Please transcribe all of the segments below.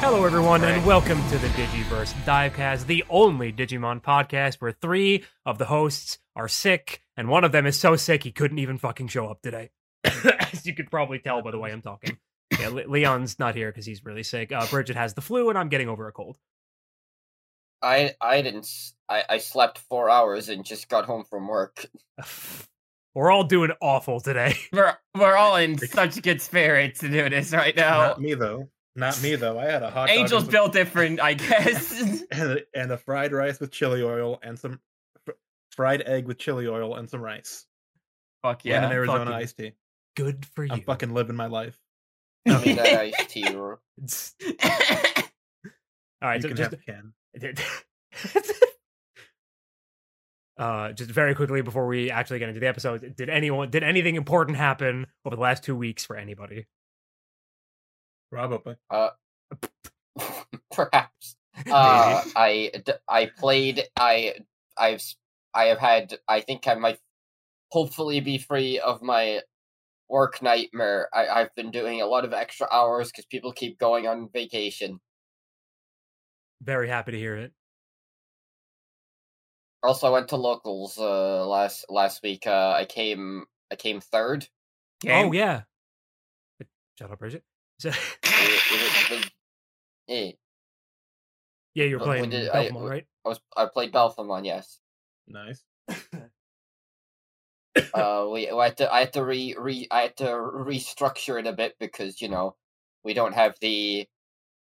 Hello, everyone, and welcome to the Digiverse Divecast, the only Digimon podcast where three of the hosts are sick, and one of them is so sick he couldn't even fucking show up today. As you could probably tell by the way I'm talking. Yeah, Le- Leon's not here because he's really sick. Uh, Bridget has the flu, and I'm getting over a cold. I I didn't. s- I I slept four hours and just got home from work. We're all doing awful today. We're we're all in such good spirits to do this right now. Not me though. Not me though. I had a hot dog Angels and, built different, I guess. and a, and a fried rice with chili oil and some fr- fried egg with chili oil and some rice. Fuck and yeah. an Arizona fucking- iced tea. Good for you. I'm fucking living my life. I mean, that iced tea. or- all right, you so can just have a can. uh, just very quickly before we actually get into the episode, did anyone did anything important happen over the last two weeks for anybody? Probably. Perhaps. Uh, I d- I played. I I've s- I have had. I think I might hopefully be free of my work nightmare. I I've been doing a lot of extra hours because people keep going on vacation. Very happy to hear it. Also, I went to locals uh last last week. Uh, I came I came third. Oh yeah. Shut up, Bridget. So, It- it- it- it- eh, yeah, you're Uh, playing when did I- Belmont, w- right? I was I played Belfamon. Yes. Nice. uh, we, we had to, I had to re, re, I had to restructure it a bit because you know we don't have the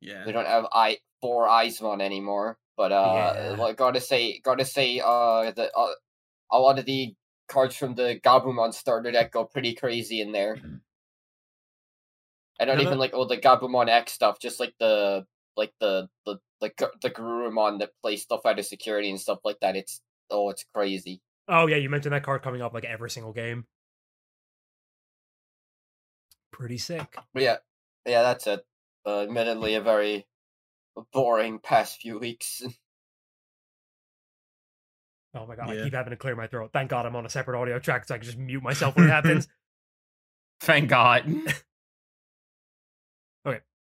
Yeah. we don't have I four Eismon anymore. But uh, Yeah. like, gotta say, gotta say, uh, the uh, a lot of the cards from the Gabumon starter deck go pretty crazy in there. I don't Mm-hmm. No, even no. like all the Gabumon X stuff, just like the like the the the Gu- the Garurumon that play stuff out of security and stuff like that. It's oh, it's crazy. Oh yeah, you mentioned that card coming up like every single game. Pretty sick. But yeah, yeah, that's it. Uh, admittedly, a very boring past few weeks. Oh my god, I Yeah. keep having to clear my throat. Thank God I'm on a separate audio track so I can just mute myself when it happens. Thank God.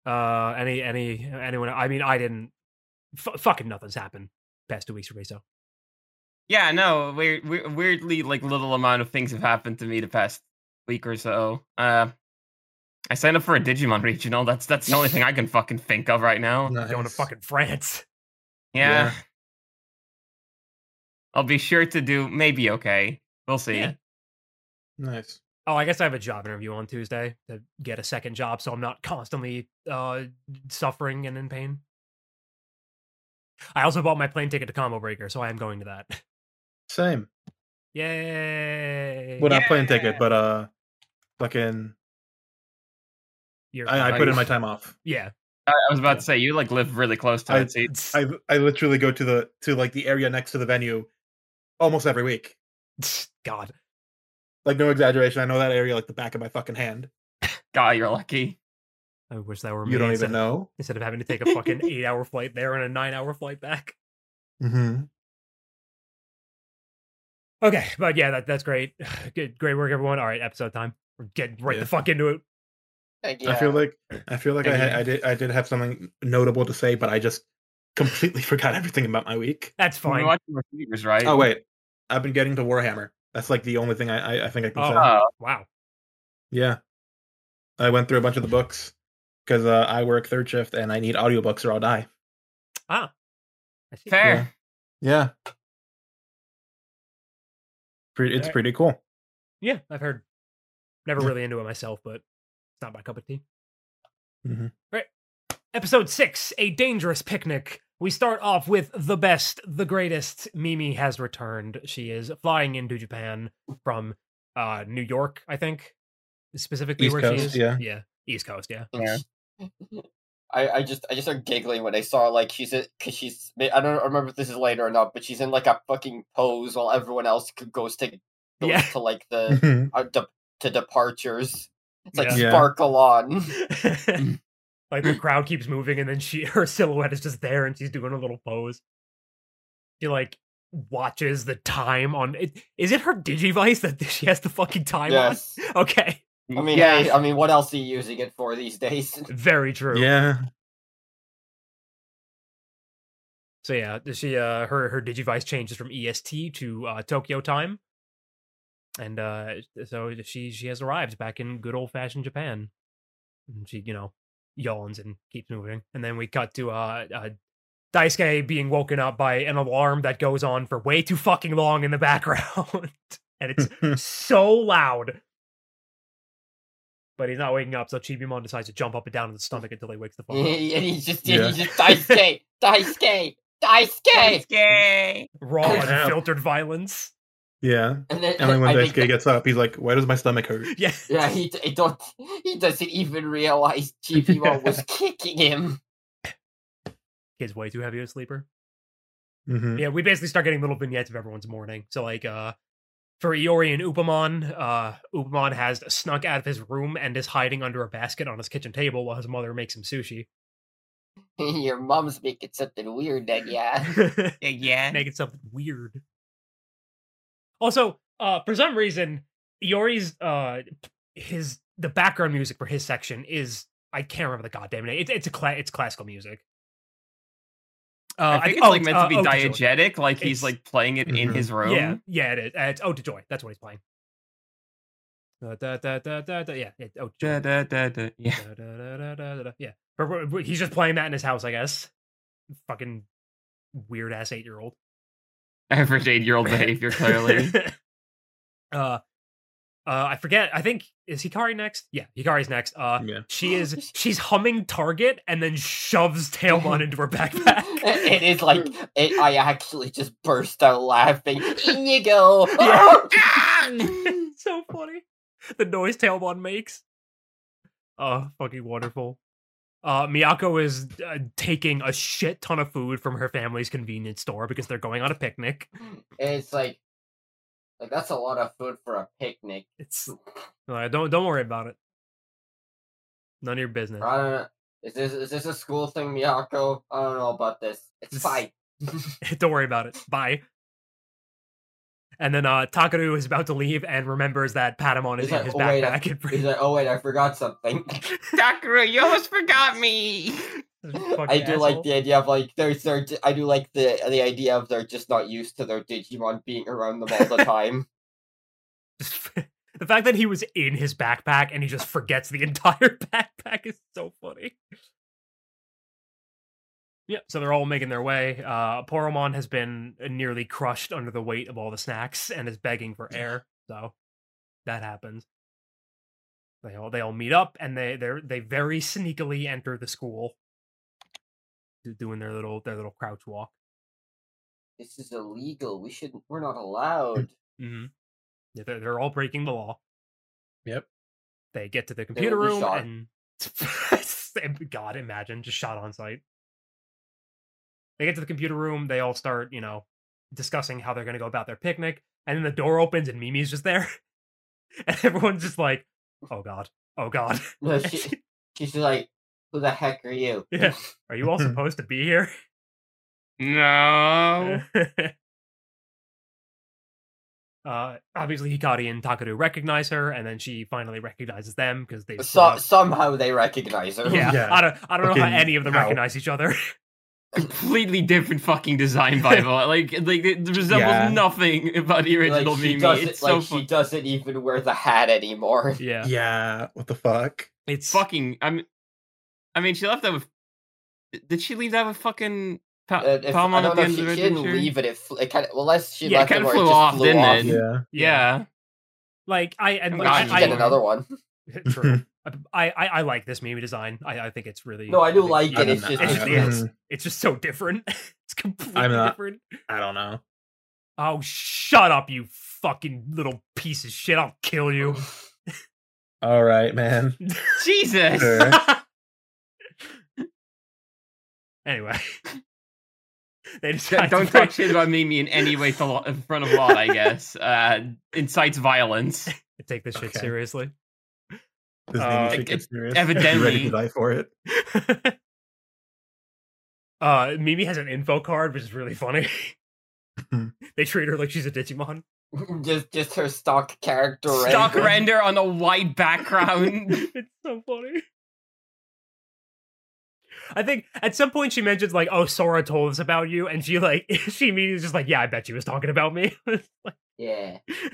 Uh, any any anyone? I mean, I didn't. F- fucking nothing's happened past two weeks for me. So Yeah, no, weird, weird, weirdly, like little amount of things have happened to me the past week or so. Uh, I signed up for a Digimon regional. That's that's the only thing I can fucking think of right now. Nice. going to fucking France. Yeah. Yeah. I'll be sure to do maybe okay. We'll see. Yeah. Nice. Oh, I guess I have a job interview on Tuesday to get a second job, so I'm not constantly uh suffering and in pain. I also bought my plane ticket to Combo Breaker, so I am going to that. Same. Yay! Well, not plane ticket, but uh, fucking. You're I, I fine. put in my time off. yeah. I, I was about to say you like live really close to I- it. So you- I I literally go to the to like the area next to the venue, almost every week. God, Like no exaggeration. I know that area like the back of my fucking hand. God, you're lucky. I wish that were me. You don't instead even of- know. Instead of having to take a fucking eight-hour flight there and a nine-hour flight back. Mm-hmm. Okay, but yeah, that, that's great. Good, great work, everyone. All right, episode time. We're getting right Yeah. the fuck into it. Like, I feel yeah, like I feel like I, had, I did I did have something notable to say, but I just completely forgot everything about my week. That's You're fine. watching receivers, right? Oh wait, I've been getting to Warhammer. That's like the only thing I I, I think I can Oh. say. Oh, Wow. Yeah, I went through a bunch of the books because uh, I work third shift and I need audiobooks or I'll die. I see. fair. Yeah. Yeah, pretty, it's Alright. pretty cool. Yeah, I've heard. Never Yeah. really into it myself, but it's not my cup of tea. Mhm. Right. Episode six: A dangerous picnic. We start off with the best, the greatest. Mimi has returned. She is flying into Japan from uh, New York, I think, specifically East where she Coast, is. yeah. yeah, East Coast. Yeah. Yeah. I, I just I just started giggling when I saw like she's because she's ma- I don't remember if this is later or not, but she's in like a fucking pose while everyone else c- goes to goes Yeah. to like the Mhm. uh, de- to departures. It's like Yeah. Yeah. sparkle on. like the crowd keeps moving and then she her silhouette is just there and she's doing a little pose she like watches the time on it is it her digivice that she has the fucking time yes, on okay I mean, yeah. hey, I mean, what else are you using it for these days? very true yeah, So yeah, she uh her her digivice changes from EST to uh, Tokyo time, and uh so she she has arrived back in good old fashioned Japan. And she you know yawns and keeps moving, and then we cut to uh, uh Daisuke being woken up by an alarm that goes on for way too fucking long in the background, and it's so loud. But he's not waking up, so Chibimon decides to jump up and down in the stomach until he wakes the fuck and up. he's just Yeah. he's just Daisuke, Daisuke, Daisuke, Yay! Raw, Yeah. unfiltered violence. Yeah. and then And then when I think Daisuke gets up, he's like, "Why does my stomach hurt?" Yeah. Yeah, he, d- he don't he doesn't even realize GP1 was kicking him. Kid's way too heavy of a sleeper. Mm-hmm. hmm Yeah, we basically start getting little vignettes of everyone's morning. So like uh for Iori and Upamon, uh Upamon has snuck out of his room and is hiding under a basket on his kitchen table while his mother makes him sushi. Your mom's making something weird then, yeah. Yeah, yeah. Making something weird. Also, uh for some reason, Iori's uh his the background music for his section is I can't remember the goddamn name. It's it's a cla- it's classical music. Uh, I think th- it's oh, like meant uh, to be Otajoy. diegetic, like It's- he's like playing it in Mhm. his room. Yeah, yeah, it is. Uh, it's Ode to Joy. That's what he's playing. Da, da, da, da, da, da, yeah, it, Ode Da, to Joy. da, da, da. Yeah. Da, da, da, da, da, da, da, Yeah, But we're- we're- he's just playing that in his house, I guess. Fucking weird ass eight year old. Average eight year old behavior, clearly. uh, uh, I forget. I think is Hikari next? Yeah, Hikari's next. Uh, Yeah. she is. She's humming Target and then shoves Tailmon into her backpack. it is like it, I actually just burst out laughing. Inigo! Yeah. It's so funny. The noise Tailmon makes. Oh, fucking wonderful. Uh, Miyako is uh, taking a shit ton of food from her family's convenience store because they're going on a picnic. it's like like that's a lot of food for a picnic. It's uh, don't don't worry about it. None of your business. I don't know. Is this is this a school thing, Miyako? I don't know about this. It's This- fine. don't worry about it. Bye. And then uh, Takaru is about to leave and remembers that Patamon is He's in like, his "Oh, wait, I- backpack. and He's like, oh wait, I forgot something. Dakaru, you almost forgot me. Fucking I do like asshole. the idea of like they're, they're ju- I do like the the idea of they're just not used to their Digimon being around them all the time. Just- the fact that he was in his backpack and he just forgets the entire backpack is so funny. Yeah, so they're all making their way. Uh, Poromon has been uh, nearly crushed under the weight of all the snacks and is begging for air. So that happens. They all they all meet up and they they they very sneakily enter the school, do- doing their little their little crouch walk. this is illegal. We shouldn't. We're not allowed. Mm-hmm. Yeah, they're, they're all breaking the law. Yep. They get to the will computer be room shot. and God, imagine just shot on site. They get to the computer room. They all start, you know, discussing how they're going to go about their picnic, and then the door opens and Mimi's just there, and everyone's just like, "Oh God, oh God, No, she, she's just like, who the heck are you? Yeah. are you all supposed to be here?" Oh. No. uh, obviously, Hikari and Takaru recognize her, and then she finally recognizes them because they. split So, up. somehow they recognize her. Yeah, Yeah. I don't, I don't know how Fucking any of them how? recognize each other. Completely different fucking design by the way. Like, like it resembles Yeah. nothing about the Like, original she Mimi. doesn't, It's so like fu- she doesn't even wear the hat anymore. yeah. Yeah. What the fuck? it's fucking. I'm. I mean, she left that with. Did she leave that with fucking? Pa- Uh, if, Palmon I at don't the know end of if she, the she didn't adventure? leave it. It, fl- it kind of, unless she Yeah, it left kinda or flew just off, flew didn't off. it? Yeah. yeah. like I and Oh, like, I God, should I, get you I, another one. true. I, I I like this Mimi design. I, I think it's really No, I do think- like I it. It's don't It just know. it's just Yeah. is. Mm. It's just so different. it's completely I'm not- different. I don't know. Oh, shut up, you fucking little piece of shit! I'll kill you. All right, man. Jesus. Sure. anyway, they D- decide to don't break- talk shit about Mimi in any way to lo- in front of law. I guess uh, incites violence. take this shit Okay. seriously. This Uh, name it- should get it's serious. evidently- You ready to die for it. uh, Mimi has an info card, which is really funny. Mm-hmm. Mhm. they treat her like she's a Digimon. just just her stock character. Stock random. render on a white background. it's so funny. I think at some point she mentions like, "Oh, Sora told us about you," and she like she immediately is just like, "Yeah, I bet she was talking about me." Yeah. She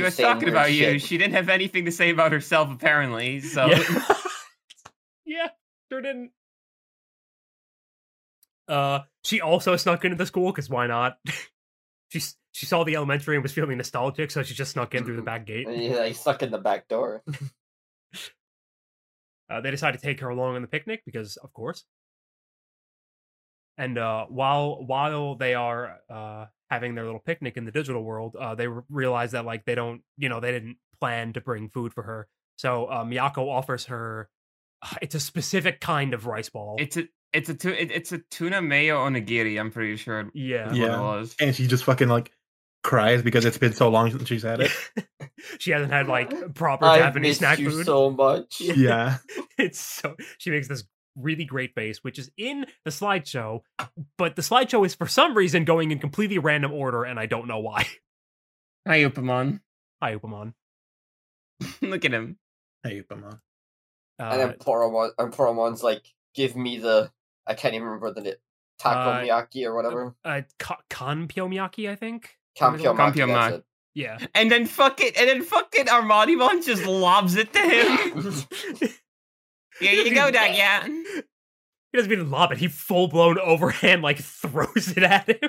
She's was saying talking weird about you. shit. She didn't have anything to say about herself, apparently. So Yeah. yeah, sure didn't. Uh, she also snuck into the school because why not? she s- she saw the elementary and was feeling nostalgic, so she just snuck in through the back gate. Yeah, I stuck in the back door. Uh, they decide to take her along on the picnic because, of course. And uh, while while they are uh, having their little picnic in the digital world, uh, they re- realize that like they don't, you know, they didn't plan to bring food for her. So uh, Miyako offers her. It's a specific kind of rice ball. it's a it's a tu- it, it's a tuna mayo onigiri. I'm pretty sure yeah, is Yeah. what it was. and she just fucking like cries because it's been so long since she's had it. she hasn't had like proper I Japanese missed snack you food. so much. yeah, it's so she makes this really great face, which is in the slideshow, but the slideshow is for some reason going in completely random order, and I don't know why. Hi, Upamon. Hi, Upamon. Look at him. hey, Pokemon. And Uh, then Poromon, and Poromon's like, give me the, I can't even remember the name, Uh, Taco Miyaki or whatever. uh, Ka- Kanpyo Miyaki, I think. Kampyo Kampyo Maki, Yeah, And then fuck it. And then fucking Armadimon just lobs it to him. that's it. Here you go, Doc. Yeah. he doesn't even lob it; he full blown overhand like throws it at him,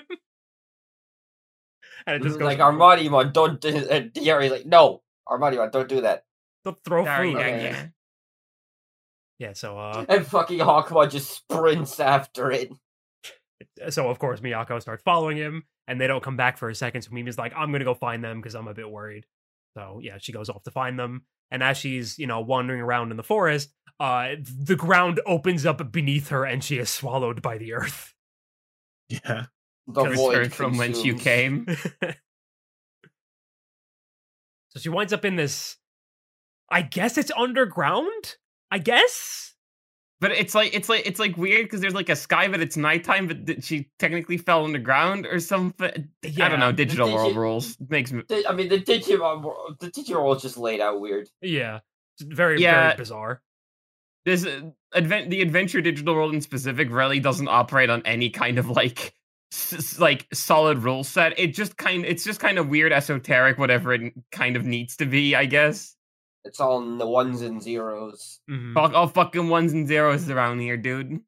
and it just goes like, Armadimon, don't do And Diari's like, no, Armadimon, don't do that. Don't throw Sorry, food. Doc, Okay. yeah. Yeah, so uh, And fucking Hawkmon just sprints after it. so of course Miyako starts following him, and they don't come back for a second. So Mimi's like, "I'm gonna go find them because I'm a bit worried." So yeah, she goes off to find them, and as she's you know wandering around in the forest, uh, the ground opens up beneath her, and she is swallowed by the earth. Yeah, The Curse void Earth from whence you consumes- came. So she winds up in this. I guess it's underground. I guess. But it's like it's like it's like weird because there's like a sky, but it's nighttime. But th- she technically fell on the ground or something. I Yeah. don't know. Digital Digi- world rules makes me. Di- I mean, the Digimon, wor- the Digimon world's just laid out weird. Yeah. It's very Yeah. very bizarre. this uh, advent the adventure digital world in specific really doesn't operate on any kind of like s- s- like solid rule set it just kind it's just kind of weird esoteric whatever it n- kind of needs to be i guess It's all in the ones and zeros. Mhm. fuck all fucking ones and zeros around here dude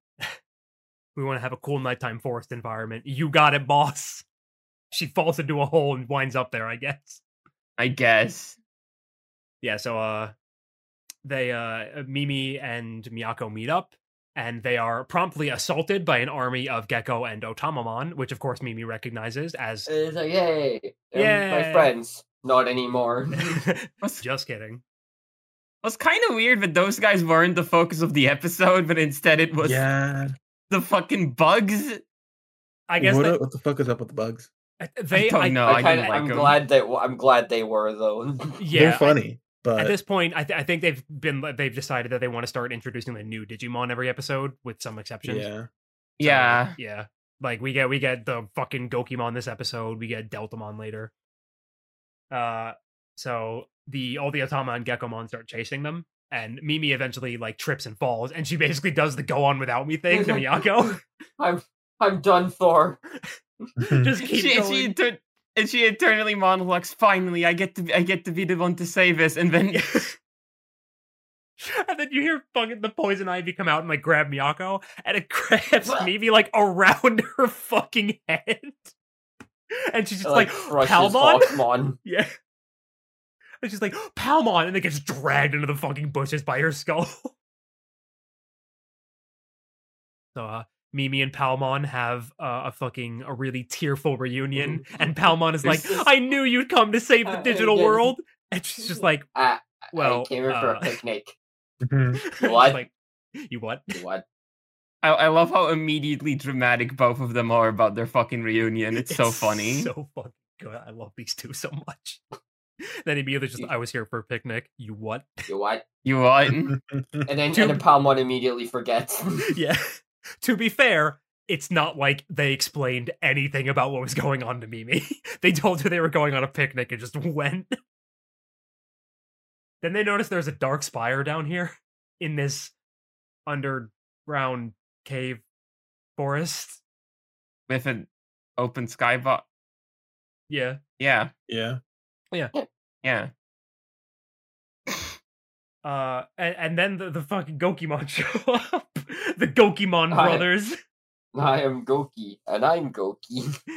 We want to have a cool nighttime forest environment. You got it, boss. She falls into a hole and winds up there, I guess. i guess Yeah, so uh they uh Mimi and Miyako meet up and they are promptly assaulted by an army of Gecko and Otamamon, which of course Mimi recognizes as It's like, yay, they're Yay. my friends. Not anymore. was, just kidding. was kind of weird that those guys weren't the focus of the episode but instead it was yeah. the fucking bugs I guess what, they, up- what the fuck is up with the bugs? they i don't I- know I i, kinda, didn't like I'm 'em. glad that I'm glad they were though. yeah, They're funny, but at this point, I, th- I think they've been they've decided that they want to start introducing the new Digimon every episode, with some exceptions. yeah, So, yeah yeah. Like we get we get the fucking Gokemon this episode. We get Deltamon later. Uh, so the all the Atama and Geckomon start chasing them, and Mimi eventually like trips and falls, and she basically does the "go on without me" thing to Miyako. I'm I'm done for. Mm-hmm. Just keep she, going. she inter- and she eternally monologues. Finally, I get to be, I get to be the one to say this, and then And then you hear fucking the poison ivy come out and like grab Miyako, and it grabs Mimi like around her fucking head, and she's just like, crushes Palmon? Hawkmon. Yeah. And she's like, Palmon! And then gets dragged into the fucking bushes by her skull. so, uh, Mimi and Palmon have uh, a fucking, a really tearful reunion. Mm-hmm. And Palmon is like, There's this- I knew you'd come to save Uh, the uh, digital yeah. world. And she's just like, I, well, I came here for a uh, picnic. Mhm. she's What? like, you what? What? I, I love how immediately dramatic both of them are about their fucking reunion. It's, so funny. So fucking good. I love these two so much. then immediately just, I was here for a picnic. You what? You what? You what? And then Dude. and then Palmon immediately forgets. yeah. To be fair, it's not like they explained anything about what was going on to Mimi. they told her they were going on a picnic and just went. Then they notice there's a dark spire down here in this under brown cave forest. with an open sky box. Yeah. Yeah, Yeah. yeah. Uh, and, and then the, the fucking Gokemon show up. the Gokemon Hi. brothers. I am Goki, and I'm Goki.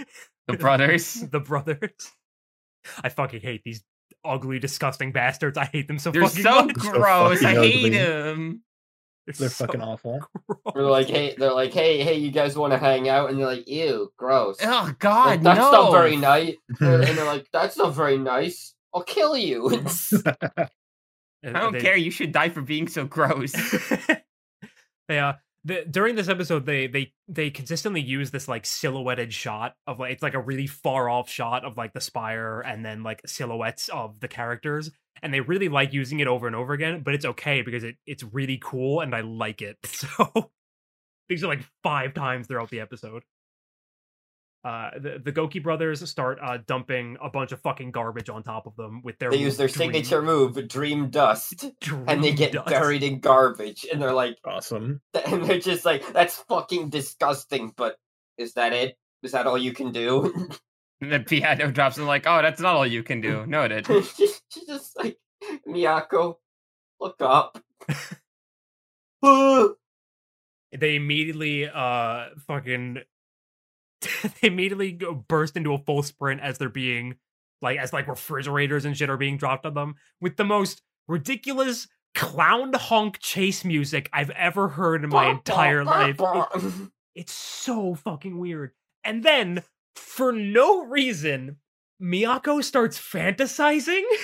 The brothers. the brothers. I fucking hate these ugly, disgusting bastards. I hate them so They're fucking so much. So gross. I fucking hate ugly. them. They're so fucking awful. gross. We're like, hey, they're like, hey, hey, you guys want to hang out? And they're like, ew, gross. Oh Like, God, that's no. not very nice. and they're like, that's not very nice. I'll kill you. And- I and don't they- care. You should die for being so gross. they uh the, during this episode they they they consistently use this like silhouetted shot of like it's like a really far off shot of like the spire and then like silhouettes of the characters and they really like using it over and over again but it's okay because it it's really cool and I like it so these are like five times throughout the episode uh the, the Goki brothers start uh dumping a bunch of fucking garbage on top of them with their they use their dream- signature move, Dream Dust, and they dream get dust. buried in garbage. And they're like, awesome. and they're just like, that's fucking disgusting. But is that it? Is that all you can do? and the piano drops and like, oh, that's not all you can do. No, it. she's, she's just like, Miyako, look up. they immediately uh fucking they immediately go burst into a full sprint as they're being like as like refrigerators and shit are being dropped on them with the most ridiculous clown honk chase music I've ever heard in my entire life. It- it's so fucking weird. And then for no reason Miyako starts fantasizing.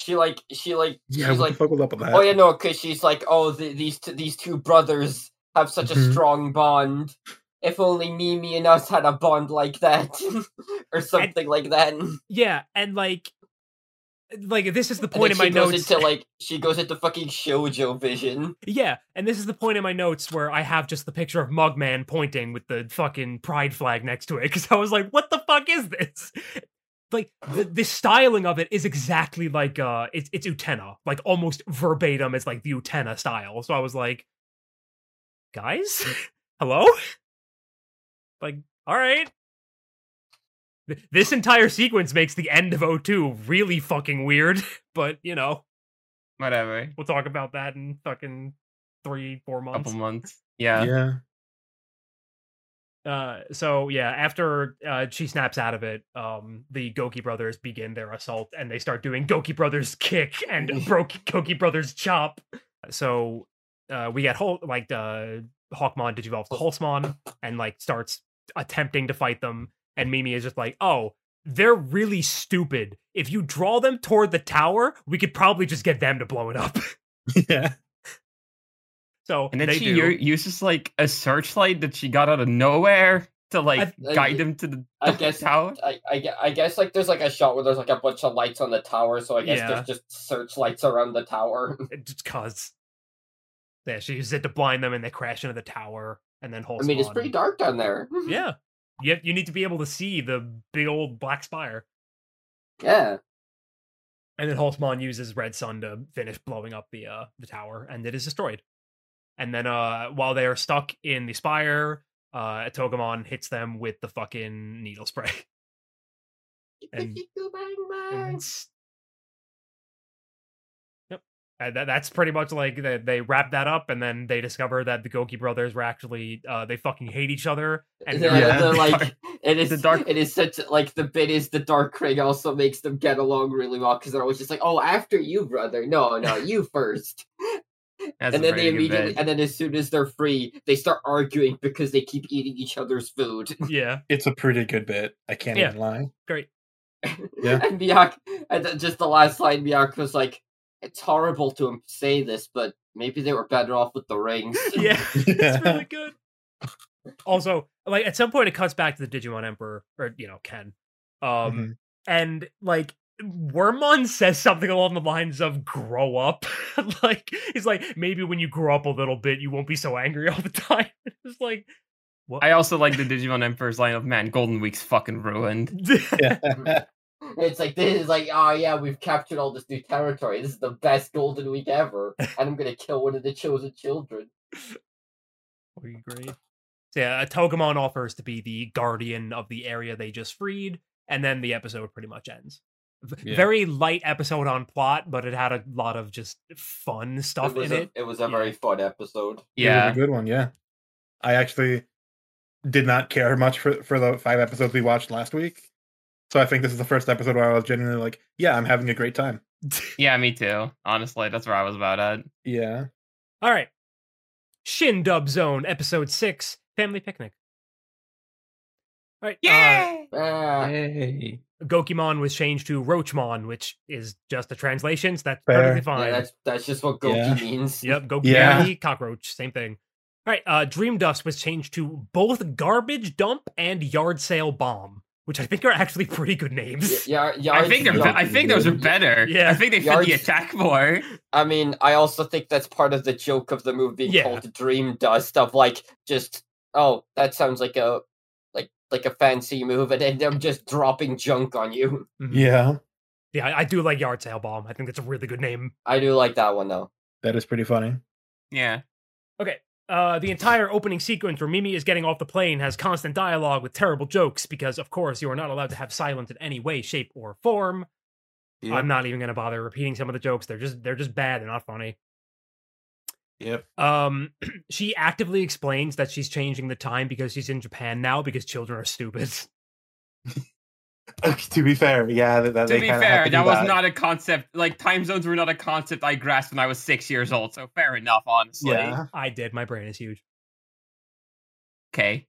She like, she like, Yeah, she's what like, the fuck was up with that? oh yeah, no, because she's like, oh, th these t- these two brothers have such a Mhm. strong bond. If only Mimi and us had a bond like that, or something like that. Yeah, and like like this is the And then point she in my goes notes. into like she goes into fucking shoujo vision. Um, Yeah, and this is the point in my notes where I have just the picture of Mugman pointing with the fucking pride flag next to it because I was like, "What the fuck is this?" Like the, the styling of it is exactly like uh, it's it's Utena, like almost verbatim. It's like the Utena style. So I was like, "Guys, hello." like, all right. Th- This entire sequence makes the end of O2 really fucking weird, but you know. Whatever. We'll talk about that in fucking three, four months. Couple months. Yeah. Yeah. Uh, so yeah, after uh, she snaps out of it, um, the Goki brothers begin their assault, and they start doing Goki brothers kick and broke Goki brothers chop. So uh, we get whole like uh, Hawkmon digivolves to Hulsmon and like starts attempting to fight them, and Mimi is just like, "Oh, they're really stupid. If you draw them toward the tower, we could probably just get them to blow it up." Yeah. so And then they she do. u- uses like a searchlight that she got out of nowhere to like I- guide them to the uh, I guess tower. I, I, gue- I guess like there's like a shot where there's like a bunch of lights on the tower, so I guess Yeah. there's just searchlights around the tower. It just cause. Yeah, she uses it to blind them, and they crash into the tower, and then whole. I mean, it's pretty dark down there. Yeah, you you need to be able to see the big old black spire, Yeah. and then Holtzman uses Red Sun to finish blowing up the uh the tower, and it is destroyed. And then uh while they are stuck in the spire, uh Togemon hits them with the fucking needle spray. And- And s- Mm-hmm. Yep. And that, that's pretty much like they, they wrap that up, and then they discover that the Goki brothers were actually uh, they fucking hate each other, and they're, they're- Yeah. they're The like dark- it is the the dark- dark. It is such like the bit is the dark ring also makes them get along really well because they're always just like, oh, after you, brother. No, no, you first. That's and a then they pretty good immediately, bit. and then as soon as they're free, they start arguing because they keep eating each other's food. yeah, It's a pretty good bit. I can't Yeah. even lie. great. Yeah. and Miyako, and then just the last line, Miyako was like, "It's horrible to im- say this, but maybe they were better off with the rings." Yeah, Yeah. it's really good. Also, like at some point, it cuts back to the Digimon Emperor, or you know Ken, um, Mhm. and like Wormmon says something along the lines of "grow up." like he's like, maybe when you grow up a little bit, you won't be so angry all the time. it's like, what? I also like the Digimon Emperor's line of man, Golden Week's fucking ruined. Mm-hmm. It's like this is like, oh yeah, we've captured all this new territory. This is the best Golden Week ever, and I'm gonna kill one of the chosen children. We agree. So yeah, uh, Togemon offers to be the guardian of the area they just freed, and then the episode pretty much ends. V- Yeah. Very light episode on plot, but it had a lot of just fun stuff it was in a, it. was a very fun episode. It was Yeah. a good one. Yeah, I actually did not care much for for the five episodes we watched last week, so I think this is the first episode where I was genuinely like, "Yeah, I'm having a great time." Yeah, me too. Honestly, that's where I was about at. Yeah, All right, Shin Dub Zone episode six, family picnic. All right, uh, Ah, Yay. Gokimon was changed to Roachmon, which is just a translation. So that's Fair. perfectly yeah, fine. that's that's just what Goki Yeah. means. Yep, go Yeah. Gary, cockroach, same thing. All right, uh, Dream Dust was changed to both Garbage Dump and Yard Sale Bomb, which I think are actually pretty good Y- names. Yeah, yeah. I think they're. Yards- Be- I think those are better. Yeah. I think they fit Yards- the attack more. I mean, I also think that's part of the joke of the movie being Yeah. called Dream Dust of like just oh, that sounds like a like like a fancy move, and then them just dropping junk on you. yeah, Yeah, I, I do like Yard Sale Bomb. I think that's a really good name. I do like that one though. that is pretty funny. Yeah. Uh, the entire opening sequence where Mimi is getting off the plane has constant dialogue with terrible jokes because, of course, you are not allowed to have silence in any way, shape, or form. Yep. I'm not even going to bother repeating some of the jokes. They're just they're just bad. They're not funny. Yep. Um, she actively explains that she's changing the time because she's in Japan now because children are stupid. to be fair, yeah, that, that To be fair, that was not a concept. Like time zones were not a concept I grasped when I was six years old. So fair enough, honestly. Yeah, I did. My brain is huge. Okay.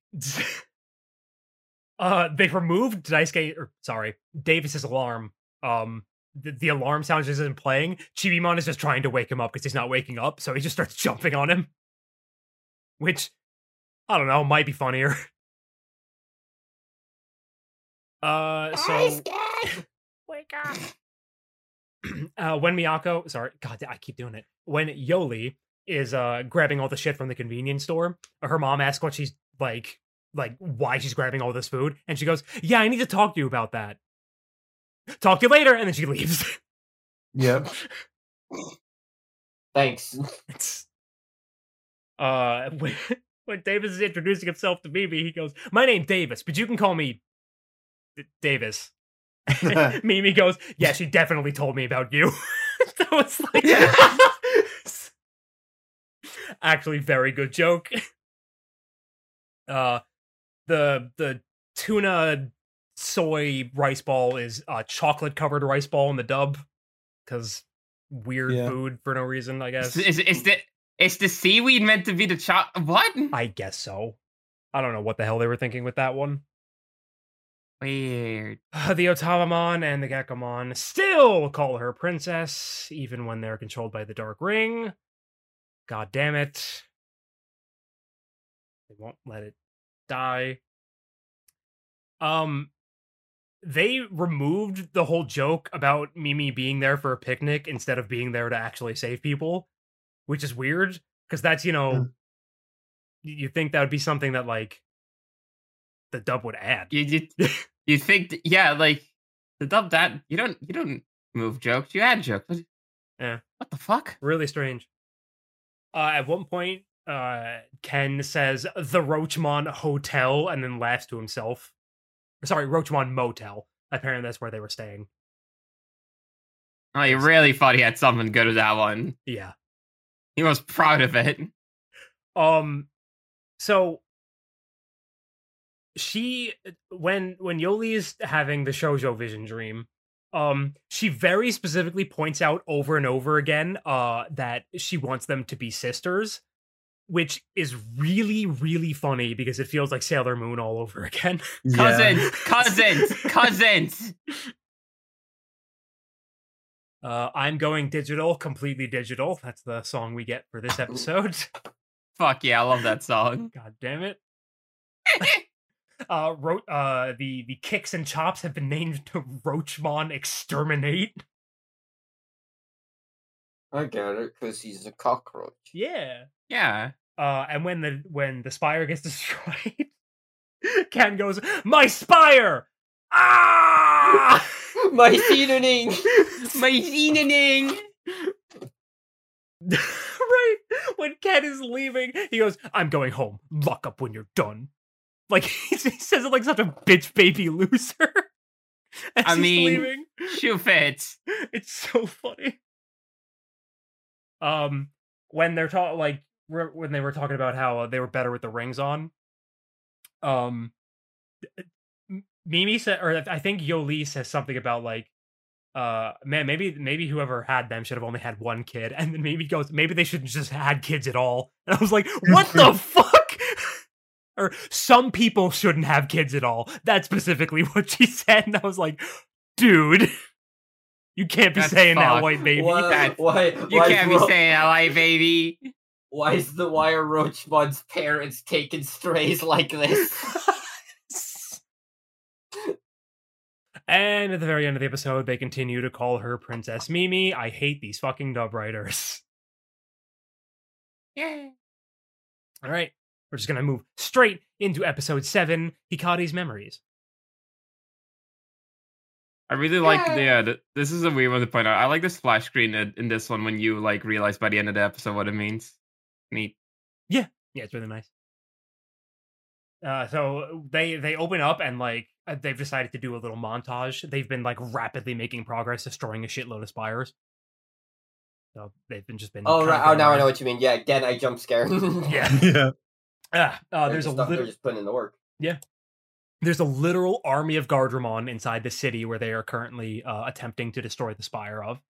uh, they removed Daisuke, or sorry, Davis's alarm. Um, the, the alarm sound just isn't playing. Chibimon is just trying to wake him up because he's not waking up, so he just starts jumping on him. Which, I don't know, might be funnier. Uh, so. Wake up. uh, when Miyako, sorry, God, I keep doing it. When Yoli is uh grabbing all the shit from the convenience store, her mom asks what she's like, like why she's grabbing all this food, and she goes, "Yeah, I need to talk to you about that. Talk to you later," and then she leaves. yep. Thanks. It's- uh, when, when Davis is introducing himself to Mimi, he goes, "My name Davis, but you can call me D- Davis." Mimi goes, "Yeah, she definitely told me about you." so it's like, actually, very good joke. Uh, the the tuna soy rice ball is a chocolate covered rice ball in the dub because weird Yeah. food for no reason, I guess. Is, is, is the is the seaweed meant to be the chop? What? I guess so. I don't know what the hell they were thinking with that one. Weird. The Otamamon and the Geckomon still call her princess, even when they're controlled by the Dark Ring. God damn it. They won't let it die. Um, they removed the whole joke about Mimi being there for a picnic instead of being there to actually save people, which is weird because that's, you know, Hmm. y- you think that would be something that, like, the dub would add. You you, you think? th- yeah, like the dub that you don't you don't move jokes. You add jokes. What- Yeah. What the fuck? really strange. Uh, at one point, uh, Ken says the Roachmon Hotel and then laughs to himself. Sorry, Roachmon Motel. Apparently, that's where they were staying. Oh, you really thought he had something good with that one. Yeah. He was proud of it. Um. So she, uh, when when Yoli is having the shoujo vision dream, um, she very specifically points out over and over again, uh, that she wants them to be sisters, which is really really funny because it feels like Sailor Moon all over again. Cousins, cousins, cousins. Uh, I'm going digital, completely digital. That's the song we get for this episode. Fuck yeah, I love that song. God damn it. uh, ro- uh, the the kicks and chops have been named to Roachmon Exterminate. I get it because he's a cockroach. Yeah. Yeah. Uh, and when the when the spire gets destroyed, Ken goes, "My spire!" Ah! My Sinaning! My Xenoning. right when Ken is leaving, he goes, "I'm going home. Lock up when you're done." Like he says it like such a bitch baby loser. As I he's mean- leaving. Shoe fits. it's so funny. Um, when they're talking, like re- when they were talking about how uh, they were better with the rings on. Um, M- Mimi said, or I think Yoli says something about like, uh, man, maybe maybe whoever had them should have only had one kid, and then Mimi goes, maybe they shouldn't just had kids at all. And I was like, what the fuck? Or some people shouldn't have kids at all. That's specifically what she said, and I was like, dude, you can't be That's saying that, fucked. white baby. Why? that's- Why? You why can't be is Ro- saying LA, baby. Why is the wire Roachmud's parents taking strays like this? and at the very end of the episode, they continue to call her Princess Mimi. I hate these fucking dub writers. Yeah. All right, we're just gonna move straight into episode seven, Hikari's memories. I really like yeah. Th- this is a weird one to point out. I like this flash screen in, in this one when you like realize by the end of the episode what it means. Neat. Yeah, it's really nice. Uh, so they they open up and like uh, they've decided to do a little montage. They've been like rapidly making progress, destroying a shitload of spires. So they've been just been. oh, kinda right. Oh, going now I around. know what you mean. Yeah, again, I jump scared. Yeah. yeah. Ah, uh, there's a stuff, little. They're just putting in the work. there's a literal army of Gardramon inside the city where they are currently uh, attempting to destroy the spire of.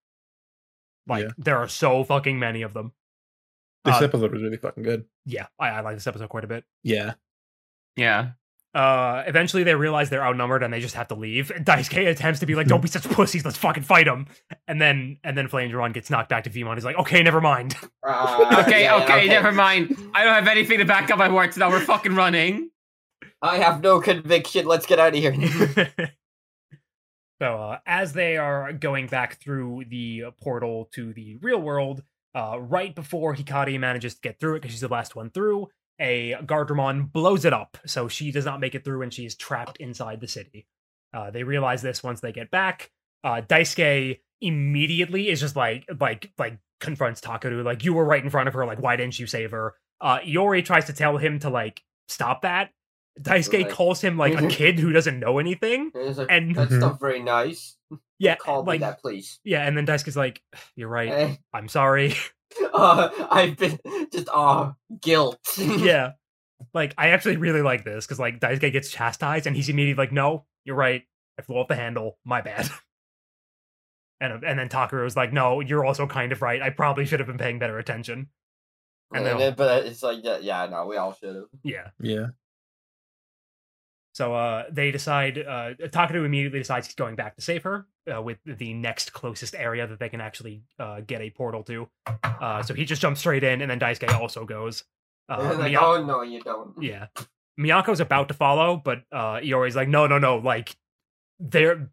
Like Yeah. there are so fucking many of them. This Uh, episode was really fucking good. Yeah, I, I like this episode quite a bit. Yeah. Yeah. Uh, eventually, they realize they're outnumbered and they just have to leave. Daisuke attempts to be like, "Don't be such pussies. Let's fucking fight them." And then, and then Flamedron gets knocked back to Vimon. He's like, "Okay, never mind." Uh, okay, yeah, okay, never mind. I don't have anything to back up my words now. We're fucking running. I have no conviction. Let's get out of here. Mm-hmm. so uh, as they are going back through the uh, portal to the real world, uh, right before Hikari manages to get through it because she's the last one through, a Gardramon blows it up, so she does not make it through and she is trapped inside the city. Uh, they realize this once they get back. Uh, Daisuke immediately is just like like like confronts Takaru like you were right in front of her like why didn't you save her? Uh, Iori tries to tell him to like stop that. Daisuke Right. calls him like Mm-hmm. a kid who doesn't know anything. And it's like, And That's Mhm. not very nice. yeah, Call like me that, please. yeah, and then Daisuke's like, "You're right. Eh, I'm sorry." uh, I've been just uh guilt. yeah, like I actually really like this because like Daisuke gets chastised and he's immediately like, "No, you're right. I flew off the handle. My bad." And and then Takaru was like, "No, you're also kind of right. I probably should have been paying better attention." And And they'll- then, but it's like, yeah, yeah, no, we all should have. yeah. Yeah. So uh, they decide. Uh, Takaru immediately decides he's going back to save her uh, with the next closest area that they can actually uh, get a portal to. Uh, so he just jumps straight in, and then Daisuke also goes. Uh, like, Miya- oh no, you don't. Yeah. Miyako's about to follow, but uh Iori's like, no, no, no, like they're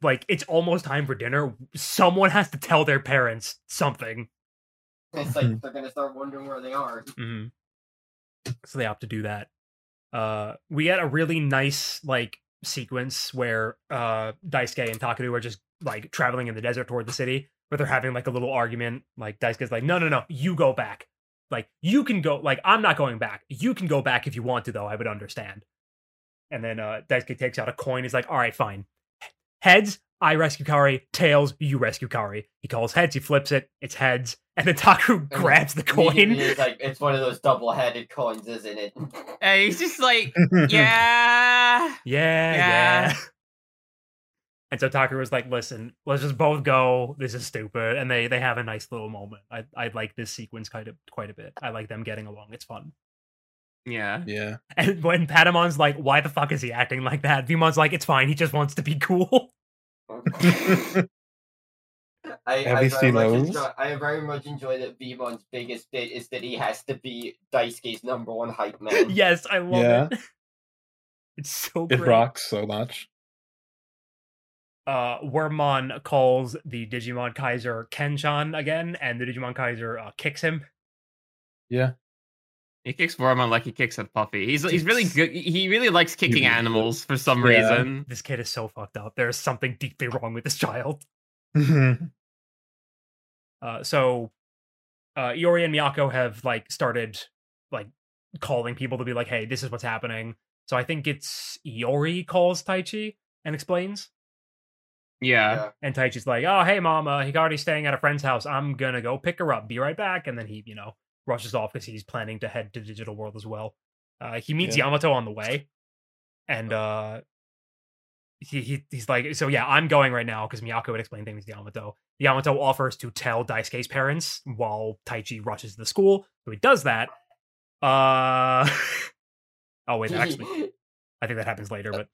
like it's almost time for dinner. Someone has to tell their parents something. It's Hmm. like they're gonna start wondering where they are. Mm-hmm. So they opt to do that. Uh we get a really nice like sequence where uh Daisuke and Takaru are just like traveling in the desert toward the city, but they're having like a little argument. Like Daisuke's like, no, no, no, you go back. Like you can go like I'm not going back. You can go back if you want to though, I would understand. And then uh Daisuke takes out a coin, he's like, all right, fine. Heads, I rescue Kari, tails, you rescue Kari. He calls heads, he flips it, it's heads, and then Takaru then grabs the Immediately, coin. It's like it's one of those double-headed coins, isn't it? And he's just like, yeah. Yeah, yeah. Yeah. And so Tucker was like, "Listen, let's just both go. This is stupid." And they they have a nice little moment. I I like this sequence kind of quite a bit. I like them getting along. It's fun. Yeah. Yeah. And when Patamon's like, "Why the fuck is he acting like that?" Vimon's like, "It's fine. He just wants to be cool." I, Have I, very you seen much those? enjoy, I very much enjoy that Vimon's biggest bit is that he has to be Daisuke's number one hype man. yes, I love Yeah. it. It's so It great. rocks so much. uh, Wormmon calls the Digimon Kaiser Kenchan again, and the Digimon Kaiser uh, kicks him. He kicks Wormon like he kicks at Puffy. He's he's really good. He really likes kicking Yeah. animals for some Yeah. reason. This kid is so fucked up. There is something deeply wrong with this child. Mhm. Uh, so uh, Iori and Miyako have like started like calling people to be like, "Hey, this is what's happening." So I think it's Iori calls Taichi and explains, Yeah. and Taichi's like, "Oh, hey, Mama, Higari's staying at a friend's house. I'm gonna go pick her up. Be right back." And then he, you know, rushes off because he's planning to head to the digital world as well. Uh, he meets Yeah. Yamato on the way, and uh, he, he he's like, "So yeah, I'm going right now because Miyako would explain things to Yamato." Yamato offers to tell Daisuke's parents while Taichi rushes to the school, so he does that. Uh, oh wait, actually, I think that happens later, but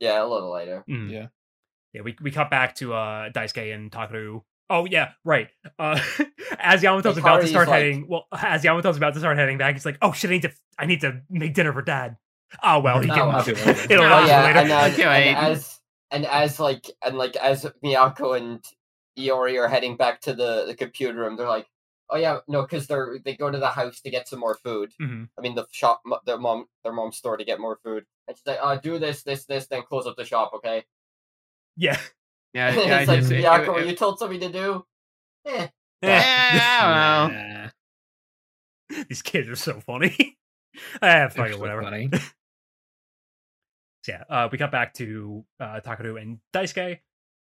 yeah, a little later. Mm. Yeah. Yeah, we, we cut back to uh Daisuke and Takaru. Oh yeah, right. Uh as Yamato's about to Hikari's start like- heading well as Yamato's about to start heading back, he's like, Oh shit, I need to I need to make dinner for dad. Oh well he Oh, can well. it'll Oh, happen Oh yeah, and later. then Okay, wait. and as and as like and like as Miyako and Iori are heading back to the, the computer room, they're like, "Oh yeah, no," because they're they go to the house to get some more food. Mm-hmm. Mhm. I mean, the shop, mo- their mom, their mom's store to get more food, and she's like, "Oh, do this, this, this, then close up the shop, okay?" Yeah. Yeah. And yeah, it's like, just- it- Miyako, it- you told somebody to do. Yeah, I don't know. These kids are so funny. ah, fuck it, whatever. Funny. So, yeah, uh, we cut back to uh, Takaru and Daisuke.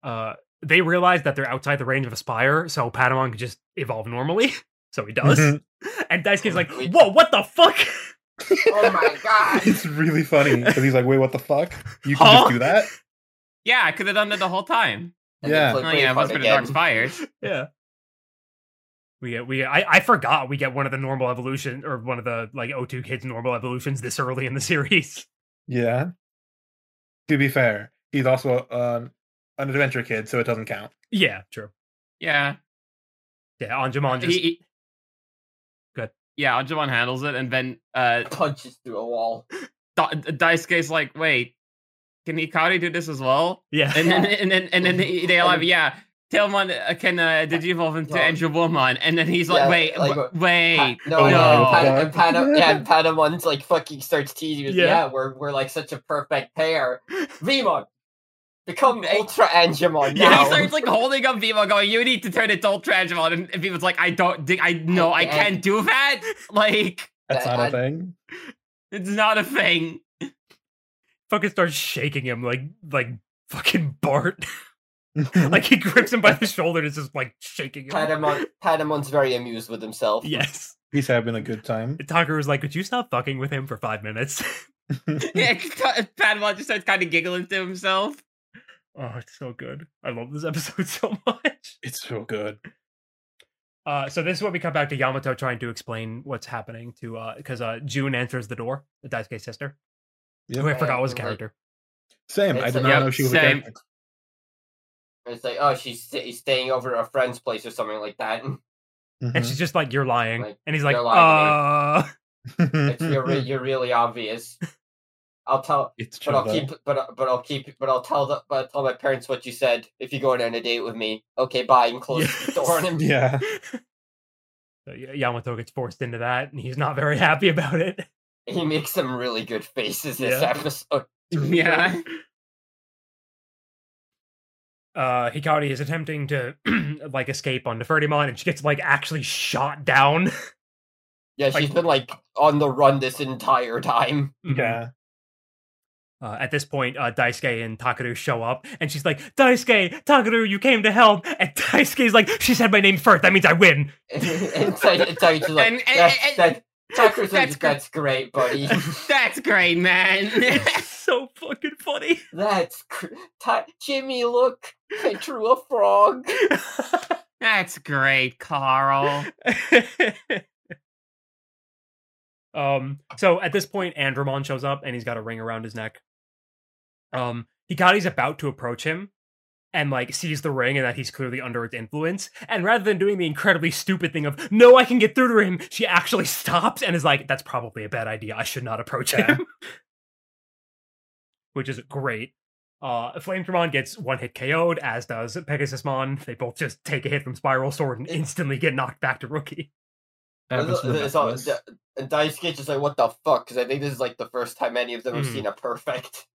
Uh, they realize that they're outside the range of a spire, so Patamon can just evolve normally. So he does. Mhm. And Daisuke's like, Wait. whoa, what the fuck? Oh my god! It's really funny because he's like, "Wait, what the fuck? You can Huh? just do that?" Yeah, I could have done that the whole time. And then Yeah. flip Oh, really yeah, it hard was for the again. dark spires. yeah. We get, we get- I, I forgot we get one of the normal evolution or one of the like O2 kids normal evolutions this early in the series. Yeah. To be fair, he's also um, an adventure kid, so it doesn't count. Yeah, true. Yeah. Yeah, Anjumon just He, he... Good. Yeah, Ajumon handles it, and then uh, punches through a wall. Da- Daisuke's like, wait, can Hikari do this as well? yeah. And then and then and then they they all have yeah. Tailmon uh, can uh, digivolve into Yeah. Angelomon, and then he's like, Yeah, wait, like, w- uh, wait, Pa- no, oh and- my and, Pan- God. and Pan- yeah, and Panamon's like fucking starts teasing. us, Yeah. Yeah. we're we're like such a perfect pair. Vemon, become Ultra Angemon Yeah, Yeah, now. he starts like holding up Vivo, going, "You need to turn it to Ultra Angelomon," and, and Vivo's like, "I don't, think I no, I Yeah. can't do that. Like, That's That- not a I- thing. it's not a thing." fucking starts shaking him like like fucking Bart. like he grips him by the shoulder and is just like shaking him. Patamon, Patamon's very amused with himself. Yes. he's having a good time. Takaru's like, could you stop fucking with him for five minutes? yeah, Padmon just starts kind of giggling to himself. oh, it's so good. I love this episode so much. It's so good. Uh, so this is what we come back to Yamato trying to explain what's happening to uh because uh June enters the door, the Daisuke's sister. Yep. Who I forgot was a Right. character. Same. I It's like- did not Yep, know she was same. a character. It's like, oh, she's sta- staying over at a friend's place or something like that. And Mm-hmm. she's just like, You're lying. Like, and he's like, "You're lying uh Mhm. It's, you're, re- you're really obvious. I'll tell, It's but true. I'll keep, but I- but I'll keep, but I'll tell the, but I'll tell my parents what you said if you go on a date with me. Okay, bye, and close the door on him. Yeah. so Y- Yamato gets forced into that and he's not very happy about it. He makes some really good faces this Yeah. episode. Yeah, Uh Hikari is attempting to like escape on Nefertimon and she gets like actually shot down. Yeah, Like- she's been like on the run this entire time. Yeah. Uh, at this point, uh, Daisuke and Takaru show up, and she's like, Daisuke, Takaru, you came to help. And Daisuke's like, she said my name first, that means I win. and so, and so she's like, And- and- that's, and- that, Tucker's like, that's gr- that's great, buddy. that's great, man. It's so fucking funny. that's cr- Ta- Jimmy. Look, I drew a frog. That's great, Carl. um, so at this point, Andromon shows up, and he's got a ring around his neck. Um, Hikari's about to approach him, and like sees the ring, and that he's clearly under its influence. And rather than doing the incredibly stupid thing of "No, I can get through to him," she actually stops and is like, "That's probably a bad idea. I should not approach Yeah. him," which is great. Uh, Flame Dramon gets one hit KO'd, as does Pegasusmon. They both just take a hit from Spiral Sword and instantly get knocked back to Rookie. Happens to the best all- of us. the- and Daisuke just like, what the fuck? Because I think this is Hmm. like the first time any of them have Mm. seen a perfect.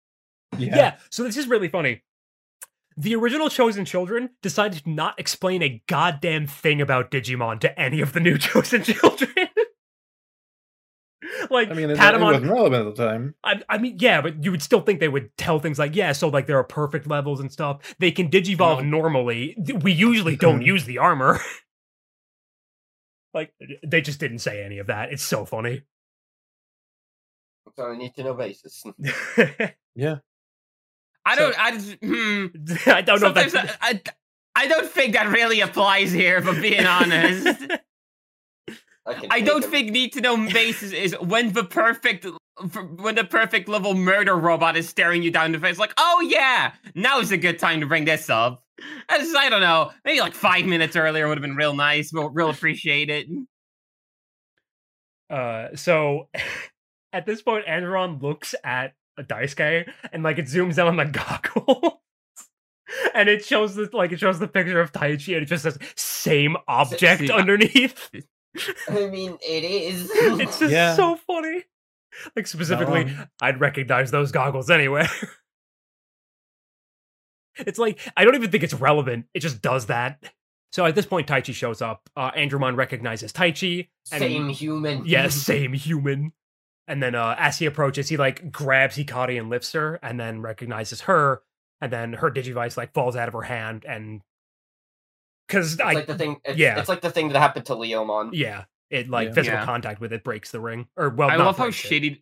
Yeah. so this is really funny. The original Chosen Children decided to not explain a goddamn thing about Digimon to any of the new Chosen Children. like I mean, it, it Patamon wasn't relevant at the time. I, I mean, yeah, but you would still think they would tell things like, yeah, so like there are perfect levels and stuff. They can digivolve normally. Th- We usually don't Mhm. use the armor. like they just didn't say any of that. It's so funny. It's on a need to know basis. I So- I don't. I just. Hmm, don't know if sometimes that's. I, I, I don't think that really applies here. If I'm being honest, can I take don't him. think need to know basis is when the perfect when the perfect level murder robot is staring you down in the face. Like, oh yeah, now is a good time to bring this up. I just, I don't know. Maybe like five minutes earlier would have been real nice. We'll real appreciate it. Uh, so at this point, Andron looks at a dice guy and like it zooms out on the goggles, and it shows this like it shows the picture of Taichi and it just says same object see, I- underneath. I mean, it is. It's just Yeah. so funny. Like specifically, wrong. I'd recognize those goggles anywhere. it's like I don't even think it's relevant. It just does that. So at this point, Taichi shows up. Uh, Andromon recognizes Taichi. And same human. Yes, same human. And then uh, as he approaches, he like grabs Hikari and lifts her, and then recognizes her. And then her digivice like falls out of her hand, and because It's I like the thing. It's, yeah. It's like the thing that happened to Leomon. yeah, it like Yeah. physical Yeah. contact with it breaks the ring. Or well, I not love how breaks it. shitty.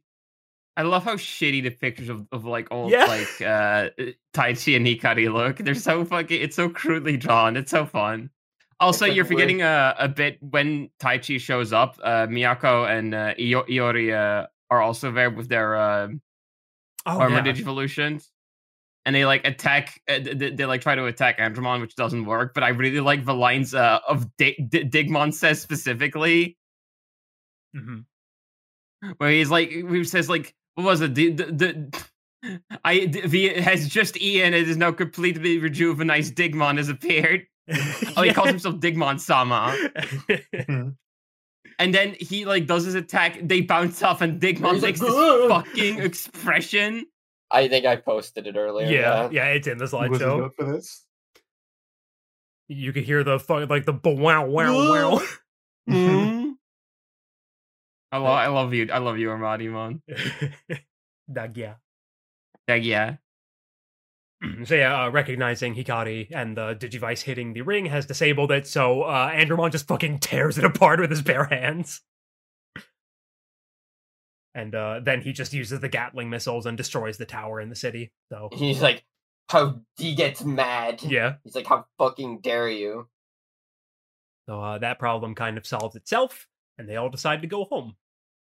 I love how shitty the pictures of, of like old Yeah. like uh Tai Chi and Hikari look. They're so fucking it's so crudely drawn. It's so fun. Also, like you're weird- forgetting uh, a, a bit when Tai Chi shows up, uh, Miyako and uh, Iyo- Iori uh, are also there with their uh, Oh, armor yeah. digivolutions. And they like attack, uh, th- th- they like try to attack Andromon, which doesn't work. But I really like the lines uh, of D- D- Digmon says specifically Mhm. where he's like who says like what was it the the, the I d- the has just eaten it is now completely rejuvenized Digmon has appeared. Oh, he calls himself Digmon Sama, Yeah. and then he like does his attack. They bounce off, and Digmon He's like, makes this "Ugh." fucking expression. I think I posted it earlier. yeah, yeah, it's in the Was it slideshow. built for this? You could hear the fu- like the b- wow wow wow. Hmm. I love, I love you, I love you, Armadimon. That- yeah. Like, yeah, So yeah, uh, recognizing Hikari and the Digivice hitting the ring has disabled it, so uh, Andromon just fucking tears it apart with his bare hands. And uh, then he just uses the Gatling missiles and destroys the tower in the city. So He's like, how he gets mad. yeah, He's like, how fucking dare you? so uh, that problem kind of solves itself, and they all decide to go home.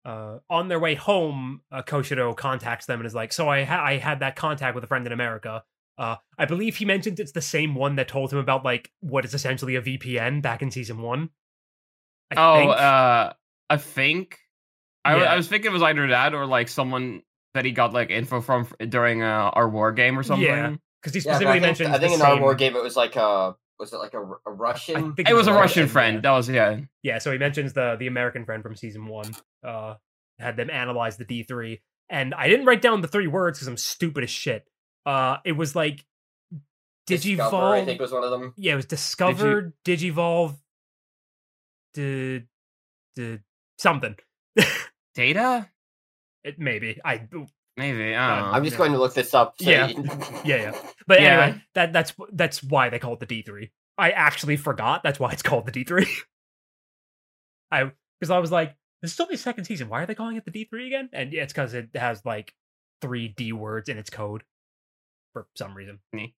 Uh, on their way home, uh, Koshiro contacts them and is like, "So I ha- I had that contact with a friend in America. Uh, I believe he mentioned it's the same one that told him about like what is essentially a VPN back in season one. I oh, think. uh, I think I, w- I Yeah. was thinking it was either that or like someone that he got like info from f- during uh, our war game or something. because he Yeah, but specifically I think, mentioned. I think the in same, our war game it was like a was it like a, Ru- a I Russian? think It was a Yeah, Russian yeah. friend. That was yeah. Yeah, so he mentions the the American friend from season one. Uh, had them analyze the D three, and I didn't write down the three words because I'm stupid as shit. Uh, it was like Discover, I think digivolve. was one of them. Yeah, it was discovered digivolve. D, d, something. Data? It, maybe I. Maybe. I don't Uh, know. I'm just yeah. going to look this up. so Yeah. you- Yeah, yeah. But Yeah. anyway, that that's that's why they call it the D three. I actually forgot. That's why it's called the D three. I because I was like, this is only second season. Why are they calling it the D three again? And yeah, it's because it has like three D words in its code for some reason. Neat.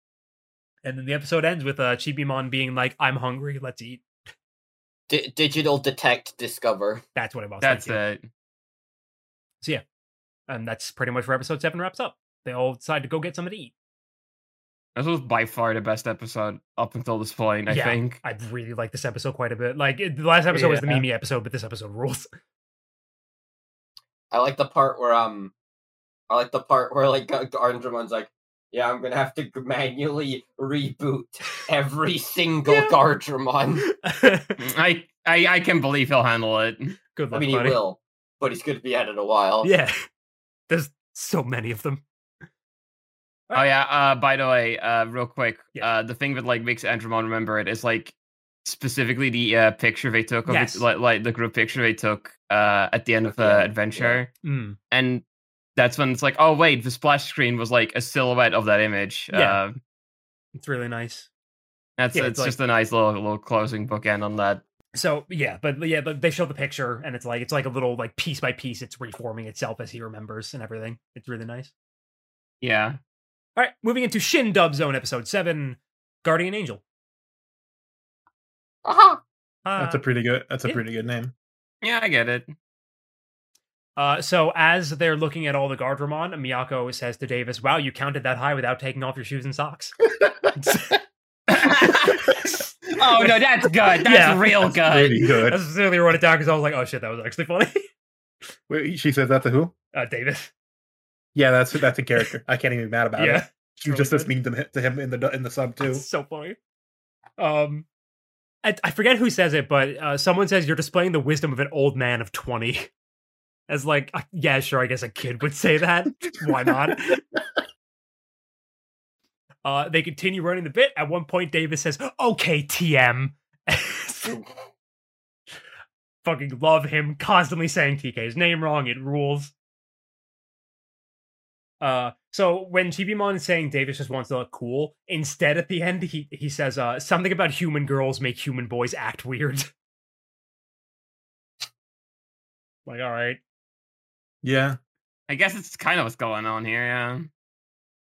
And then the episode ends with uh, Chibimon being like, "I'm hungry. Let's eat." Di- digital detect discover. That's what it was. That's thinking. it. and that's pretty much where episode seven wraps up. They all decide to go get something to eat. This was by far the best episode up until this point. I Yeah. think. I really like this episode quite a bit. Like it- the last episode was the Yeah. Mimi episode, but this episode rules. I like the part where um, I like the part where like uh, Garndramon's like, yeah, I'm gonna have to g- manually reboot every single Yeah. Um, Gardramon. I, I I can believe he'll handle it. Good luck, I mean, he buddy. will, but he's gonna be at it a while. Yeah, there's so many of them. Oh yeah. Uh, by the way, uh, real quick, Yeah. uh, the thing that like makes Andromon remember it is like specifically the uh, picture they took of Yes. it, like, like the group picture they took uh, at the end of the adventure, Mm. and that's when it's like, oh wait, the splash screen was like a silhouette of that image. Yeah. Uh, It's really nice. that's Yeah, it's, it's like- just a nice little little closing bookend on that. So yeah, but yeah, but they show the picture and it's like it's like a little like piece by piece, it's reforming itself as he remembers and everything. It's really nice. Yeah. All right, moving into Shin Dub Zone episode seven, Guardian Angel. Aha! Uh, That's a pretty good. That's a yeah. pretty good name. Yeah, I get it. uh, so as they're looking at all the Guardramon, Miyako says to Davis, "Wow, you counted that high without taking off your shoes and socks." oh no, that's good. That's Yeah. real good. Pretty I good. sincerely wrote it down because I was like, "Oh shit, that was actually funny." Wait, she says that to who? Uh, Davis, Yeah, that's that's a character. I can't even be mad about yeah. it. You really just this good. mean to him- to him in the du- in the sub too. That's so funny. Um, I, I forget who says it, but uh, someone says you're displaying the wisdom of an old man of twenty. As like, uh, yeah, sure, I guess a kid would say that. Why not? uh, they continue running the bit. At one point, Davis says, "Okay, TM." Fucking love him constantly saying TK's name wrong. It rules. Uh, so when Chibimon is saying Davis just wants to look cool, instead at the end he he says uh something about human girls make human boys act weird. like, all right. Yeah, I guess it's kind of what's going on here. Yeah.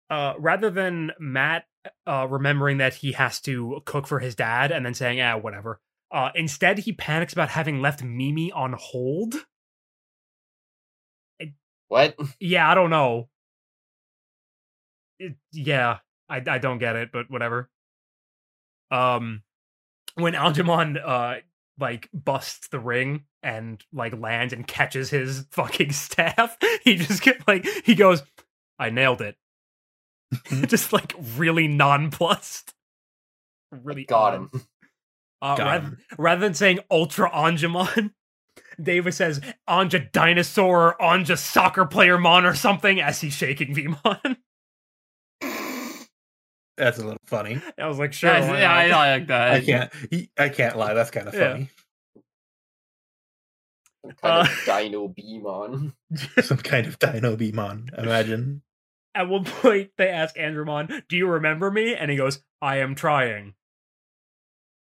Uh, rather than Matt uh remembering that he has to cook for his dad and then saying ah whatever, uh instead he panics about having left Mimi on hold. What? Yeah, I don't know. It, yeah, I I don't get it, but whatever. Um, when Aljamon uh like busts the ring and like lands and catches his fucking staff, he just get like he goes, "I nailed it," Mm-hmm. just like really nonplussed. Really Got odd. him. Uh, Got rather, him. rather than saying Ultra Anjamon, Davis says Anja Dinosaur or Anja Soccer Player Mon or something as he's shaking Vmon. that's a little funny. I was like, sure. That's- why yeah, I, not? I like that. I can't. he- I can't lie. That's kind of Yeah. funny. Some kind Uh, of dino beam on. Some kind of Dino Beamon. Imagine. At one point, they ask Andromon, Do you remember me? And he goes, I am trying.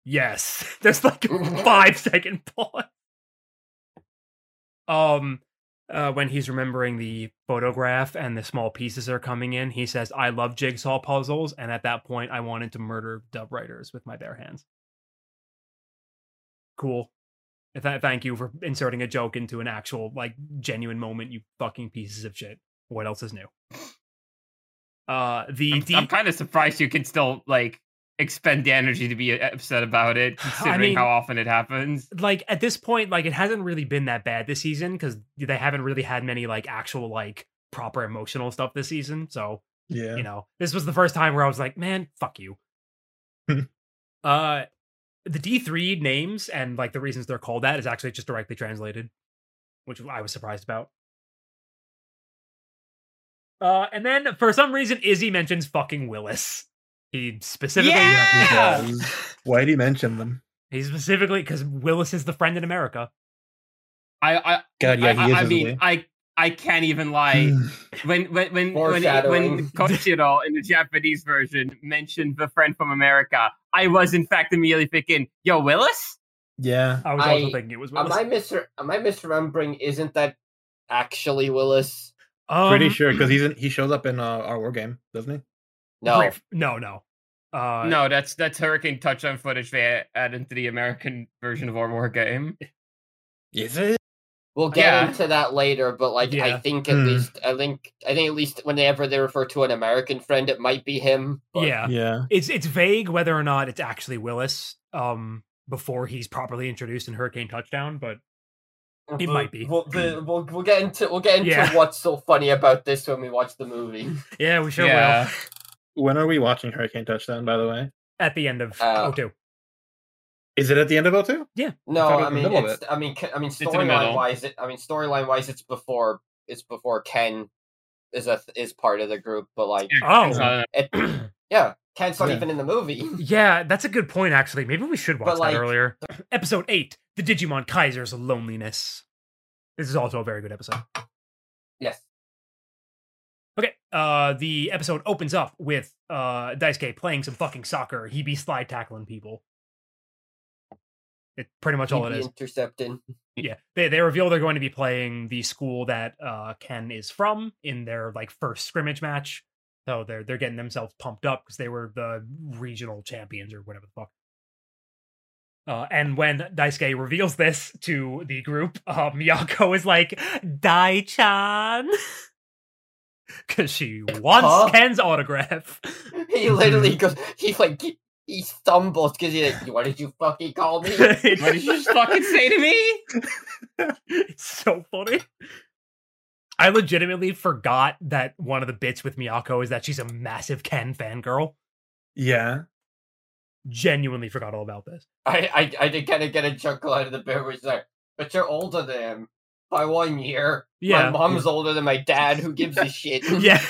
Yes. There's like a five second pause. Um, uh, when he's remembering the photograph and the small pieces are coming in, he says, I love jigsaw puzzles. And at that point, I wanted to murder dub writers with my bare hands. Cool. Th- thank you for inserting a joke into an actual, like, genuine moment, you fucking pieces of shit. What else is new? Uh, the I'm, D- kind of surprised you can still like expend the energy to be uh, upset about it, I considering mean- how often it happens. like at this point, like it hasn't really been that bad this season because they haven't really had many like actual like proper emotional stuff this season. So Yeah. you know, this was the first time where I was like, man, fuck you. uh, the D three names and like the reasons they're called that is actually just directly translated, which I was surprised about. Uh, and then for some reason, Izzy mentions fucking Willis. He specifically Yeah! he does. Why do you mention them? He specifically because Willis is the friend in America. I, I, God, yeah, I, he is. I isn't mean, I, I can't even lie. Hmm. when, when, when, when, when Foreshadowing. Koshiro in the Japanese version mentioned the friend from America, I was in fact immediately thinking, "Yo, Willis." he? yeah. I was also I- thinking it was Willis. Am I misre am I misremembering isn't that actually Willis? Um, Pretty sure because he's in, he shows up in uh, our war game, doesn't he? No. brief- no, no. Uh, no, that's that's Hurricane touchdown footage they added to the American version of our war game. Is it? We'll get Yeah. into that later, but like Yeah. I think at Hmm. least I think I think at least whenever they refer to an American friend, it might be him. but- Yeah. Yeah. it's it's vague whether or not it's actually Willis. Um, before he's properly introduced in Hurricane Touchdown, but It We'll- might be. Mm-hmm. We'll, the- we'll, we'll get into we'll get into Yeah. what's so funny about this when we watch the movie. yeah, we sure Yeah. will. When are we watching Hurricane Touchdown? By the way, At the end of Oh, Uh, O two, is it at the end of O2? No, thought it was I in the mean, middle of it's, I mean, Ke- I in mean, the storyline middle. wise, it, I mean, storyline wise, it's before it's before Ken is a is part of the group, but like Oh, Uh, it, yeah, Kent's not Yeah. even in the movie. yeah, that's a good point. Actually, maybe we should watch But, like- that earlier. episode eight: The Digimon Kaiser's Loneliness. This is also a very good episode. yes, Okay, uh, the episode opens up with uh, Daisuke playing some fucking soccer. He be slide tackling people. It's pretty much all he'd it be is. intercepting. Yeah, they they reveal they're going to be playing the school that uh, Ken is from in their like first scrimmage match. So they're they're getting themselves pumped up because they were the regional champions or whatever the fuck. Uh, and when Daisuke reveals this to the group, uh, Miyako is like Dai Chan because she wants Huh? Ken's autograph. He literally goes. He like he- he stumbles because he's like, "What did you fucking call me?" what did you just fucking say to me? It's so funny. I legitimately forgot that one of the bits with Miyako is that she's a massive Ken fangirl. Yeah. Genuinely forgot all about this. I I, I did kind of get a chuckle out of the bit where he's like, "But you're older than him by one year. Yeah. my mom's older than my dad. Who gives a shit?" Yeah.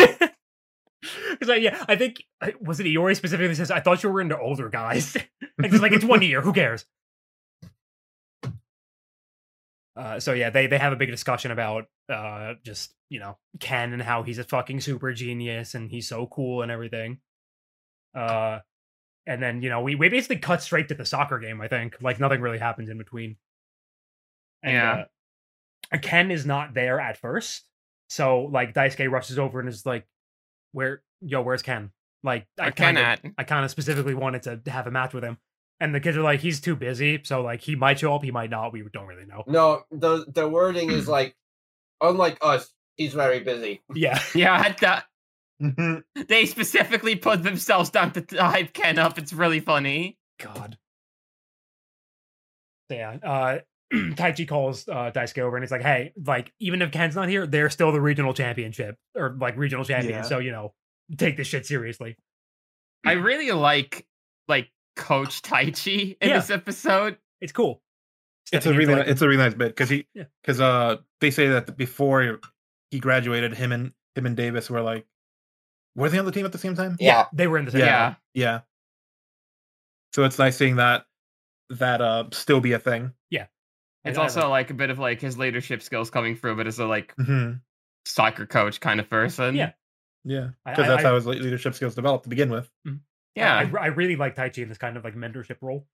'Cause I, yeah, I think I- was it Iori specifically says, I thought you were into older guys. like, it's like it's one year, who cares? Uh, so yeah, they they have a big discussion about uh just, you know, Ken and how he's a fucking super genius and he's so cool and everything. Uh and then, you know, we, we basically cut straight to the soccer game, I think. Like nothing really happens in between. Yeah. uh, Ken is not there at first. So like Daisuke rushes over and is like, "Where, yo, where's Ken?" Like I kinda- cannot. I kind of specifically wanted to have a match with him, and the kids are like, "He's too busy, so like he might show up, he might not. We don't really know." No, the the wording is like, unlike us, he's very busy. Yeah, Yeah, I had to- Mhm. they specifically put themselves down to t- hype Ken up. It's really funny. God. So, yeah, uh, Taichi calls uh, Daisuke over and he's like, "Hey, like even if Ken's not here, they're still the regional championship or like regional champion. Yeah. So you know, take this shit seriously." I really like like Coach Taichi in Yeah. this episode. It's cool. It's a Stepping into, really like, it's a really nice bit because he Yeah. because uh they say that before he graduated, him and him and Davis were like were they on the team at the same time? Yeah, they were in the same. Yeah. Yeah. Yeah. So it's nice seeing that that uh still be a thing. It's I- I also like a bit of like his leadership skills coming through, but as a like hmm soccer coach kind of person. Yeah. Yeah, I- because I- that's I- how his le- leadership skills developed to begin with. I, Yeah. I really like Taichi in this kind of like mentorship role.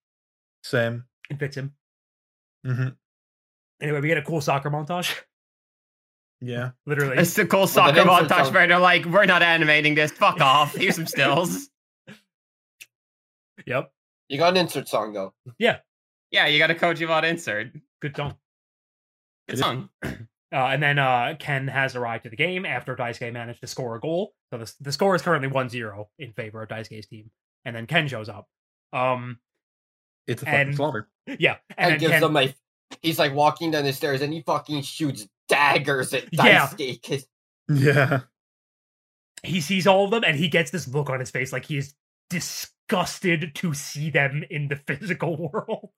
Same. It fits him. hmm Anyway, we get a cool soccer montage. Yeah. Literally, It's the cool Well, the soccer Vincent montage song- where they're like, we're not animating this. Fuck off. Here's some stills. yep, you got an insert song though. Yeah, you got a Kojimon insert. good song. It Good is- song. Uh, and then uh, Ken has arrived to the game after Daisuke managed to score a goal. So the, the score is currently 1-0 in favor of Daisuke's team. And then Ken shows up. Um, It's a fucking And- slaughter. yeah, and, And, then gives Ken, him a. He's like walking down the stairs and he fucking shoots daggers at Yeah. Daisuke. 'cause- Yeah. he sees all of them, and he gets this look on his face like he is disgusted to see them in the physical world.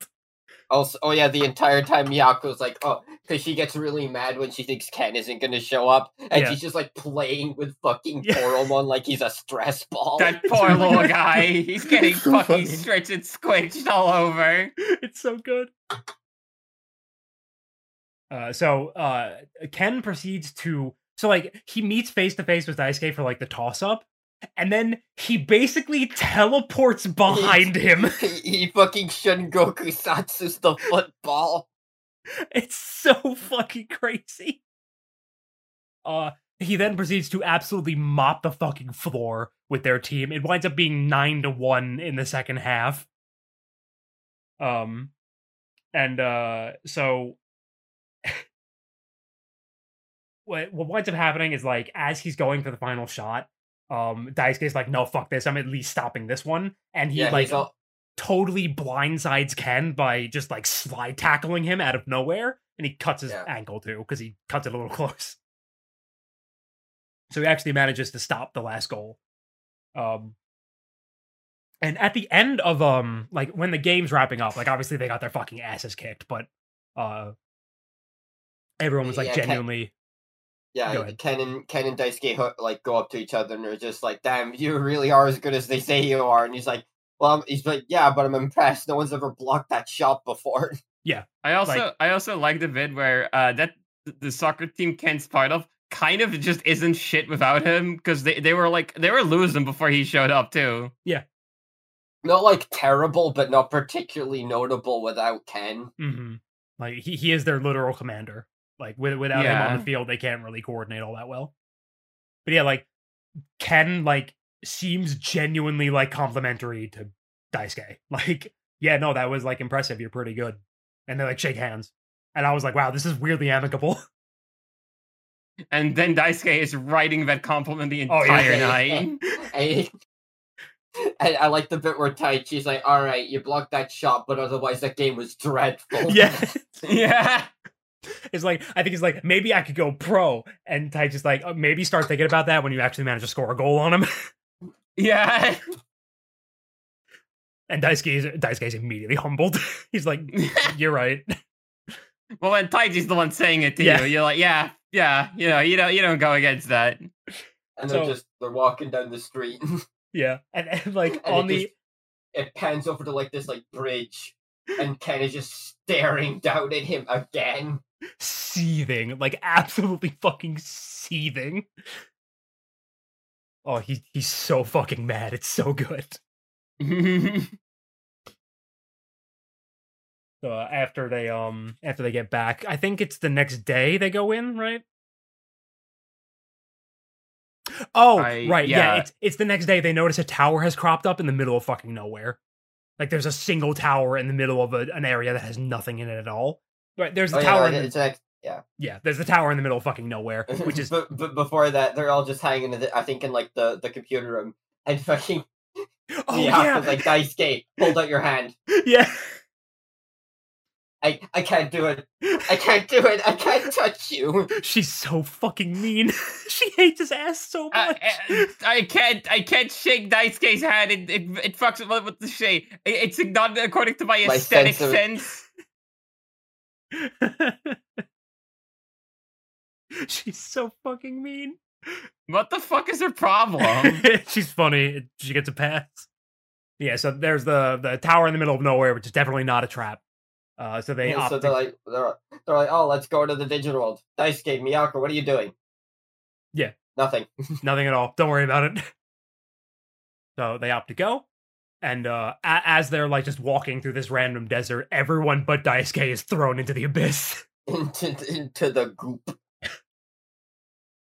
Also, oh yeah, the entire time Miyako's like, oh, because she gets really mad when she thinks Ken isn't going to show up, and Yeah. she's just like playing with fucking Yeah. Toromon like he's a stress ball. That poor really little good. guy. He's getting It's so fucking funny. stretched and squished all over. it's so good. Uh, so uh, Ken proceeds to so like he meets face to face with Daisuke for like the toss up, and then he basically teleports behind him. he, he fucking Shun Goku Satsu's the football. It's so fucking crazy. Uh, he then proceeds to absolutely mop the fucking floor with their team. It winds up being nine to one in the second half. Um, and uh, so what what winds up happening is like as he's going for the final shot, um, Daisuke's like, "No, fuck this! I'm at least stopping this one," and he yeah, like he's all, totally blindsides Ken by just like slide tackling him out of nowhere, and he cuts his Yeah. ankle too because he cuts it a little close. So he actually manages to stop the last goal. Um, and at the end of um, like when the game's wrapping up, like obviously they got their fucking asses kicked, but uh, everyone was like Yeah, Ken- genuinely Go Yeah, ahead. Ken and Ken and Daisuke hook, like go up to each other and they're just like, "Damn, you really are as good as they say you are." And he's like, "Well, I'm, he's like, yeah, but I'm impressed. No one's ever blocked that shot before." I also Like- I also like the bit where uh that the soccer team Ken's part of kind of just isn't shit without him because they, they were like they were losing before he showed up too. Not like terrible, but not particularly notable without Ken. hmm Like he, he is their literal commander. Like with, without him on Yeah. the field, they can't really coordinate all that well. But yeah, like Ken like seems genuinely like complimentary to Daisuke. Like, yeah, no, that was like impressive. You're pretty good. And they like shake hands. And I was like, wow, this is weirdly amicable. And then Daisuke is writing that compliment the Oh, yeah. entire night. I, I, I like the bit where Taichi's like, "All right, you blocked that shot, but otherwise that game was dreadful." yeah. yeah. It's like I think it's like maybe I could go pro, and Ty just like "Oh, maybe start thinking about that when you actually manage to score a goal on him. Yeah. And Daisuke is Daisuke is immediately humbled. He's like, "You're right." well when Taiji's the one saying it to Yeah. you, you're like, yeah, yeah, you know, you don't you don't go against that. and they're So- just they're walking down the street. Yeah, and, and like And on it the just- it pans over to like this like bridge, and Ken is just staring down at him again. seething, like absolutely fucking seething. Oh, he he's so fucking mad. It's so good. So uh, after they um after they get back, I think it's the next day they go in, right? Oh, I- right, yeah. yeah. It's it's the next day they notice a tower has cropped up in the middle of fucking nowhere. Like there's a single tower in the middle of a, an area that has nothing in it at all. Right, there's a Oh, yeah, tower. it- in the, it's like, yeah, there's a tower in the middle of fucking nowhere, which is oh, but, but before that, they're all just hanging. In the, I think in like the the computer room, and fucking oh Miyako yeah, was like, "Daisuke, hold out your hand." yeah. I, I can't do it. I can't do it. I can't touch you. She's so fucking mean. she hates his ass so Uh, much. I, eh, I- I can't I can't shake Daisuke's hand. It it, it fucks with what to say. It- it's not according to my My aesthetic sense of- sense. eh. She's so fucking mean. What the fuck is her problem? She's funny. She gets a pass. Yeah, so there's the the tower in the middle of nowhere, which is definitely not a trap. Uh, so they Yeah, opt so to- they're like, they're, they're like, "Oh, let's go to the digital world." Daisuke, Miyako, what are you doing? Yeah. nothing. nothing at all. Don't worry about it. So they opt to go, and uh, a- as they're like just walking through this random desert, everyone but Daisuke is thrown into the abyss. into into the goop.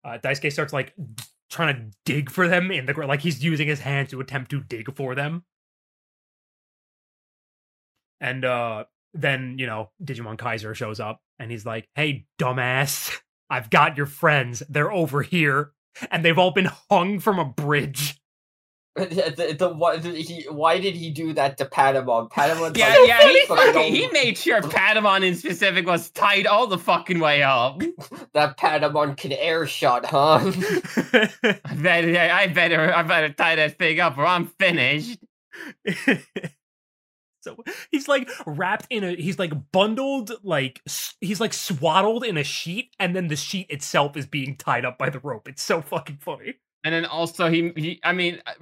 Uh, Daisuke starts like d- trying to dig for them in the ground. Like he's using his hand to attempt to dig for them. And uh, then, you know, Digimon Kaiser shows up and he's like, hey, dumbass, I've got your friends. They're over here. And they've all been hung from a bridge. the, the, the, one- the- he, why did he do that to Patamon? Patamon's yeah, like, yeah, he "Fucking fucking he old- made sure Patamon in specific was tied all the fucking way up. that Patamon can air shot, huh? I better I better I better tie that thing up or I'm finished. so he's like wrapped in a he's like bundled like s- he's like swaddled in a sheet and then the sheet itself is being tied up by the rope it's so fucking funny And then also he, he I mean I-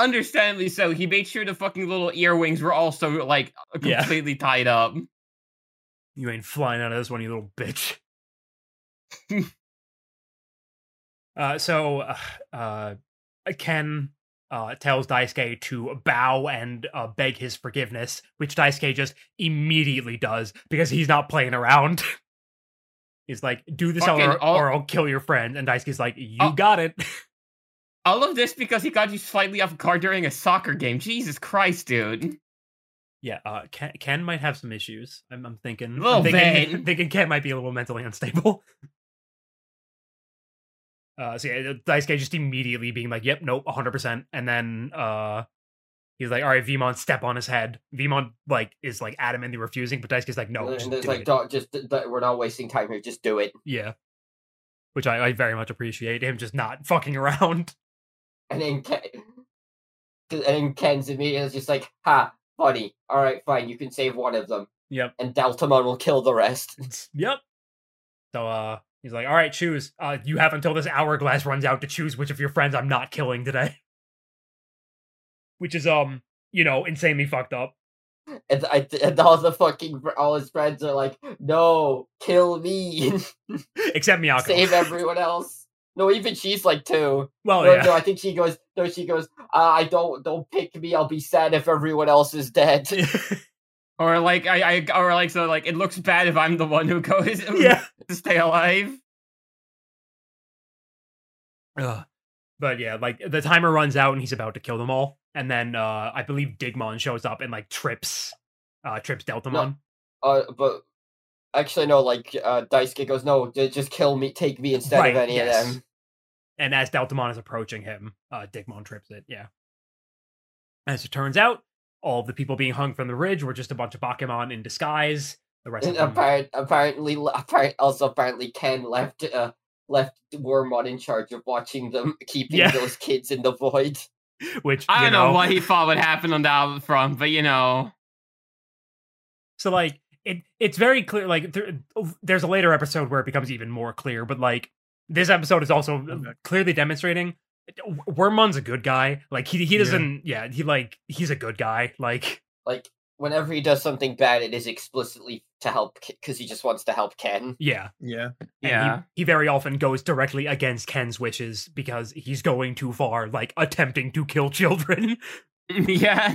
understandably so, he made sure the fucking little earwings were also like Yeah. completely tied up. you ain't flying out of this one you little bitch uh so uh, uh ken uh tells daisuke to bow and uh, beg his forgiveness which daisuke just immediately does because he's not playing around He's like, do this Fucking or, all- or I'll kill your friend. And Daisuke's like, you All- got it. All of this because he got you slightly off guard during a soccer game. Jesus Christ, dude. Yeah, uh, Ken, Ken might have some issues. I'm, I'm thinking. Little Oh, I'm thinking, bit. I'm thinking Ken might be a little mentally unstable. Uh, so yeah, Daisuke just immediately being like, "Yep, nope, 100." percent And then uh, he's like, "All right, Vimon, step on his head." Vimon like is like adamantly refusing, but Daisuke's like, "No, and just it's do like, it." "Don't- just d- d- we're not wasting time here. Just do it. yeah." Which I, I very much appreciate him just not fucking around. And then Ken, and then Ken's immediately just like, "Ha, funny. All right, fine. You can save one of them, Yep. and Deltamon will kill the rest." Yep. So uh He's like, all right, choose. Uh, you have until this hourglass runs out to choose which of your friends I'm not killing today. Which is, um, you know, insanely fucked up. And, I, and all the fucking all his friends are like, "No, kill me, Except Miyako. save everyone else." No, even she's like two. well, no, Oh, yeah. no, I think she goes. No, she goes. "Uh, I don't. Don't pick me. I'll be sad if everyone else is dead. Or like I, I or like so like it looks bad if I'm the one who goes who yeah. to stay alive. Ugh. But yeah, like the timer runs out and he's about to kill them all. And then uh I believe Digmon shows up and like trips uh trips Deltamon. Uh, but actually, no. Like uh, Daisuke goes, "No, ju- just kill me. Take me instead of any of them." And as Deltamon is approaching him, uh, Digmon trips it. Yeah. As it turns out, all of the people being hung from the ridge were just a bunch of Pokemon in disguise. The rest of And them, apparent, apparently, le- apparent, also apparently, Ken left uh, left Wormod in charge of watching them, keeping Yeah. those kids in the void. which I you don't know. what he thought would happen on that front, but you know, So like it, it's very clear. Like there, there's a later episode where it becomes even more clear. But like this episode is also Okay. clearly demonstrating W- Wormmon's a good guy. Like he he Yeah. doesn't. Yeah. he like he's a good guy. Like Like whenever he does something bad, it is explicitly to help because he just wants to help Ken. yeah. Yeah. And yeah. He, he very often goes directly against Ken's wishes because he's going too far, like attempting to kill children. yeah.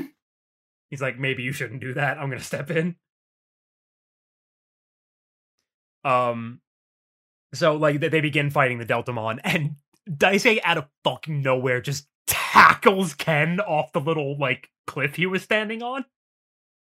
He's like, maybe you shouldn't do that. I'm gonna step in. Um, so like they- they begin fighting the Deltamon, and Daisei out of fucking nowhere just tackles Ken off the little like cliff he was standing on.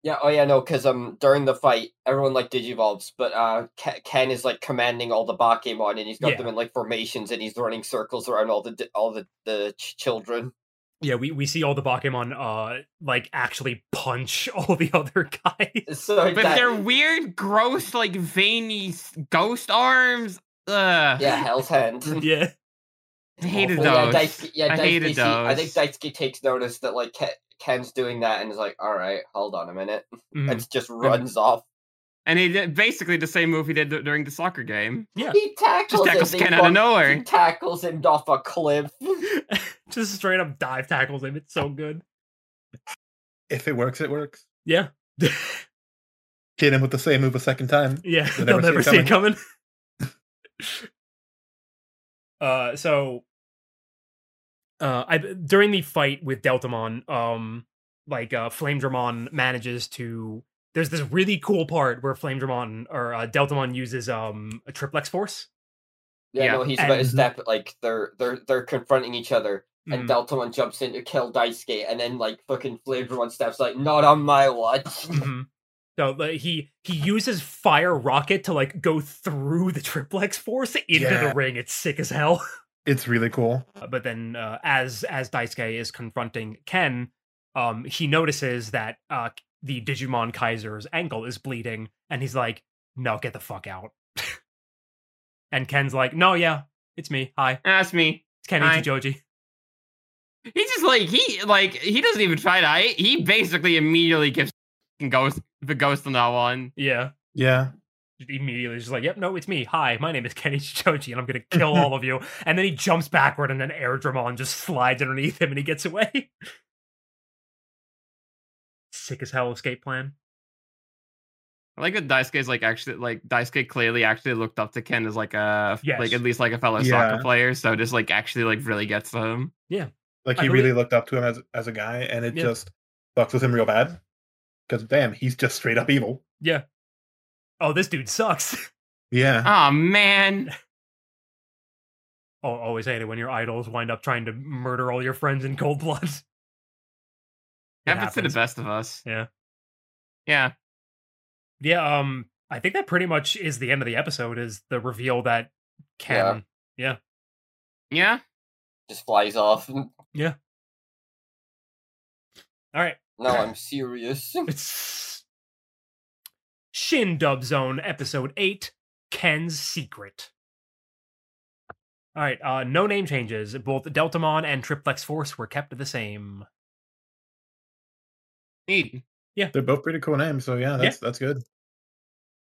Yeah, oh yeah, no, because um during the fight, everyone like digivolves, but uh Ke- Ken is like commanding all the Bakemon, and he's got Yeah. them in like formations, and he's running circles around all the di- all the the ch- children. Yeah, we, we see all the Pokemon uh like actually punch all the other guys. So But that- their weird, gross, like veiny s- ghost arms. Ugh. yeah, Hell's Hand. yeah. I hated But yeah, those. Daisuke, yeah, I Daisuke, hated see- I think those. Daisuke takes notice that like Ke- Ken's doing that, and is like, "All right, hold on a minute," Hmm. Mhm. and just runs off. and he did basically the same move he did dur- during the soccer game. Yeah. He tackles, Just him, tackles he Ken out of fuck- nowhere. He tackles him off a cliff. just straight up dive tackles him. It's so good. If it works, it works. Yeah. Hit him with the same move a second time. Yeah, They'll they'll never never see see it coming. uh, so, uh, I during the fight with Deltamon, um, like uh, Flamedramon manages to. There's this really cool part where Flamedramon or uh, Deltamon uses um a triplex force. Yeah, Yeah, no, he's about to and- step. Like they're they're they're confronting each other. Mm. and Deltamon jumps in to kill Daisuke, and then like fucking Flavor One steps like, not on my watch. Mhm. So like, he he uses fire rocket to like go through the triplex force into Yeah. the ring. It's sick as hell. It's really cool. Uh, but then uh, as as Daisuke is confronting Ken, um, he notices that uh, the Digimon Kaiser's ankle is bleeding, and he's like, "No, get the fuck out." and Ken's like, "No, yeah, it's me. Hi, That's me. it's Ken Hi." Joji." He just like he like he doesn't even try to. hide. He basically immediately gives f***ing ghost the ghost on that one. Yeah, Yeah. Just immediately just like, "Yep, no, it's me. Hi, my name is Ken Joji, and I'm gonna kill all of you." And then he jumps backward, and then Air Dramon just slides underneath him, and he gets away. Sick as hell escape plan. I like that Daisuke's like actually like Daisuke clearly actually looked up to Ken as like a Yes. like at least like a fellow Yeah. soccer player. So just like actually like really gets to him. Like I he believe- really looked up to him as as a guy, and it Yeah. just fucks with him real bad. Because damn, he's just straight up evil. Oh, this dude sucks. Yeah. Oh man. Oh, always hate it when your idols wind up trying to murder all your friends in cold blood. It happens, to happens. the best of us. Yeah. Yeah. Yeah, um, I think that pretty much is the end of the episode. Is the reveal that Ken? Yeah. Just flies off. All right, No, I'm serious. it's Shin Dub Zone episode eight, Ken's secret. All right, uh, no name changes. Both Deltamon and Triplex Force were kept the same. Neat. They're both pretty cool names, so yeah, that's that's good.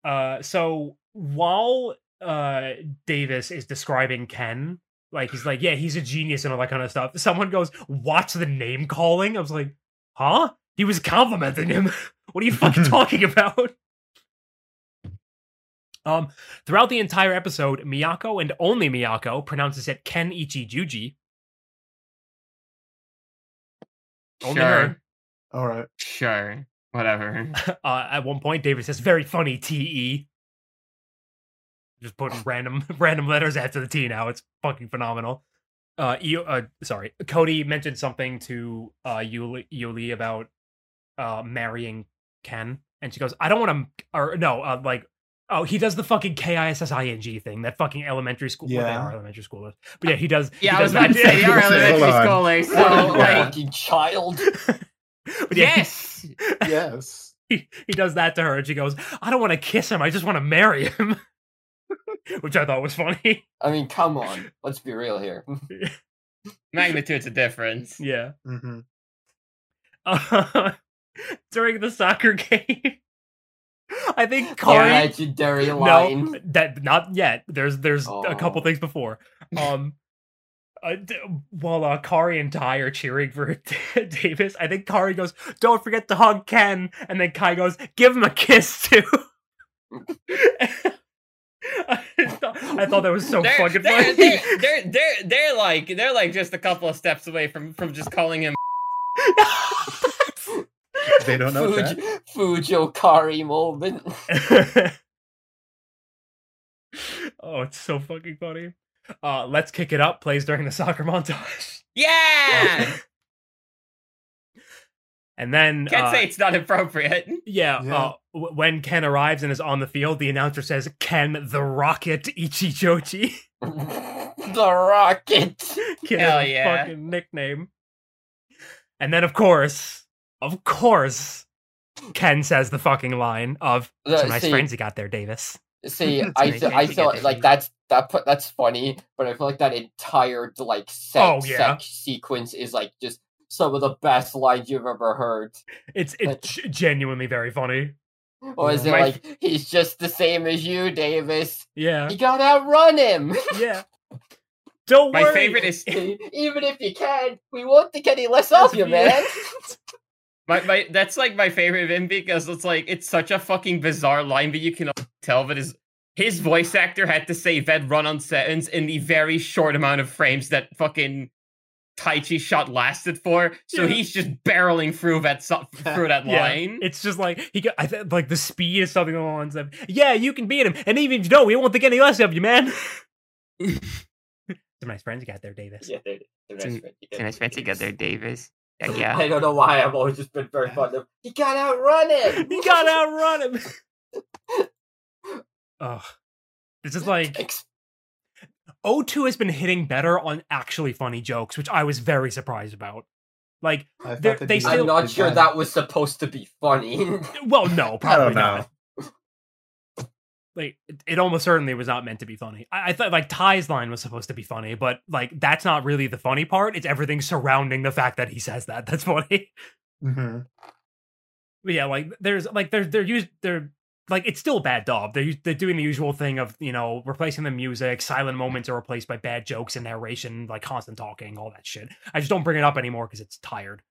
Uh, so while uh Davis is describing Ken. Like he's like, yeah, he's a genius and all that kind of stuff. Someone goes, watch the name calling. I was like, huh? He was complimenting him. what are you fucking talking about? Um, throughout the entire episode, Miyako and only Miyako pronounces it Ken Ichi Juji. Only Sure. her. All right. Sure. Whatever. Uh, at one point, David says, "Very funny, T E." Just putting random random letters after the T now. It's fucking phenomenal. Uh, Eo uh sorry, Cody mentioned something to uh Yuli, Yuli about uh marrying Ken, and she goes, "I don't want to." Or no, uh, like. Oh, he does the fucking K I S S I N G thing, that fucking elementary school. Yeah, Yeah. elementary schoolers. But yeah, he does. he Yeah, I does was about to that- say, you're Hold elementary on. scholar, so, What a like, fucking child. but yeah, he- yes! Yes. he, he does that to her and she goes, I don't want to kiss him. I just want to marry him. Which I thought was funny. I mean, come on. Let's be real here. Magnitude's a difference. Yeah. Mm-hmm. Uh, during the soccer game, I think Corey. Legendary line. no, that not yet. There's there's a couple Oh. things before. Um, uh, d- while uh, Kari and Ty are cheering for Davis, I think Kari goes, "Don't forget to hug Ken," and then Kai goes, "Give him a kiss too." I, thought, I thought that was so they're, fucking they're, funny. they're, they're, they're, they're like they're like just a couple of steps away from, from just calling him They don't know Fuj- that. Fujo Kari moment. oh, it's so fucking funny. Uh, Let's Kick It Up plays during the soccer montage. Yeah And then, Can't uh, say it's not appropriate. yeah, Yeah. Uh, w- when Ken arrives and is on the field, the announcer says, Ken the Rocket Ichijochi. the rocket. Ken Hell is a yeah. fucking nickname. And then, of course, of course, Ken says the fucking line of, Uh, some nice see- friends you got there, Davis. See, That's I right, th- can't I forget feel that like you- that's that put that's funny, but I feel like that entire like sec, Oh, yeah. sec sequence is like just some of the best lines you've ever heard. It's, it's genuinely very funny. Or is it My- like he's just the same as you, Davis? Yeah. You gotta outrun him, Yeah. Don't My worry. favorite is even if you can. We won't think any less of you, man. My, my that's like my favorite of him because it's like it's such a fucking bizarre line, but you can tell that his his voice actor had to say that run on sentence in the very short amount of frames that fucking Tai Chi shot lasted for. So Yeah. he's just barreling through that so- through that Yeah, line. It's just like he, got, I th- like the speed is something along the lines of, yeah, you can beat him, and even if you don't, we won't think any less of you, man. Some nice friends you got there, Davis. Yeah, they're- they're nice It's- friends. Davis. I don't know why I've always just been very fond of. He got outrun him. You gotta outrun him. Ugh. This is like Ex- O2 has been hitting better on actually funny jokes, which I was very surprised about. Like, I thought They're- they'd they be still- I'm good not sure guys. that was supposed to be funny. well, no, probably know. not. Like, it- it almost certainly was not meant to be funny. I, I thought like Ty's line was supposed to be funny, but like that's not really the funny part. It's everything surrounding the fact that he says that. That's funny. Mm-hmm. But yeah, like there's like they're they're used they're like it's still bad dub. They're us- they're doing the usual thing of you know replacing the music. Silent moments are replaced by bad jokes and narration, like constant talking, all that shit. I just don't bring it up anymore because it's tired.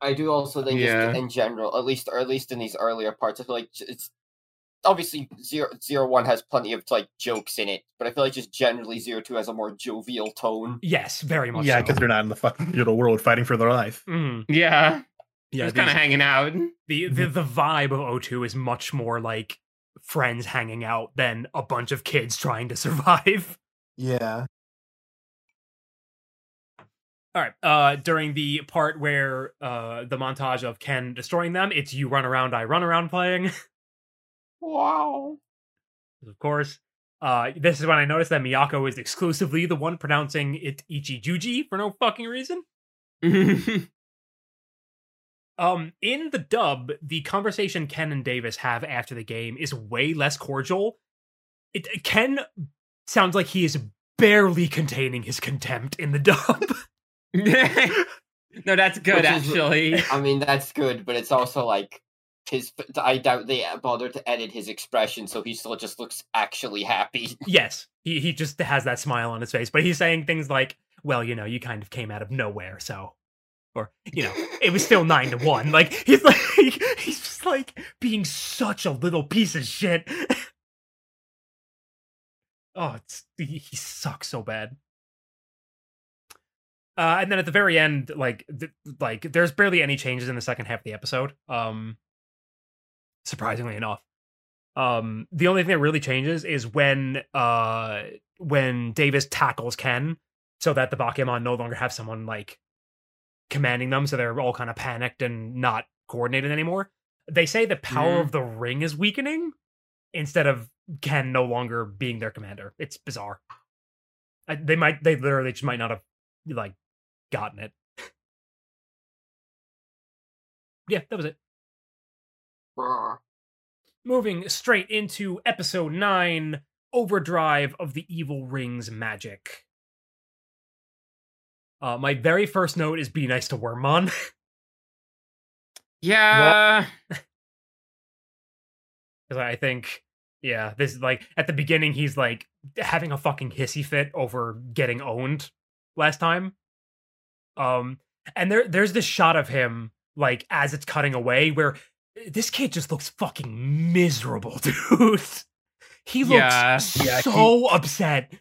I do also think Yeah. just in general, at least or at least in these earlier parts, I feel like j- it's obviously zero zero one has plenty of like jokes in it, but I feel like just generally zero two has a more jovial tone. Yes, very much. Yeah, so. because they're not in the fucking digital world fighting for their life. Mm. Yeah, yeah, just kind these- of hanging out. the the, the vibe of O2 is much more like friends hanging out than a bunch of kids trying to survive. Yeah. All right. Uh, during the part where uh, the montage of Ken destroying them, it's you run around, I run around playing. Wow. of course. Uh, this is when I noticed that Miyako is exclusively the one pronouncing it Ichijuji for no fucking reason. Um, in the dub, the conversation Ken and Davis have after the game is way less cordial. It, Ken sounds like he is barely containing his contempt in the dub. no, that's good Which is- actually. I mean that's good, but it's also like his. I doubt they bothered to edit his expression, so he still just looks actually happy. Yes, he he just has that smile on his face, but he's saying things like, "Well, you know, you kind of came out of nowhere, so." Or you know, it was still nine to one. Like he's like he's just like being such a little piece of shit. oh, it's, he, he sucks so bad. Uh, and then at the very end, like th- like there's barely any changes in the second half of the episode. Um, surprisingly enough, um, the only thing that really changes is when uh when Davis tackles Ken, so that the Bakemon no longer have someone like commanding them, so they're all kind of panicked and not coordinated anymore. They say the power Mhm. of the ring is weakening instead of Ken no longer being their commander. It's bizarre. I, they might they literally just might not have like gotten it. yeah, that was it. Brr. Moving straight into episode 9 Overdrive of the Evil Rings Magic. Uh, my very first note is be nice to Wormmon. Yeah. Because I think, yeah, this is like at the beginning, he's like having a fucking hissy fit over getting owned last time. Um, and there there's this shot of him like as it's cutting away where this kid just looks fucking miserable, dude. He looks Yeah. Yeah, he- so upset.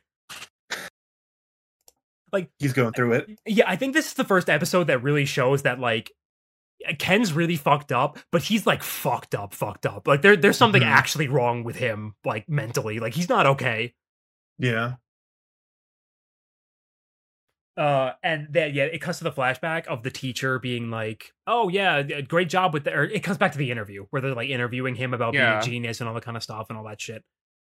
He's going through it. Yeah, I think this is the first episode that really shows that like Ken's really fucked up, but he's like fucked up, fucked up. Like there there's something Mhm. actually wrong with him, like mentally. Like he's not okay. Yeah. Uh and then yeah, it cuts to the flashback of the teacher being like, "Oh yeah, d- great job with the." Or it comes back to the interview where they're like interviewing him about Yeah. being a genius and all that kind of stuff and all that shit.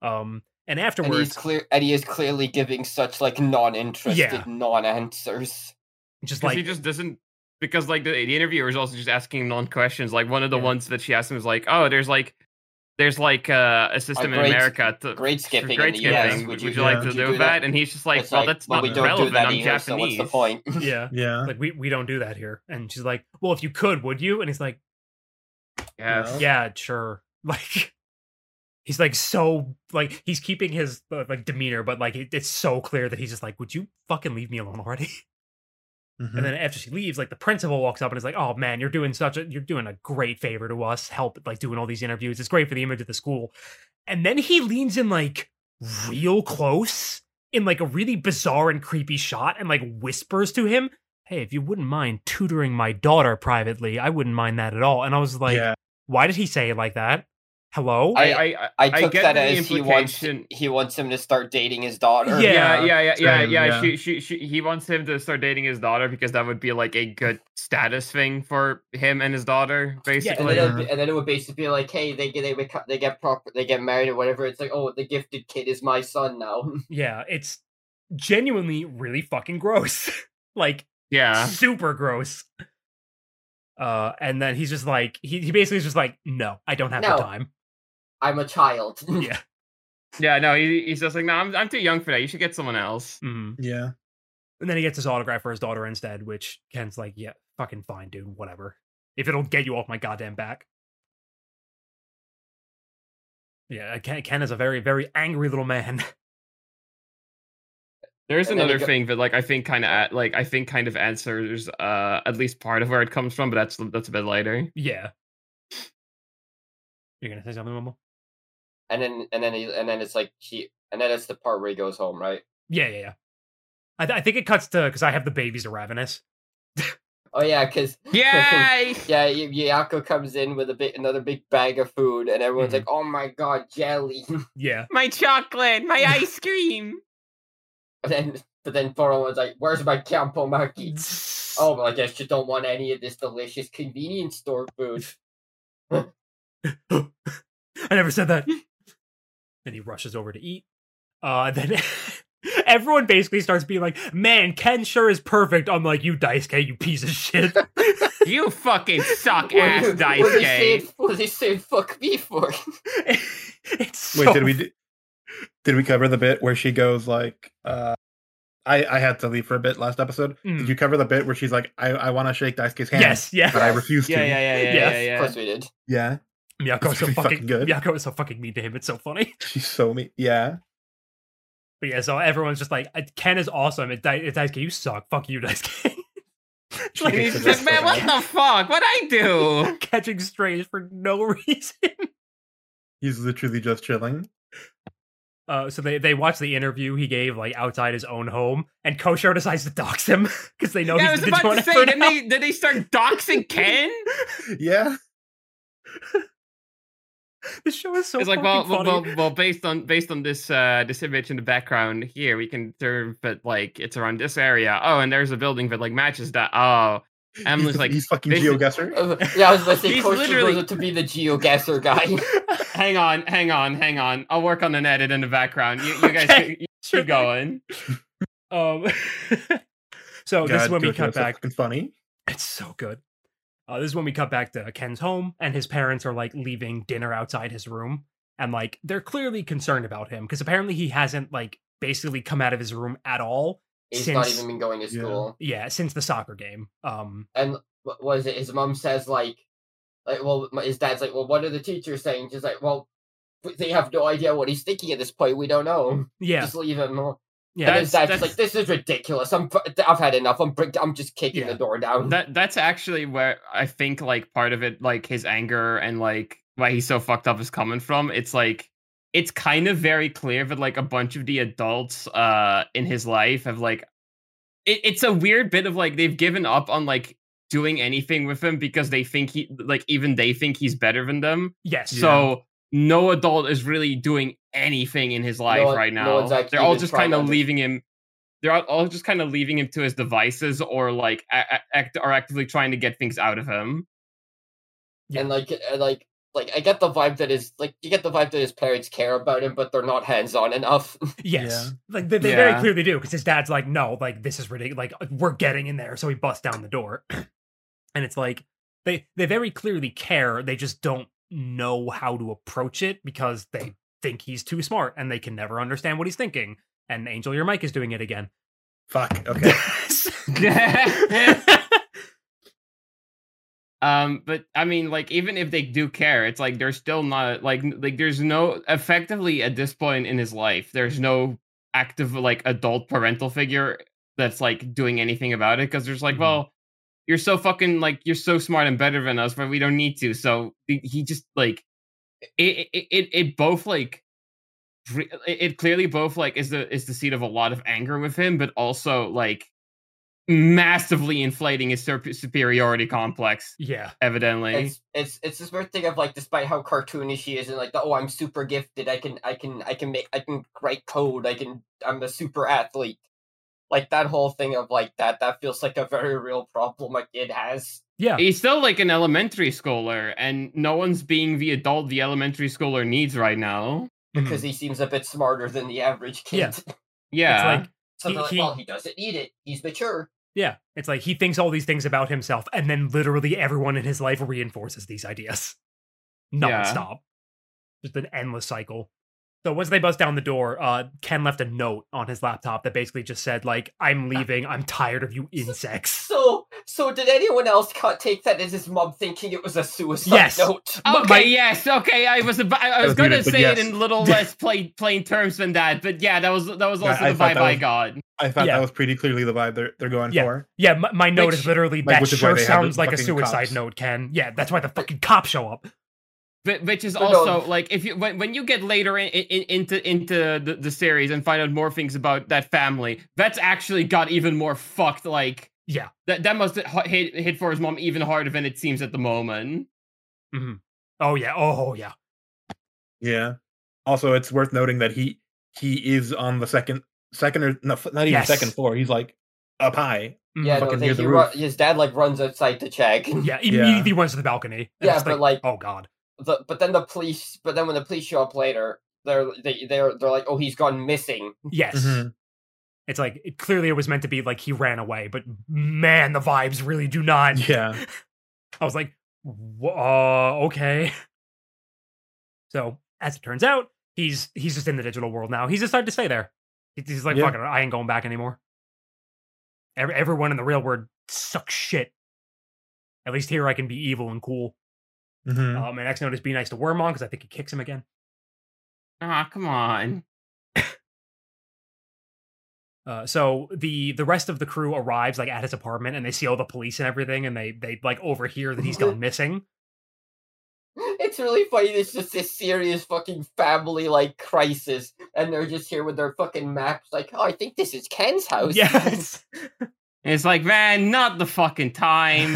Um and And afterwards, he's clear. And he is clearly giving such like non-interested Yeah. non-answers. just Because like he just doesn't. Because like the, the interviewer is also just asking him non questions. Like one of the Yeah. ones that she asked him was like, "Oh, there's like, there's like uh, a system in grade- America to grade skipping in grade the US. skipping. Would Would, you you- like yeah. to would you do, do that? that? And he's just like, It's "Well, that's well, not we don't relevant. do that I'm here, so Japanese." what's the point? yeah. Yeah. Like we we don't do that here. And she's like, "Well, if you could, would you?" And he's like, Yes. No. yeah sure like he's like so like he's keeping his uh, like demeanor but like it, it's so clear that he's just like would you fucking leave me alone already Mhm. and then after she leaves like the principal walks up and is like oh man you're doing such a you're doing a great favor to us help like doing all these interviews it's great for the image of the school and then he leans in like real close in like a really bizarre and creepy shot and like whispers to him hey if you wouldn't mind tutoring my daughter privately i wouldn't mind that at all and i was like yeah. why did he say it like that? Hello? I, I- I, I, I took get that the as he wants implication- he wants him to start dating his daughter. Yeah. yeah, yeah, yeah, yeah, same, yeah. yeah. She, she, she, he wants him to start dating his daughter because that would be like a good status thing for him and his daughter, And basically. then, Yeah. it would be, and then it would basically be like, hey, they get they become, they get proper they get married or whatever. It's like, oh, the gifted kid is my son now. Yeah, it's genuinely really fucking gross. like yeah. super gross. Uh and then he's just like he, he basically is just like, no, I don't have No. the time. I'm a child. Yeah. Yeah, no, he, he's just like, no, I'm, I'm too young for that. You should get someone else. Mhm. Yeah. And then he gets his autograph for his daughter instead, which Ken's like, yeah, fucking fine, dude, whatever. If it'll get you off my goddamn back. Yeah, uh, Ken, Ken is a very, very angry little man. There's And then another it go- thing that, like, I think kind of, like, I think kind of answers uh at least part of where it comes from, but that's that's a bit later. yeah. You're gonna say something, Mumble? And then and then he, and then it's like he and then it's the part where he goes home, right? Yeah, yeah, yeah. I, th- I think it cuts to because I have the babies are ravenous. Oh yeah, because Yay! yeah, Y- Yako comes in with a bit another big bag of food, and everyone's Mhm. Mm-hmm. like, oh my god, jelly. Yeah, my chocolate, my ice cream. and then but then Borowan's like, where's my campo maki? Oh, well, I guess you don't want any of this delicious convenience store food. I never said that. then he rushes over to eat. Uh, then everyone basically starts being like, "Man, Ken sure is perfect." I'm like, "You dice, K, you piece of shit." You fucking suck What- ass, what dice they game. saying- What they saying fuck me for? it's Wait, so did we d- did we cover the bit where she goes like, uh, I, I had to leave for a bit last episode. Mm. Did you cover the bit where she's like, I, I want to shake Daisuke's hand? Yes, But yeah. I Yes. refuse to. Yeah, yeah, yeah, yeah, Yes, yeah, Of yeah. course we did. Yeah. Miyako's so fucking, pretty fucking good. Miyako is so fucking mean to him. It's so funny. She's so mean. Yeah. But yeah, so everyone's just like, "Uh, Ken is awesome. And Dai- Daisuke, you suck. Fuck you, Daisuke. It's She like He's thinks it's just, just man, what fucking- the fuck? What I Oh. do? catching strays for no reason. He's literally just chilling. Uh, so they, they watch the interview he gave like outside his own home, and Kosho decides to dox him because they know yeah, I he's was the about to Digimon say, expert did now. they, did they start doxing Ken? Yeah. The show is so it's like, fucking well, well, funny. well, well, based on based on this uh, this image in the background here, we can determine that like it's around this area. Oh, and there's a building that like matches that. Oh, he's, Emily's the- like, he's fucking this is- Oh, geoguesser. Uh, Yeah, I was going to say, He's Coach literally- literally... to be the geoguesser guy. hang on, hang on, hang on. I'll work on an edit in the background. You, you guys Okay. keep- you Sure keep thing. going. Um, so oh, this is God, when we Gojo cut so back. fucking funny. It's so good. Uh, this is when we cut back to Ken's home, and his parents are like leaving dinner outside his room, and like they're clearly concerned about him because apparently he hasn't like basically come out of his room at all. He's not Since- even been going to Yeah. school. Yeah, since the soccer game. Um, What was it? His mom says, like, like, well, my- his dad's like, well, what are the teachers saying? She's like, well, but they have no idea what he's thinking at this point. We don't know. yeah, Just leave him. yeah. And That's- his dad's just that's- like, this is ridiculous. I'm, fu- I've had enough. I'm, br- I'm just kicking Yeah. the door down. That that's actually where I think like part of it, like his anger and like why he's so fucked up is coming from. It's like it's kind of very clear that like a bunch of the adults uh in his life have like it, it's a weird bit of like they've given up on like doing anything with him because they think he like even they think he's better than them. Yes. So no adult is really doing anything in his life one- right no now. one's actually They're all even just trying kind to of under- leaving him. They're all- all just kind of leaving him to his devices, or like a- a- act are actively trying to get things out of him. Yeah. And like, and like, like I get the vibe that is like you get the vibe that his parents care about him, but they're not hands on enough. Yes. Like they, they very Yeah. clearly do because his dad's like, no, like this is ridiculous. Like we're getting in there, so he busts down the door, and it's like they they very clearly care. They just don't know how to approach it because they think he's too smart and they can never understand what he's thinking. And Angel, your mic is doing it again. Fuck. Okay. um, but I mean, like even if they do care, it's like they're still not like n- like there's no effectively at this point in his life, there's no active like adult parental figure that's like doing anything about it because there's like Mhm. well. You're so fucking like you're so smart and better than us, but we don't need to. So he he just like it it it, it both like dri- it it clearly both like is the is the seed of a lot of anger with him, but also like massively inflating his sur- superiority complex. yeah. Evidently, it's it's it's this weird thing of like, despite how cartoony she is, and like, the, oh, I'm super gifted. I can I can I can make I can write code. I can I'm a super athlete. Like that whole thing of like that that feels like a very real problem a kid has. Yeah. he's still like an elementary schooler, and no one's being the adult the elementary schooler needs right now. Mm-hmm. because he seems a bit smarter than the average kid. Yeah. It's Yeah, like so He- they're like, he- well, he doesn't need it. He's mature. yeah. It's like he thinks all these things about himself, and then literally everyone in his life reinforces these ideas Yeah. nonstop. Just an endless cycle. So once they bust down the door, uh, Ken left a note on his laptop that basically just said, like, Ah. I'm leaving, I'm tired of you insects. So, so did anyone else ca- take that as his mom thinking it was a suicide Yes. note? Okay. my- yes. Okay. I was. About, I That was, was gonna muted, but say yes. it in little less plain plain terms than that, but yeah, that was that was Yeah, also I the thought vibe that I was- got. I thought Yeah. that was pretty clearly the vibe they're, they're going Yeah. for. Yeah, my, my note Which- is literally Like, that which is why sure they have sounds the like a fucking suicide cops." note, Ken. Yeah, that's why the fucking cops show up. But which is But no. also like if you when, when you get later in, in, into into the, the series and find out more things about that family, that's actually got even more fucked. Like Yeah. that that must ha- hit hit for his mom even harder than it seems at the moment. Oh, yeah. Oh, yeah. Yeah. Also, it's worth noting that he he is on the second second or no, f- not even Yes. second floor. He's like up high. Mm, yeah, no, fucking they- hear he the ru- roof. his dad like runs outside to check. Yeah, immediately runs to the balcony. and Yeah, it's but, like- oh, God. The, but then the police, but then when the police show up later, they're they, they're they're like, oh, he's gone missing. Yes. Mhm. It's like it, clearly it was meant to be like he ran away, but man, the vibes really do not. Yeah. I was like, "Wha- uh, okay. So as it turns out, he's he's just in the digital world now. He's decided to stay there. He- He's like, Yeah. fuck it, I ain't going back anymore. Ev- everyone in the real world sucks shit. At least here I can be evil and cool. Mhm. Um, and X Note is be nice to Wormon because I think he kicks him again. Ah, come on. Uh, so the the rest of the crew arrives like at his apartment and they see all the police and everything and they they like overhear that he's gone missing. It's really funny. There's just this serious fucking family like crisis, and they're just here with their fucking maps. Like, oh, I think this is Ken's house. Yes. And it's like, man, not the fucking time.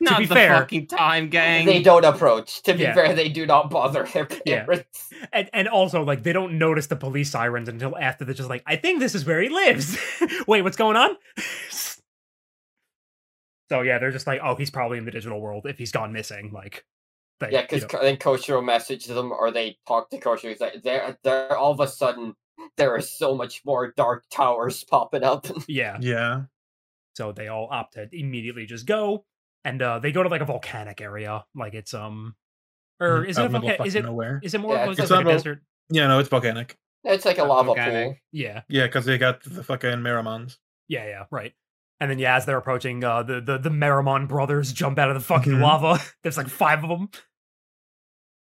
not be the fair, fucking time, gang. they don't approach. To be Yeah. fair, they do not bother their Yeah. parents. and and also like they don't notice the police sirens until after they're just like, I think this is where he lives. Wait, what's going on? so yeah, they're just like, oh, he's probably in the digital world if he's gone missing. Like, they, Yeah, you because know. then Koshiro messages them, or they talk to Koshiro. He's like, they're, they're all of a sudden there are so much more dark towers popping up. yeah. Yeah. So they all opt to immediately just go, and uh, they go to like a volcanic area, like it's um, or Mm-hmm. Mhm. is it Out a in the middle of volcano? Is fucking it nowhere? is it more Yeah, of a- it's like not a a- desert? Yeah, no, it's volcanic. it's like a lava pool. Organic. Yeah, Yeah, because they got the fucking Miramons. yeah, yeah, right. And then yeah, as they're approaching, uh, the the the Merriman brothers jump out of the fucking Mhm. lava. There's like five of them.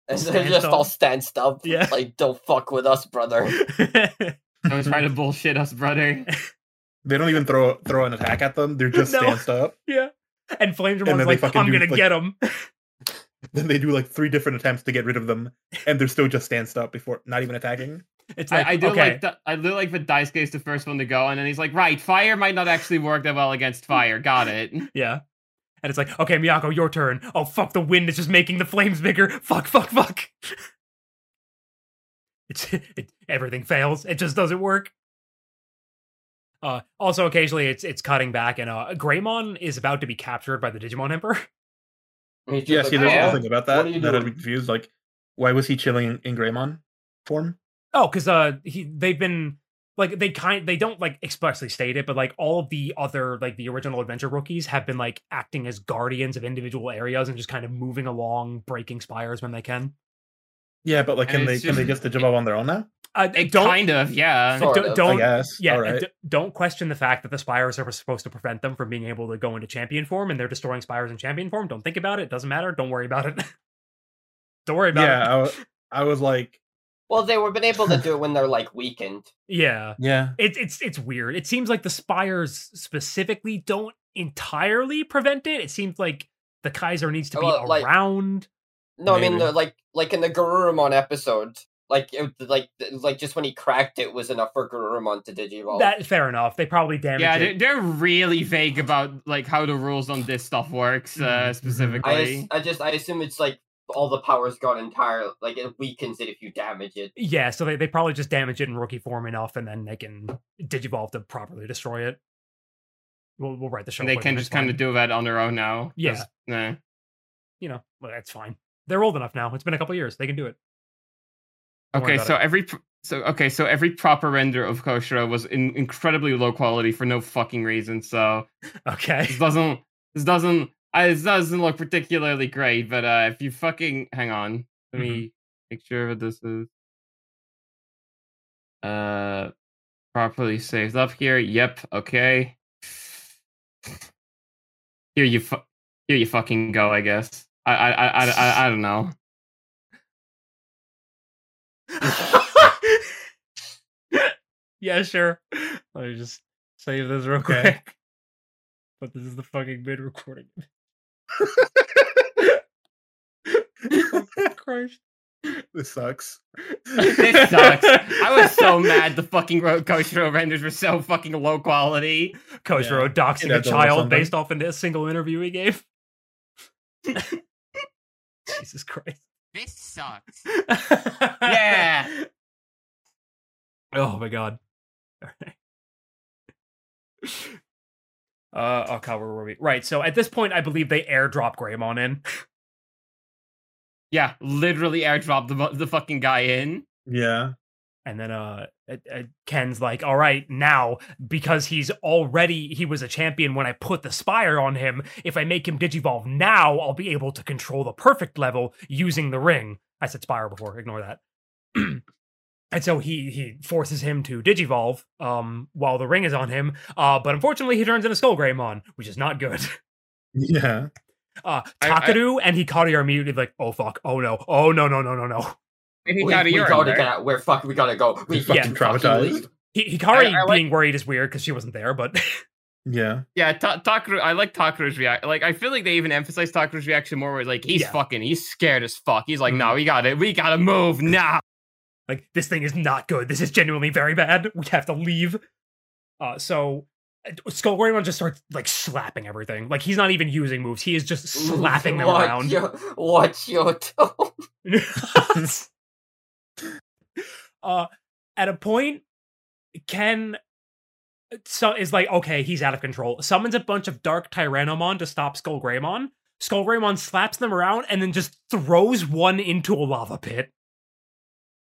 And they're Stand just all up. stand up. Yeah. Like, don't fuck with us, brother. Someone's trying to bullshit us, brother. They don't even throw throw an attack at them. They're just No. stanced up. and Flame then Dramon's they like, fucking I'm do, gonna like- get him. Then they do like three different attempts to get rid of them, and they're still just stanced up before not even attacking. It's like, I, I do okay, like the, I do like that Daisuke is the first one to go, and then he's like, right, fire might not actually work that well against fire. Got it. yeah. And it's like, okay, Miyako, your turn. Oh fuck, the wind is just making the flames bigger. Fuck, fuck, fuck. It's it, everything fails. It just doesn't work. Uh, also, occasionally it's it's cutting back, and uh, Greymon is about to be captured by the Digimon Emperor. And he's just Yeah, like, see, there's yeah. "Oh, nothing about What that. are you that I'd be doing? confused. Like, why was he chilling in, in Greymon form? Oh, because uh, he they've been like they kind they don't like expressly state it, but like all of the other like the original adventure rookies have been like acting as guardians of individual areas and just kind of moving along, breaking spires when they can. Yeah, but like, And can they it's can they just- just Digimon on their own now? Uh, It don't kind of, yeah. Sort don't, of. don't I guess. yeah All right. d- don't question the fact that the spires are supposed to prevent them from being able to go into champion form, and they're destroying spires in champion form. Don't think about it. Doesn't matter. Don't worry about it. don't worry about yeah, it. I, wa- I was like, Well, they were been able to do it when they're like weakened. Yeah. yeah, it's it's it's weird. It seems like the spires specifically don't entirely prevent it. It seems like the Kaiser needs to be Well, like- around. No, I mean Maybe. they're like like in the Garurumon episode, like it, like like just when he cracked it was enough for Garurumon to digivolve. That's fair enough. They probably damage Yeah, they're, it. they're really vague about like how the rules on this stuff works uh, Mhm. I as- specifically. I just I assume it's like all the power's gone entirely. Like it weakens it if you damage it. Yeah, so they, they probably just damage it in rookie form enough, and then they can digivolve to properly destroy it. We'll, we'll write the show. And they for can them, just it's fine. kind of do that on their own now. 'cause, Yeah. nah. you know well, that's fine. They're old enough now. It's been a couple years. They can do it. Don't worry Okay, about so every pr- so okay, so every proper render of Koshiro was in- incredibly low quality for no fucking reason. So Okay. this doesn't this doesn't uh, this doesn't look particularly great. But uh, if you fucking hang on, let Mhm. me make sure that this is uh properly saved up here. Yep. Okay. Here you fu- here you fucking go. I guess. I I I I, I, I don't know. yeah, sure. Let me just save this real Okay. quick. But this is the fucking mid recording. Christ. this sucks. this sucks. I was so mad the fucking road coaster renders were so fucking low quality. Coach Yeah. Rowe doxing a Yeah, don't know child something. based off in a single interview he gave. Jesus Christ. This sucks. yeah. Yeah. Oh my god. uh oh god, where were we? Right, so at this point I believe they airdrop Greymon in. Yeah, literally airdropped the, mu- the fucking guy in. Yeah, And then uh, uh, uh, Ken's like, all right, now, because he's already, he was a champion when I put the Spire on him. If I make him Digivolve now, I'll be able to control the perfect level using the ring. I said Spire before, ignore that. And so he he forces him to digivolve um, while the ring is on him. Uh, but unfortunately, he turns into Skullgreymon, which is not good. Yeah. Uh, I- I- Takaru and Hikari are immediately like, oh fuck, oh no, oh no, no, no, no, no. I We, think we out of your gotta right? get out. We're fuck. We gotta go. We Yeah. fucking Traumatized. traumatized. Hi- Hikari I- I like- being worried is weird because she wasn't there, but Yeah. Yeah, Ta- Takaru. I like Takaru's reaction. Like, I feel like they even emphasize Takaru's reaction more. Where like he's Yeah. fucking, he's scared as fuck. He's like, Mm-hmm. no, we got to We gotta move now. like this thing is not good. This is genuinely very bad. We have to leave. Uh, so uh, Skullgreymon just starts like slapping everything. Like he's not even using moves. He is just slapping them Watch around. Your, watch your toe. uh, at a point, Ken so is like, okay, he's out of control. Summons a bunch of dark Tyrannomon to stop Skullgreymon. Skullgreymon slaps them around and then just throws one into a lava pit.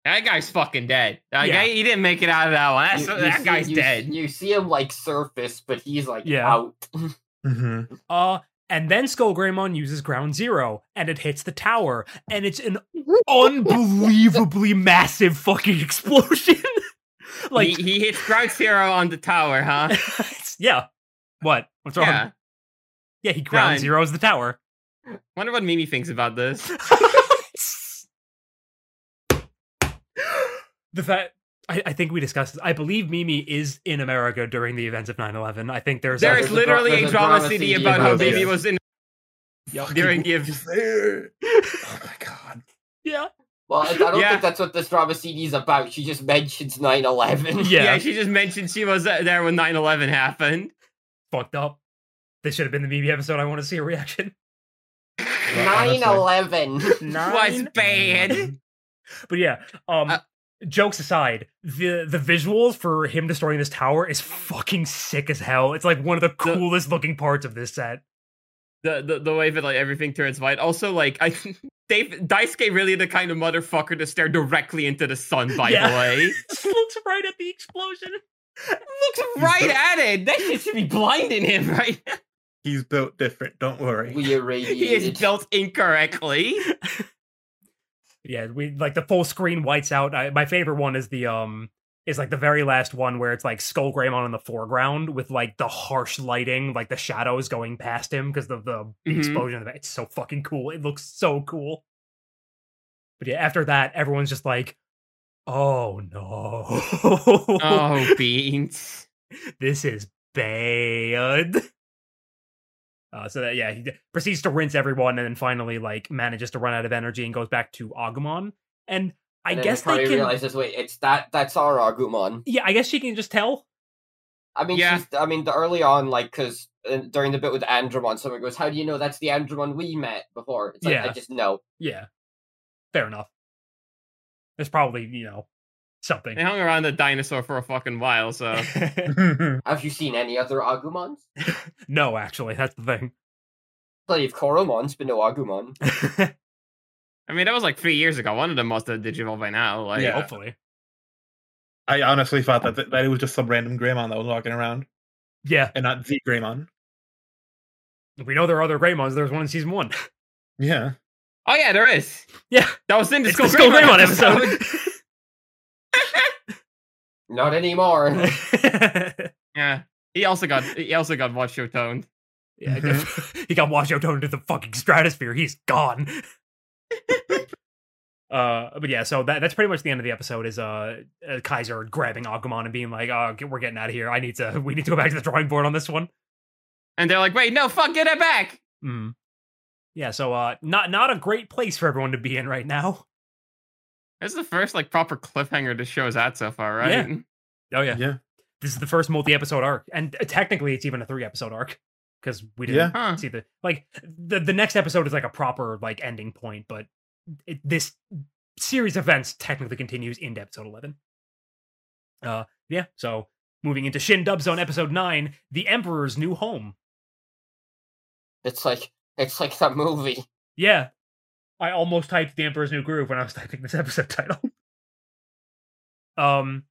That guy's fucking dead. That Yeah. guy, he didn't make it out of that one. That's, You- you that see- guy's you- dead. You see him like surface, but he's like Yeah. out. hmm Uh, and then Skullgreymon uses Ground Zero, and it hits the tower, and it's an unbelievably massive fucking explosion. like, he, he hits ground zero on the tower, huh? it's- yeah. What? What's wrong? Yeah, yeah. he ground None. zeroes the tower. Wonder what Mimi thinks about this. the fact. I, I think we discussed this. I believe Mimi is in America during the events of 9 11. I think there's. There there's is a dra- literally there's a a drama, drama CD CD about how about Mimi this. was in during gives. there. Oh my god. yeah. Well, I I don't Yeah. think that's what this drama CD is about. She just mentions 9-11. Yeah. Yeah. she just mentioned she was uh, there when 9-11 happened. Fucked up. This should have been the Mimi episode. I want to see a reaction. Honestly. 9-11. Was bad. But yeah, um, Uh, jokes aside, the the visuals for him destroying this tower is fucking sick as hell. It's like one of the coolest looking parts of this set. the, the the way that like everything turns white. Also, like I, Dave Daisuke really the kind of motherfucker to stare directly into the sun. By Yeah. the way, Just looks right at the explosion. looks right at it. That shit should be blinding him, right? now. He's built different. Don't worry. we He is irradiated. built incorrectly. Yeah, we like the full screen whites out. I, my favorite one is the um is like the very last one where it's like Skull Greymon in the foreground with like the harsh lighting, like the shadows going past him because of the Mhm. explosion. of it. It's so fucking cool. It looks so cool. But yeah, after that, everyone's just like, "Oh no, oh, beans. this is bad." Uh, so that yeah, he d- proceeds to rinse everyone, and then finally like manages to run out of energy and goes back to Agumon. And I And then guess Hikari they can. realizes, wait, it's that. That's our Agumon. Yeah, I guess she can just tell. I mean, Yeah. she's, I mean, the early on, like, because during the bit with Andromon, someone goes, "How do you know that's the Andromon we met before?" It's like, Yeah. I just know. Yeah, fair enough. There's probably you know something. They hung around the dinosaur for a fucking while, so Have you seen any other Agumons? no, actually, that's the thing. Plenty of Koromons, but no Agumon. I mean that was like three years ago. One of them must have digivolved by now. Like, Yeah. Hopefully, I honestly thought that that it was just some random Greymon that was walking around, yeah. and not the Greymon. We know there are other Greymons. There's one in season one. Yeah. oh yeah, there is. Yeah. that was in the It's Skull the Skull Greymon Greymon episode. Not anymore. yeah, he also got he also got watch your tone. yeah, I guess- he got washed out down into the fucking stratosphere. He's gone. uh, but yeah, so that that's pretty much the end of the episode. Is uh, uh Kaiser grabbing Agumon and being like, "Oh, we're getting out of here. I need to. We need to go back to the drawing board on this one." And they're like, wait, no, fuck, get it back. Mm. Yeah, so uh not not a great place for everyone to be in right now. This is the first like proper cliffhanger the show's at so far, right? Oh Yeah. This is the first multi-episode arc. And uh, technically it's even a three-episode arc cuz we didn't Huh. see the like the the next episode is like a proper like ending point, but it, this series of events technically continues into episode 11. Uh yeah, so moving into Shin Dub Zone episode 9, The Emperor's New Home. it's like it's like that movie. Yeah. I almost typed The Emperor's New Groove when I was typing this episode title. um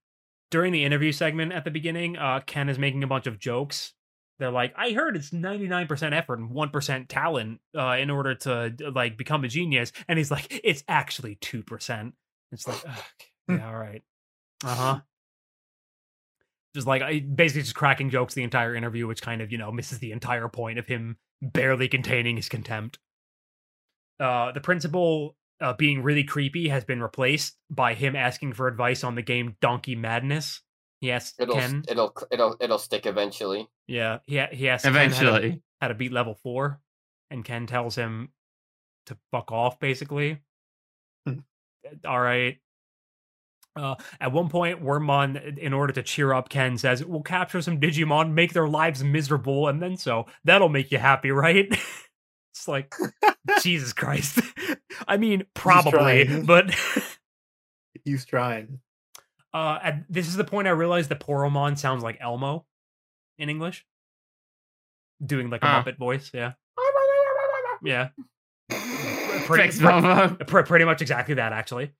during the interview segment at the beginning, uh Ken is making a bunch of jokes. They're like, "I heard it's 99% effort and 1% talent uh in order to d- like become a genius." And he's like, "It's actually 2%." It's like, ugh, yeah, all right. Uh huh. Just like I- basically just cracking jokes the entire interview, which kind of you know misses the entire point of him barely containing his contempt. Uh, the principal uh, being really creepy has been replaced by him asking for advice on the game Donkey Madness. He asked It'll Ken. it'll it'll it'll stick eventually. yeah, he a- he asked Ken how to- Eventually. how to beat level four, and Ken tells him to fuck off, basically. Eh, Hmm. All right. Uh, at one point, Wormmon, in order to cheer up Ken, says, "We'll capture some Digimon, make their lives miserable, and then so that'll make you happy, right?" it's like Jesus Christ. I mean, probably, trying. but He's trying. uh, at, this is the point I realized that Poromon sounds like Elmo in English, doing like a Huh. Muppet voice. Yeah, yeah. Thanks, Nova. Pr- pretty much exactly that, actually.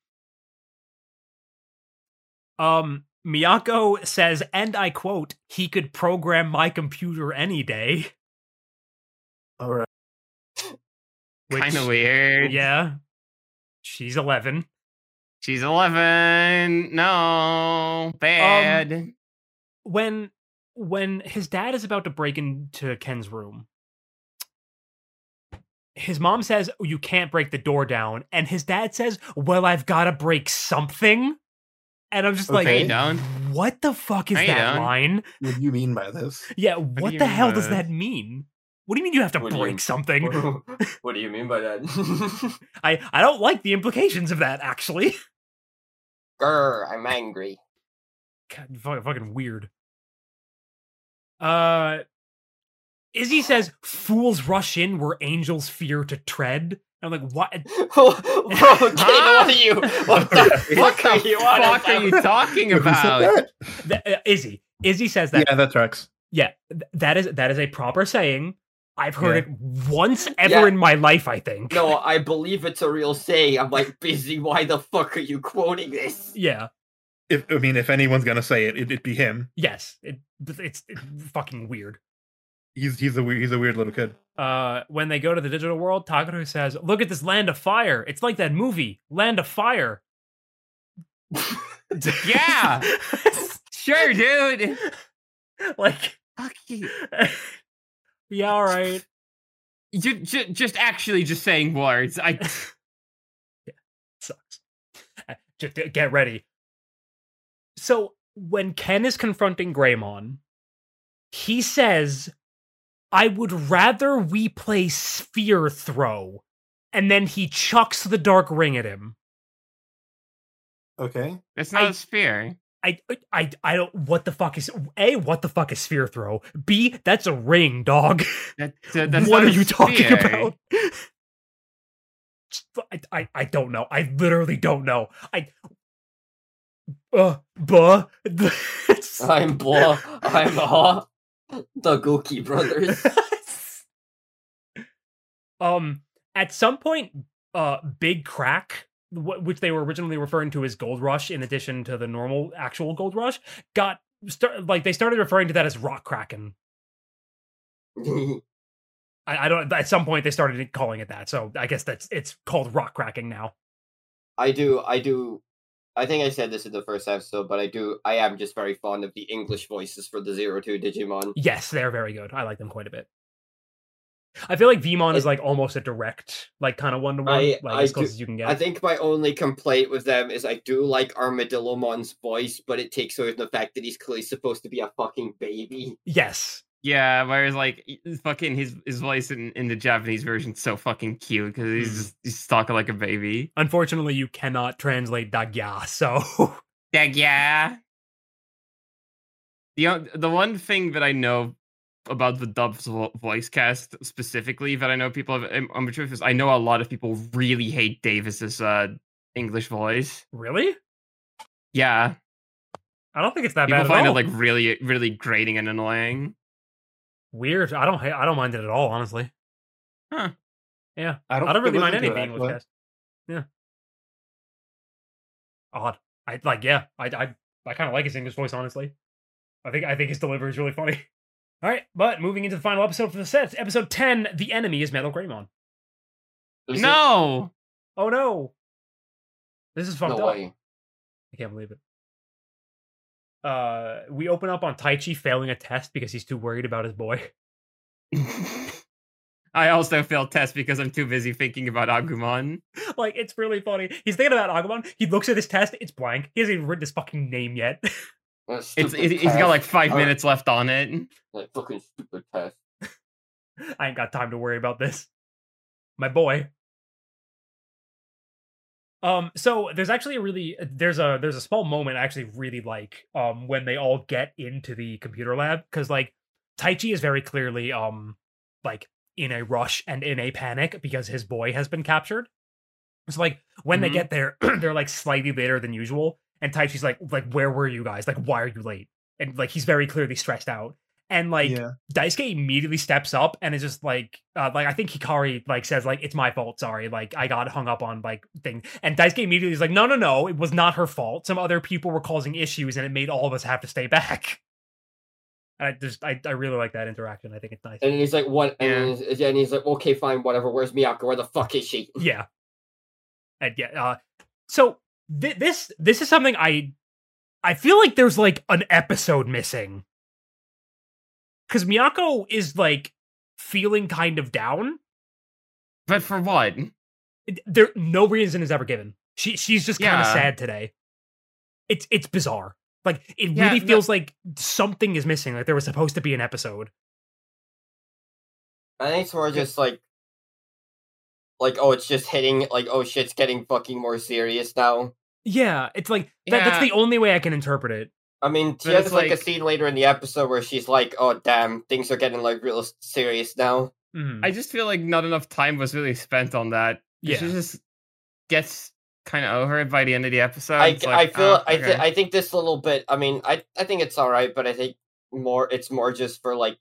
Um, Miyako says, and I quote, "He could program my computer any day." All right. Which, Kind of weird. Yeah, she's eleven. She's 11. No. Bad. Um, When when his dad is about to break into Ken's room, his mom says, "You can't break the door down," and his dad says, "Well, I've got to break something." And I'm just No, Okay. like, you don't. "What the fuck is No, you that don't. line?" What do you mean by this? Yeah, do what you the mean hell by does that? that mean? What do you mean you have to What do you break mean? something? what do you mean by that? I, I don't like the implications of that, actually. Grr, I'm angry. God, fucking, fucking weird. Uh, Izzy says, fools rush in where angels fear to tread. I'm like, what? Whoa, whoa, Kane, what are you? What the fuck are you on fuck are about? you talking Who said about? that? Th- uh, Izzy. Izzy says that. Yeah, that tracks. Th- That is that is a proper saying. I've heard Yeah. it once ever Yeah. in my life, I think. No, I believe it's a real saying. I'm like, busy, why the fuck are you quoting this? Yeah. If I mean, if anyone's gonna say it, it, it'd be him. Yes. It, it's, it's fucking weird. He's he's a weird, he's a weird little kid. uh, when they go to the digital world, Takaru says, "Look at this land of fire. It's like that movie, Land of Fire." Yeah. Sure, dude. like, Fuck you. yeah, all right. You ju- just actually just saying words. I Sucks. Uh, Just uh, get ready. So when Ken is confronting Greymon, he says, "I would rather we play sphere throw," and then he chucks the dark ring at him. Okay. that's not I- a sphere. I, I, I don't. What the fuck is a? What the fuck is sphere throw? B. That's a ring, dog. That, that- that's what not are a you talking sphere. about? I, I, I don't know. I literally don't know. I. Uh, buh. It's- I'm blah. I'm aw. The Gookie brothers. um, at some point, uh, Big Crack, wh- which they were originally referring to as Gold Rush, in addition to the normal actual Gold Rush, got start, like they started referring to that as Rock Kraken. I, I don't. At some point, they started calling it that. So I guess that's it's called rock cracking now. I do, I do. I think I said this in the first episode, but I do, I am just very fond of the English voices for the Zero Two Digimon. Yes, they're very good. I like them quite a bit. I feel like Vmon is It- like almost a direct, like kind of one to one, I- like I as close do- as you can get. I think my only complaint with them is I do like Armadillomon's voice, but it takes away from the fact that he's clearly supposed to be a fucking baby. yes, Yeah, whereas like y- fucking his his voice in, in the Japanese version's so fucking cute because he's Mhm. just he's talking like a baby. unfortunately, you cannot translate Dagya, so Yeah, yeah. The on- the one thing that I know about the Dub's vo- voice cast specifically that I know people have um, im- I'm sure is I know a lot of people really hate Davis's uh English voice. really, Yeah, I don't think it's that people bad. find at it all. like really really grating and annoying. weird. I don't. ha- I don't mind it at all, honestly. I don't think really I've mind listened to anything it, English actually. cast. Yeah. Odd. I like. Yeah. I. I. I kind of like his English voice, honestly. I think. I think his delivery is really funny. All right, but moving into the final episode for the set, episode ten. The enemy is Metal Greymon. Is it- no, Oh no! This is fucked no up. way. I can't believe it. uh, we open up on Tai Chi failing a test because he's too worried about his boy. I also failed test because I'm too busy thinking about Agumon. like, it's really funny. He's thinking about Agumon. He looks at his test. It's blank. He hasn't even written his fucking name yet. That It's stupid it, he's got test. like five Alright. minutes left on it. That fucking stupid test. I ain't got time to worry about this. My boy. Um, so there's actually a really there's a there's a small moment I actually really like um when they all get into the computer lab because like Taichi is very clearly um like in a rush and in a panic because his boy has been captured. So like when they Mhm. get there, they're like slightly later than usual. And Taichi's like, like, where were you guys? Like, why are you late? And like he's very clearly stressed out. And like yeah. Daisuke immediately steps up and is just like, uh, like I think Hikari like says like it's my fault, sorry, like I got hung up on like thing, and Daisuke immediately is like, no, no, no, it was not her fault. Some other people were causing issues, and it made all of us have to stay back. And I just I, I really like that interaction. I think it's nice. And he's like, what? Yeah. And, he's, and he's like, okay, fine, whatever. Where's Miyako? Where the fuck is she? yeah and yeah uh so th- this this is something i i feel like there's like an episode missing because miyako is like feeling kind of down But for what? It- there no reason is ever given she she's just kind of Yeah. sad today it's it's bizarre like it Yeah, really no- feels like something is missing like there was supposed to be an episode I think it's more just like, like, oh, it's just hitting, like, oh, shit's getting fucking more serious now. yeah it's like that, that's Yeah. the only way i can interpret it I mean, she But it's has like, a like- scene later in the episode where she's like, "Oh damn, things are getting like real s- serious now." Mhm. I just feel like not enough time was really spent on that. Yeah. She just gets kind of over it by the end of the episode. I, It's I like, feel oh, I th- okay. I think this little bit. I mean, I I think it's all right, but I think more it's more just for like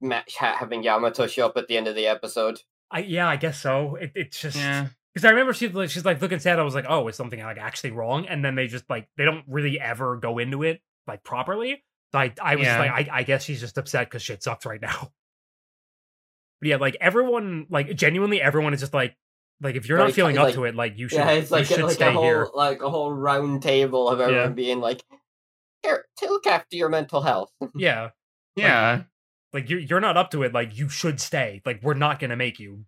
match ha- having Yamato show up at the end of the episode. I, yeah i guess so it, it's just yeah. Because I remember she like, she's like looking sad. I was like, oh, is something like actually wrong? And then they just like they don't really ever go into it like properly. So I I was just Yeah. like, I, I guess she's just upset because shit sucks right now. But yeah, like everyone, like genuinely, everyone is just like, like if you're not Like, feeling up like- to it, like you should, Yeah, it's like you should like stay a whole here. like a whole round table of everyone being like, "Here, to look after your mental health." Yeah, Yeah. like you're you're not up to it. Like you should stay. Like we're not gonna make you,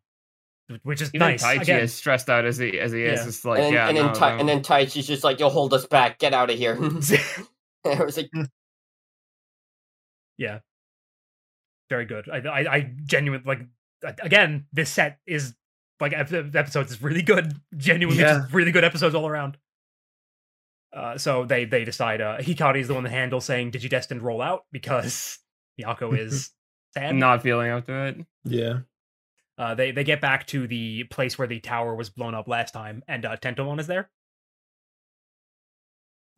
which is Even nice. Taichi Again, is stressed out as he as he Yeah. is. It's like and, yeah. and, then no, Tai- no. and then Tai Chi's just like, "You'll hold us back. Get out of here." I was like, very good. I I, I genuinely like a- again this set is like ep- episodes is really good. Genuinely, just really good episodes all around. Uh, so they they decide uh, Hikari is the one that handles saying "Did you destined roll out?" because Miyako is sad. not feeling up to it. Yeah. Uh, they they get back to the place where the tower was blown up last time, and uh, Tentomon is there.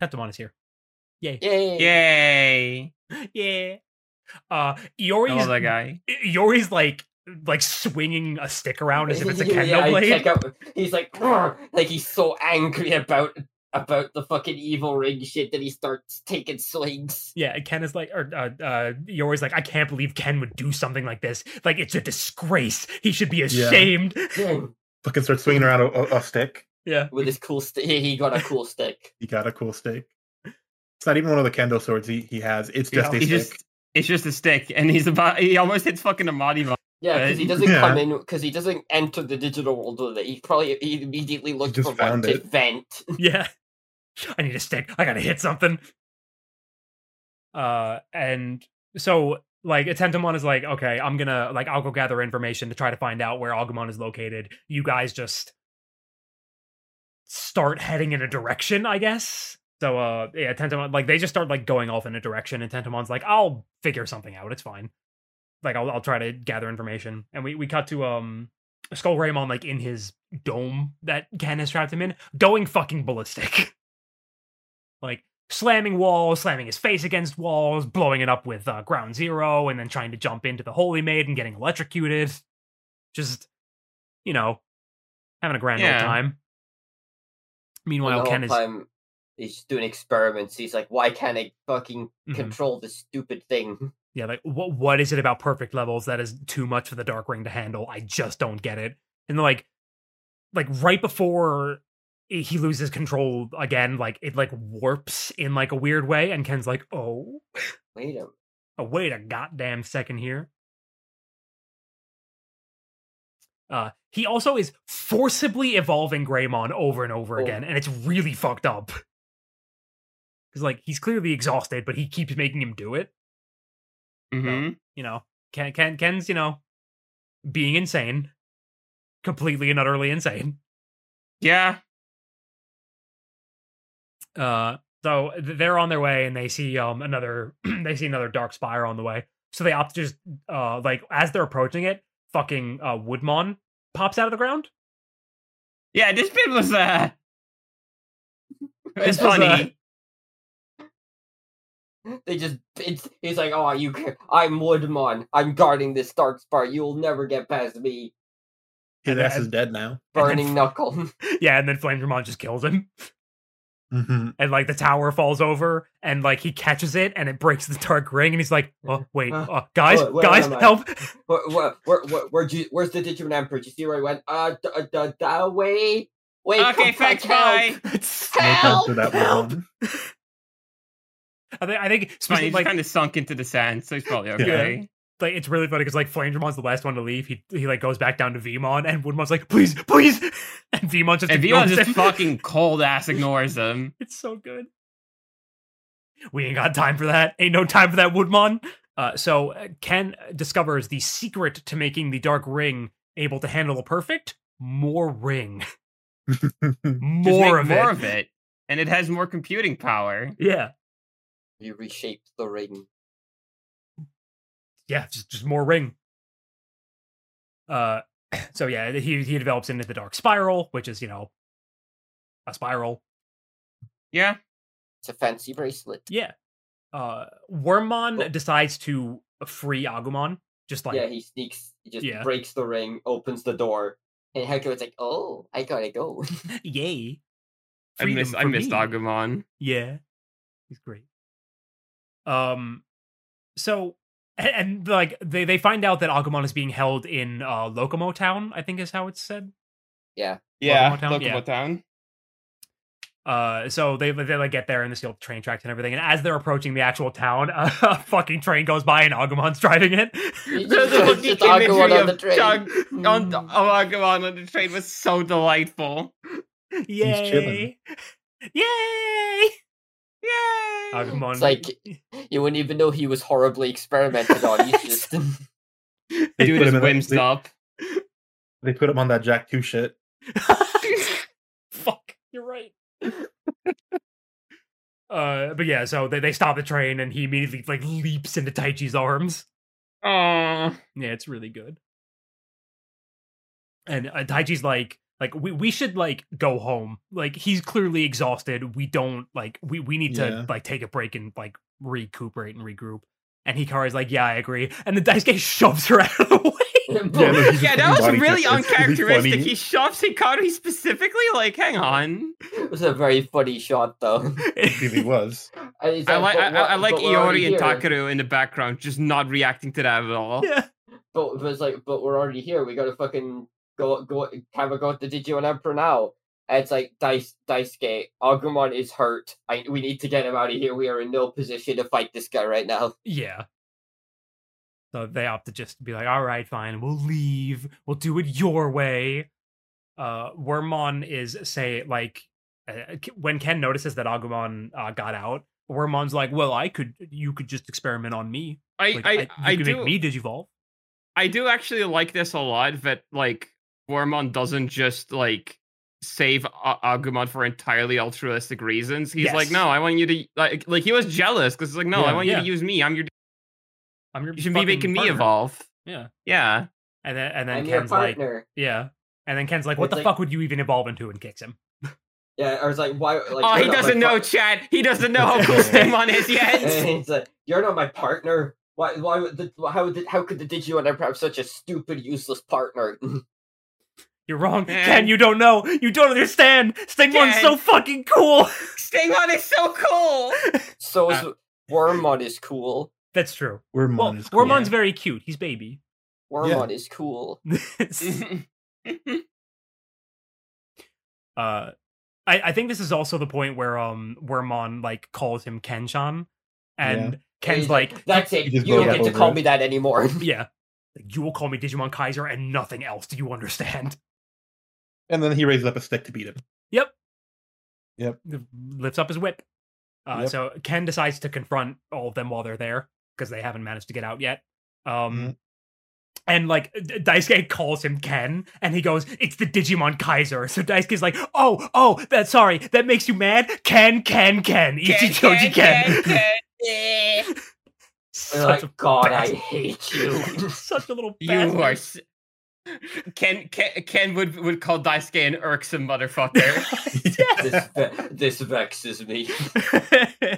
Tentomon is here. "Yay!" Yay! yeah. Uh, I love Oh, that Iori is guy. Iori's like like swinging a stick around as if it's a Yeah, kendo I blade. check out- he's like, "Grr," like he's so angry about about the fucking evil ring shit that he starts taking swings. Yeah, and Ken is like, or uh, uh, you're always like, I can't believe Ken would do something like this. Like, it's a disgrace. He should be ashamed. with Fucking start swinging around a, a, a stick. Yeah. his cool stick, he got a cool stick. He got a cool stick. It's not even one of the kendo swords he, he has. It's just Yeah. a He stick. just it's just a stick, and he's about he almost hits fucking Amadi. Yeah, because he doesn't Uh, Yeah. come in, because he doesn't enter the digital world with it. He probably he immediately looked just for one found to it. vent. yeah. I need a stick. I gotta hit something. Uh, and so like Tentamon is like, okay, I'm gonna like I'll go gather information to try to find out where Agumon is located. You guys just start heading in a direction, I guess. So uh yeah, Tentamon like they just start like going off in a direction, and Tentamon's like, I'll figure something out. It's fine. Like I'll I'll try to gather information. And we we cut to um Skull Raymon like in his dome that Ken has trapped him in, going fucking ballistic. like slamming walls, slamming his face against walls, blowing it up with uh, ground zero, and then trying to jump into the holy maid and getting electrocuted. Just, you know, having a grand Yeah. old time. And Meanwhile, the Ken whole is time he's doing experiments. He's like, "Why can't I fucking Mm-hmm. Mhm. control this stupid thing?" yeah, like what what is it about perfect levels that is too much for the dark ring to handle? I just don't get it. And like like right before he loses control again. Like it like warps in like a weird way, and Ken's like, "Oh, Wait a oh wait a goddamn second here." Uh, he also is forcibly evolving Greymon over and over Oh. again, and it's really fucked up. Because like he's clearly exhausted, but he keeps making him do it. Mm-hmm. You know, Ken, Ken Ken's you know being insane, completely and utterly insane. Yeah. Uh, so th- they're on their way, and they see um another they see another dark spire on the way. So they opt to just uh like as they're approaching it, fucking uh Woodmon pops out of the ground. Yeah, this bit was uh This it's was, uh, funny. minute. They just it's he's like, oh you ca- I'm Woodmon. I'm guarding this dark spar. You'll never get past me. His And ass then- is dead now. Burning knuckle. yeah, and then Flame Dramon just kills him, Mm-hmm. and like the tower falls over, and like he catches it, and it breaks the dark ring, and he's like, "Oh wait, Uh, uh, guys, wait, where guys, am I?" help!" where, where, where, where, where'd you, where's the Digimon Emperor? Did you see where he went? Uh, d- uh, d- that way. Wait, okay, come back, thanks, help. bye. Help! that Help! one. I think I think It's funny, specifically, he's like, kind of sunk into the sand, so he's probably Yeah. okay. like it's really funny because like Flame Dramon's the last one to leave. He he like goes back down to Vmon, and Woodmon's like, "Please, please," and Vmon just And Vila ignores just him. fucking cold ass ignores him. It's so good. We ain't got time for that. Ain't no time for that, Woodmon. Uh, so uh, Ken discovers the secret to making the Dark Ring able to handle the perfect more ring, Just make more of more it. of it. And it has more computing power. Yeah, You reshaped the ring. yeah, just, just more ring. Uh, so yeah, he he develops into the Dark Spiral, which is you know a spiral. Yeah. It's a fancy bracelet. Yeah. Uh, Wormmon Oh. decides to free Agumon, just like yeah, he sneaks, he just Yeah. breaks the ring, opens the door, and Hecuba's like, "Oh, I gotta go." yay. I Freedom miss I for missed me. Agumon. Yeah. He's great. Um so and, and, like they they find out that Agumon is being held in uh Locomo Town, I think is how it's said. Yeah, Locomotown? Locomotown. Yeah. Town. Uh so they they like get there and they see all the train tracks and everything and as they're approaching the actual town, a fucking train goes by and Agumon's driving it. It's The, the just- fucking it's Agumon imagery on of the train. Chug- on, Mm. oh, Agumon on the train was so delightful. Yay. Yay! Yay! Agumon It's like- you wouldn't even know he was horribly experimented on. He's just They Dude put is him in a- whimsed they- up. They put him on that Jack 2 shit. Fuck, you're right. uh, but yeah, so they, they stop the train and he immediately like leaps into Taichi's arms. Aww. Yeah, it's really good. And uh, Taichi's like, like we, we should like go home. Like he's clearly exhausted. We don't like we we need to Yeah. like take a break and like recuperate and regroup. And Hikari's like, yeah, I agree. And the dice guy shoves her out of the way. Yeah, no, he's Yeah, that just fucking was body really checked. It's uncharacteristic. funny. he shoves Hikaru specifically. Like, hang on. it was a very funny shot, though. It really was. And he's I like, like I, "But I- I what- like but we're already Iori and here." Takaru in the background, just not reacting to that at all. yeah. But, but it's like, but we're already here. We gotta fucking go go have a go at the Digimon Emperor now. And it's like Dice Daisuke, Agumon is hurt. I we need to get him out of here. We are in no position to fight this guy right now. Yeah. So they opt to just be like, all right, fine, we'll leave. We'll do it your way. Uh, Wormmon is, say, like, uh, K- when Ken notices that Agumon uh, got out, Wormmon's like, well, I could, you could just experiment on me. I Like, I, I, you could do make me digivolve. I do actually like this a lot that like Wormon doesn't just like save a- Agumon for entirely altruistic reasons. He's like, Yes. no, I want you to like like he was jealous because like no, I Yeah. want Yeah. you to use me. I'm your I'm your you should be fucking making me partner." evolve. Yeah. Yeah. And then, and I'm then your Ken's like, partner. yeah. And then Ken's like, what It's the like- fuck would you even evolve into? And kicks him. Yeah, or it's like why? Like, oh, you're he not my doesn't know par- Chad. He doesn't know how cool Stamon is And yet. he's like, you're not my partner. Why? Why? would The, how? Did, how could the Digimon Emperor have such a stupid, useless partner? You're wrong. Man. Ken, you don't know. You don't understand. Stigmon's Ken. so fucking cool. Stamon is so cool. so is Uh, Wormmon is cool. That's true. Wormmon Well, is cool. Wormmon's very cute. He's baby. Wormmon is cool. uh, I, I think this is also the point where um Wormon like calls him Kenshan, and Ken's He's like, that's it. You just You don't broke get to over call it. me that anymore. yeah, like, you will call me Digimon Kaiser and nothing else. Do you understand? And then he raises up a stick to beat him. Lifts up his whip. Uh, Yep. So Ken decides to confront all of them while they're there because they haven't managed to get out yet. Um. Mm-hmm. And like D- Daisuke calls him Ken, and he goes, "It's the Digimon Kaiser." So Daisuke's like, "Oh, oh, that sorry, that makes you mad, Ken, Ken, Ken, Ichijoji, Ken." You're Such a like, God, I bastard. hate you. Such a little bastard. You are. s- Ken, Ken Ken would would call Daisuke an irksome motherfucker. this, ve- this vexes me.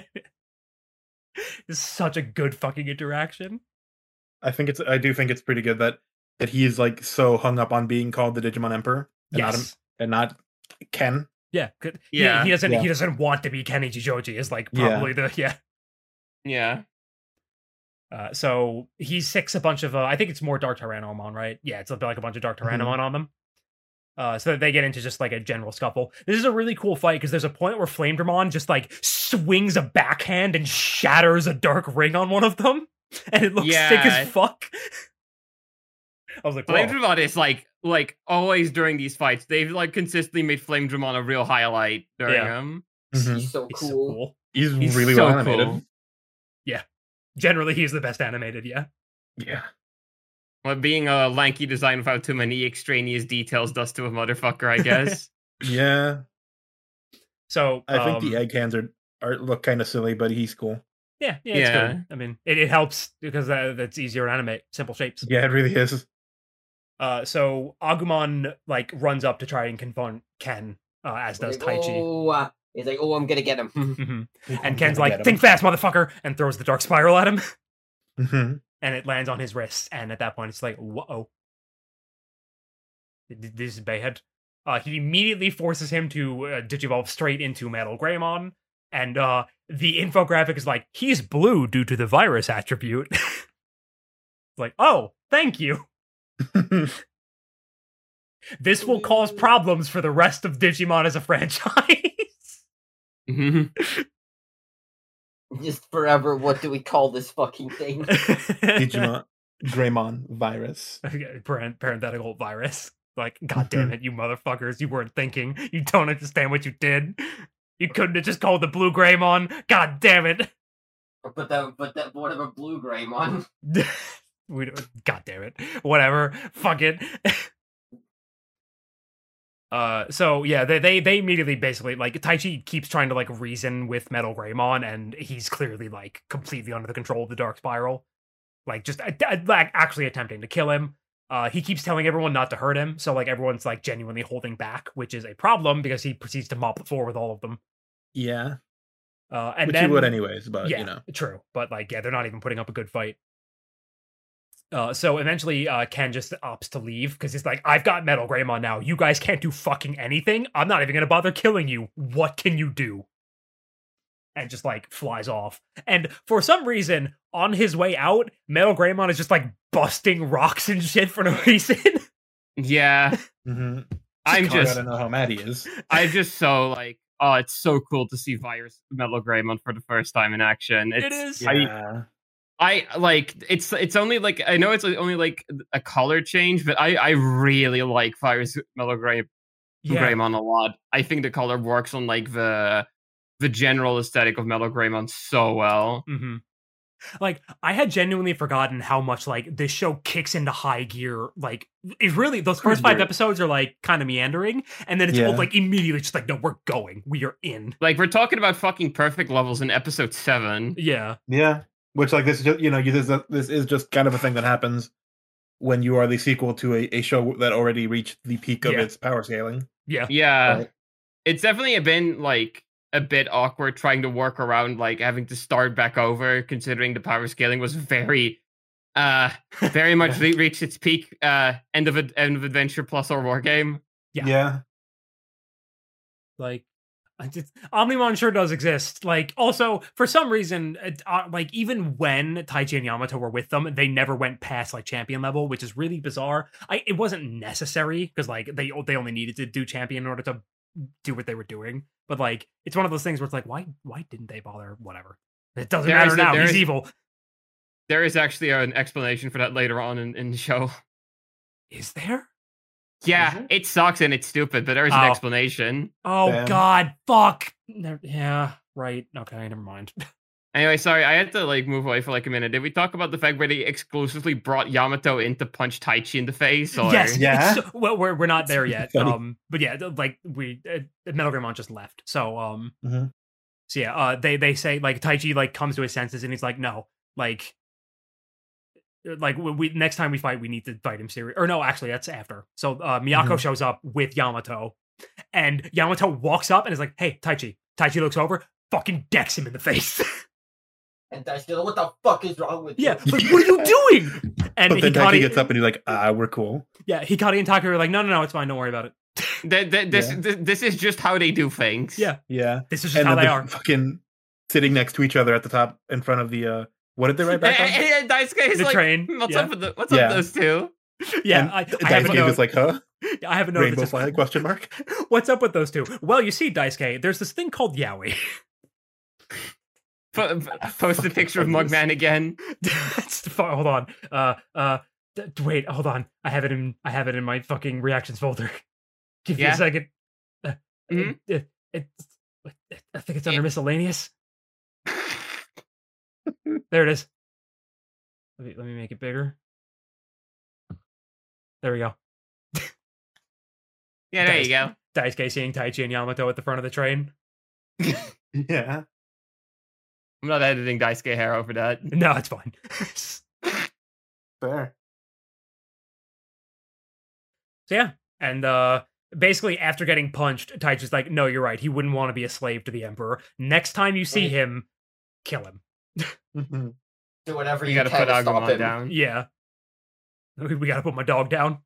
It's such a good fucking interaction. I think it's I do think it's pretty good that that he's like so hung up on being called the Digimon Emperor and not him- Yes. and not Ken. Yeah. Good. Yeah. Yeah. He, doesn't. He Yeah. doesn't want to be Kenny Joji. Is like Yeah. probably the yeah. yeah. Uh, so he sicks a bunch of. Uh, I think it's more Dark Tyrannomon, right? Yeah, it's like a bunch of Dark Mhm. Tyrannomon on them. Uh, so they get into just like a general scuffle. This is a really cool fight because there's a point where Flamedramon just like swings a backhand and shatters a dark ring on one of them, and it looks sick Yeah. as fuck. I was like, Flame Whoa. Dramon is like like always during these fights. They've like consistently made Flame Dramon a real highlight during Yeah. them. Mhm. He's so He's so cool. cool. He's, He's really so well animated. cool. Generally, he's the best animated. Yeah. Yeah. What being a lanky design without too many extraneous details does to a motherfucker, I guess. Yeah. So I think um, the egg hands are, are look kind of silly, but he's cool. Yeah, yeah, it's Yeah. good. I mean, it, it helps because that, that's easier to animate, simple shapes. Yeah, it really is. Uh, so Agumon like runs up to try and confront Ken, uh, as does Like, Taichi. Oh, uh, he's like, oh, I'm gonna get him. Mhm. Mm-hmm. I'm And Ken's gonna like, get "Think him. fast, motherfucker!" and throws the dark spiral at him, Mhm. and it lands on his wrist. And at that point, it's like, "Whoa, Th- this is Bayhead." Uh, he immediately forces him to uh, digivolve straight into Metal Greymon, and uh, the infographic is like, "He's blue due to the virus attribute." It's like, "Oh, thank you." This will cause problems for the rest of Digimon as a franchise. Mhm. Just forever. What do we call this fucking thing? Digimon Greymon virus. Paren- parenthetical virus. Like, god damn it, you motherfuckers. You weren't thinking. You don't understand what you did. You couldn't have just called the blue Greymon. God damn it. But that, but that, what about Blue Greymon? we don't- god damn it. Whatever. Fuck it. Uh, so yeah, they, they they immediately basically like Taichi keeps trying to like reason with Metal Greymon, and he's clearly like completely under the control of the Dark Spiral, like just a- a- like actually attempting to kill him. Uh, he keeps telling everyone not to hurt him, so like everyone's like genuinely holding back, which is a problem because he proceeds to mop the floor with all of them. Yeah. Uh, and Which then you would anyways, but yeah, you know. True. But like, yeah, they're not even putting up a good fight. Uh, so eventually, uh, Ken just opts to leave because he's like, I've got Metal Greymon now. You guys can't do fucking anything. I'm not even going to bother killing you. What can you do? And just like flies off. And for some reason, on his way out, Metal Greymon is just like busting rocks and shit for no reason. Yeah. Mm-hmm. Mhm. I'm Kinda just gotta know how mad he is. I'm just so like oh it's so cool to see Virus Metal Greymon for the first time in action. It's, it is. I- I like it's it's only like I know it's only like a color change, but I I really like Virus Metal Grey, Greymon a lot. I think the color works on like the the general aesthetic of Metal Greymon so well. hmm Like I had genuinely forgotten how much like this show kicks into high gear. Like it really those first five Crazy. episodes are like kind of meandering, and then it's all Yeah. like immediately just like no, we're going, we are in. Like we're talking about fucking perfect levels in episode seven. Yeah, Yeah, which like this is just, you know you, this is a- this is just kind of a thing that happens when you are the sequel to a, a show that already reached the peak of Yeah. its power scaling. yeah, Yeah, Right. it's definitely been like a bit awkward trying to work around like having to start back over, considering the power scaling was very, uh, very much re- reached its peak. Uh, end of ad- end of adventure plus or war game. Yeah. yeah, like. I just- Omnimon sure does exist. Like, also for some reason, it- uh, like even when Taichi and Yamato were with them, they never went past like champion level, which is really bizarre. I it wasn't necessary because like they o- they only needed to do champion in order to do what they were doing. But like, it's one of those things where it's like, why why didn't they bother? Whatever. It doesn't There matter is a- now. there He's is- evil. There is actually an explanation for that later on in, in the show. Is there? Yeah, Is it? sucks and it's stupid, but there is Oh. an explanation. Oh Damn. God! Fuck. Never, yeah. Right. Okay. Never mind. Anyway, sorry, I had to like move away for like a minute. Did we talk about the fact where they exclusively brought Yamato in to punch Taichi in the face? Or... Yes. Yeah. it's- well, we're we're not there yet. Funny. Um. But yeah, th- like we uh, Metal Gear Mon just left. So um. Mhm. So yeah. Uh. They they say like Taichi like comes to his senses and he's like no like. uh, Like we, we next time we fight, we need to fight him serious. Or no, actually, that's after. So uh, Miyako Mhm. shows up with Yamato, and Yamato walks up and is like, "Hey, Taichi." Taichi looks over, fucking decks him in the face. And I still, what the fuck is wrong with yeah, you? like what are you doing? And but then Hikari Taiki gets up and he's like, "Ah, we're cool." Yeah, Hikari and Taka are like, no, no, no, it's fine. Don't worry about it. Th- th- this, Yeah. th- this is just how they do things. Yeah. Yeah, This is just and how then they they're are. fucking sitting next to each other at the top in front of the. uh What did they write And, back on? and, and Daisuke is The like, train, "Hmm, what's yeah. up with the, what's Yeah. up with those two? Yeah, and I, I have a Daisuke note. just like, "Huh? I have a note. that Rainbow says, flag?" Question mark. What's up with those two? Well, you see, Daisuke, there's this thing called Yaoi. Po- po- post a picture of Mugman again. That's the fu- hold on. Uh, uh, d- d- wait, hold on. I have it in. I have it in my fucking reactions folder. Give me Yeah? a second. Uh, Mhm. it- it- it- I think it's under miscellaneous. There it is. Let me, let me make it bigger. There we go. Yeah, there you go. Daisuke seeing Taichi and Yamato at the front of the train. Yeah. I'm not editing Daisuke hair over that. No, it's fine. Fair. So yeah, and uh basically after getting punched, Taichi's like, "No, you're right. He wouldn't want to be a slave to the emperor. Next time you see Right. him, kill him." Mhm. Do whatever You you, gotta can put to stop Agumon him. down. Yeah. We, we gotta put my dog down.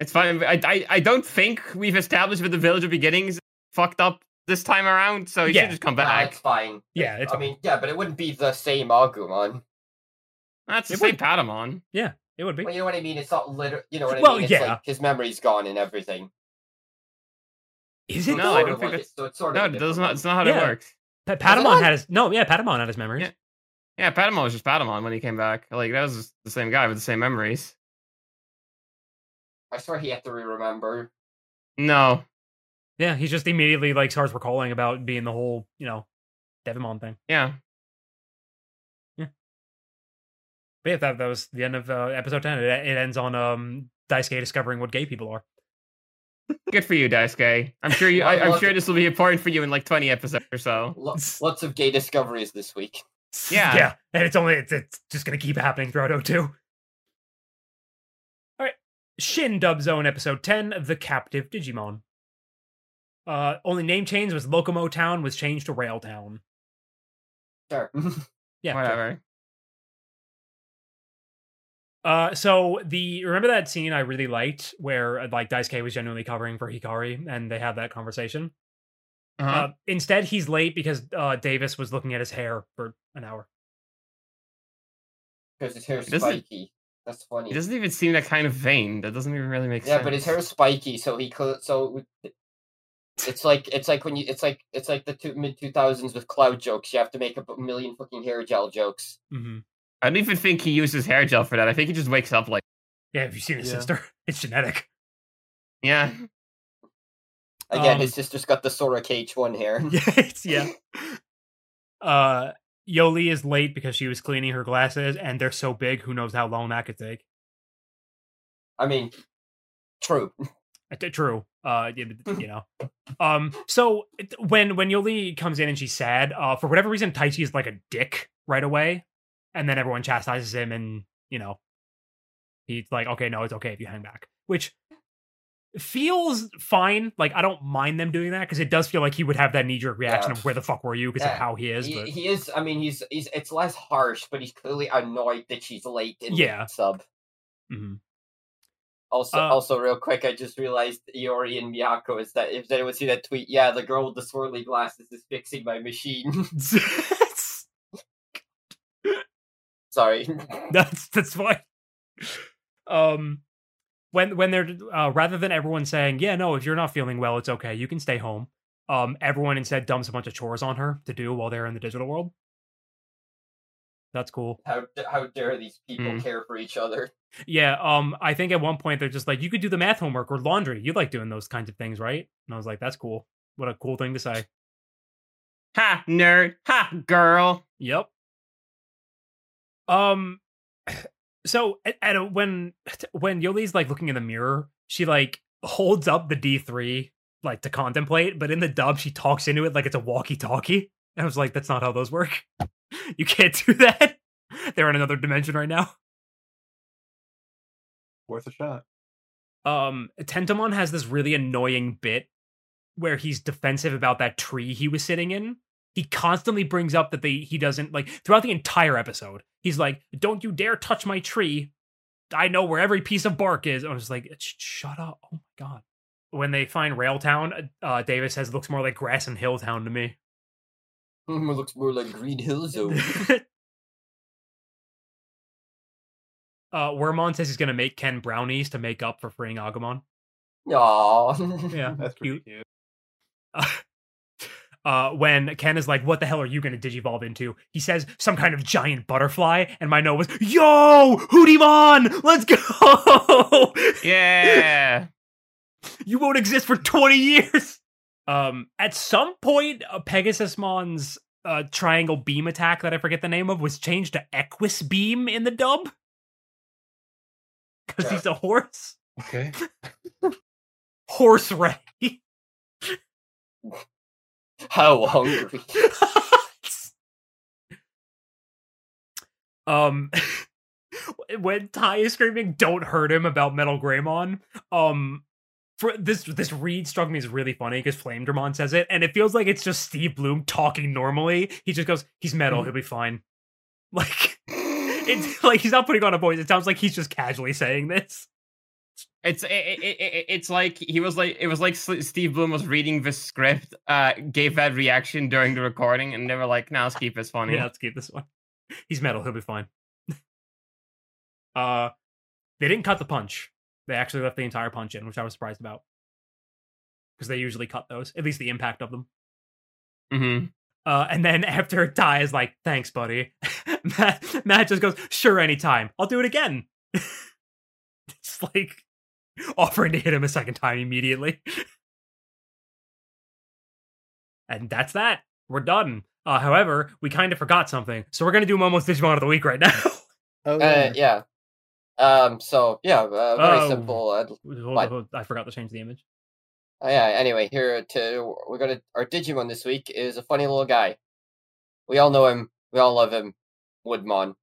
It's fine. I, I I don't think we've established with the Village of Beginnings fucked up this time around, so you Yeah. should just come Nah, back. it's fine. Yeah, it's I mean, yeah, but it wouldn't be the same Agumon. That's the It same Patamon. it would be. Well, you know what I mean? It's not literal. You know what I Well, mean? It's yeah. like his memory's gone and everything. Is So it it's No, I though? don't sort of think like- that's- so it's sort No, of a that's different not. one. It's not how Yeah. it works. Pa- it Patamon not? had his no, yeah, Patamon had his memories. Yeah. Yeah, Patamon was just Patamon when he came back. Like that was just the same guy with the same memories. I swear he had to re-remember. No, Yeah, he just immediately like starts recalling about being the whole, you know, Devimon thing. yeah, But yeah, that, that was the end of uh, episode ten. It, it ends on um Daisuke discovering what gay people are. good for you, Daisuke. I'm sure you. I, Well, I'm look- sure this will be important for you in like 20 episodes or so. Lo- lots of gay discoveries this week. Yeah. Yeah. And it's only it's, it's just gonna keep happening throughout O2. All right. Shin Dub Zone episode 10 of the Captive Digimon. Uh only name change was Locomo Town was changed to Rail Town. Sure. Yeah. sure. Whatever. Uh so the remember that scene I really liked where uh, like Daisuke was genuinely covering for Hikari and they had that conversation. Uh-huh. Uh, instead he's late because uh Davis was looking at his hair for an hour. Because his hair's Doesn't- spiky. That's funny. it doesn't even seem that kind of vain. That doesn't even really make yeah, sense. but his hair's spiky, so he could. So it- it's like it's like when you it's like it's like the two, mid two thousands with cloud jokes. You have to make up a million fucking hair gel jokes. Mm-hmm. I don't even think he uses hair gel for that. I think he just wakes up like, Yeah, have you seen his Yeah. sister? It's genetic. yeah. Again, Um, his sister's got the Sora Cage one hair. yeah, it's, yeah. Uh, Yoli is late because she was cleaning her glasses, and they're so big. Who knows how long that could take? I mean, true. Uh, t- True. Uh, y- you know. Um. So it- when when Yoli comes in and she's sad, uh, for whatever reason, Taichi is like a dick right away, and then everyone chastises him, and you know, he's like, okay, no, it's okay if you hang back, which feels fine. Like I don't mind them doing that because it does feel like he would have that knee jerk reaction Yeah. of where the fuck were you because Yeah. of how he is. He, but... he is. I mean, he's he's. It's less harsh, but he's clearly annoyed that she's late in the Yeah. sub. Mhm. Also, Uh, also, real quick, I just realized Iori and Miyako is that. If anyone see that tweet, yeah, the girl with the swirly glasses is fixing my machine. Sorry. that's that's fine. Um, when when they're uh, rather than everyone saying, "Yeah, no, if you're not feeling well, it's okay, you can stay home." Um, everyone instead dumps a bunch of chores on her to do while they're in the digital world. That's cool. How d- how dare these people Hmm. care for each other? Yeah. Um, I think at one point they're just like, "You could do the math homework or laundry. You like doing those kinds of things, right?" And I was like, "That's cool. What a cool thing to say." Ha, nerd. Ha, girl. Yep. Um. So at, at a, when when Yoli's like looking in the mirror, she like holds up the D three like to contemplate, but in the dub she talks into it like it's a walkie talkie. And I was like, that's not how those work. You can't do that. They're in another dimension right now. Worth a shot. um Tentamon has this really annoying bit where he's defensive about that tree he was sitting in. He constantly brings up that they he doesn't like throughout the entire episode. He's like, "Don't you dare touch my tree. I know where every piece of bark is." I was just like, "Sh- "Shut up. Oh my god." When they find Railtown, uh Davis says it looks more like Grass and Hilltown to me. Hmm, it looks more like Green Hill Zone. uh Wormon says he's going to make Ken brownies to make up for freeing Agumon. Aww. Yeah. That's pretty cute. uh, when Ken is like, "What the hell are you going to digivolve into?" He says some kind of giant butterfly, and my note was, "Yo, Hootimon, let's go! Yeah. you won't exist for twenty years." Um, at some point, uh, Pegasusmon's uh, triangle beam attack that I forget the name of was changed to Equus beam in the dub because he's a horse. Okay. Horse Ray. How hungry. Uh, um when Ty is screaming don't hurt him about Metal Greymon, um for this this read struck me as really funny because Flame Dramon says it, and it feels like it's just Steve Bloom talking normally. He just goes, he's metal, he'll be fine. Like it's like he's not putting on a voice. It sounds like he's just casually saying this. It's it, it, it, it- it's like he was like it was like S- Steve Bloom was reading the script, uh, gave that reaction during the recording, and they were like, "Now let's keep this funny." Yeah, let's keep this one. He's metal. He'll be fine. uh, they didn't cut the punch. They actually left the entire punch in, which I was surprised about because they usually cut those, at least the impact of them. hmm Uh, and then after Ty is like, "Thanks, buddy," Matt, Matt just goes, "Sure, anytime. I'll do it again." it's like offering to hit him a second time immediately. and that's that. We're done. Uh, however, we kind of forgot something, so we're gonna do Momo's Digimon of the week right now. Oh, Uh, yeah. Um. So yeah, uh, very Oh. simple. and- Hold- What? hold- I forgot to change the image. Uh, yeah. Anyway, here to we're gonna our Digimon this week is a funny little guy. We all know him. We all love him. Woodmon.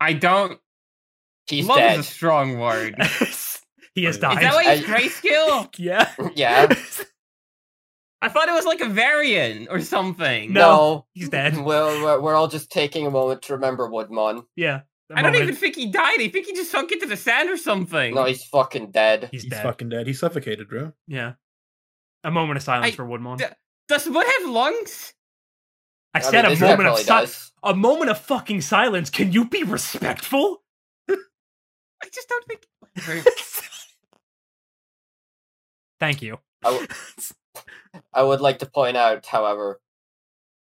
I don't. He's love dead. is a strong word. is he has Is died. that why he's I- grayscale? yeah. yeah. I thought it was like a variant or something. No, No, he's dead. Well, we're, we're all just taking a moment to remember Woodmon. yeah. I don't even think he died. I think he just sunk into the sand or something. No, he's fucking dead. He's, He's dead. fucking dead. He's suffocated, bro. Yeah. A moment of silence I- for Woodmon. d- Does Wood have lungs? I I said mean, a this guy moment of probably silence. does. A moment of fucking silence. Can you be respectful? I just don't think. Thank you. I w- I would like to point out, however,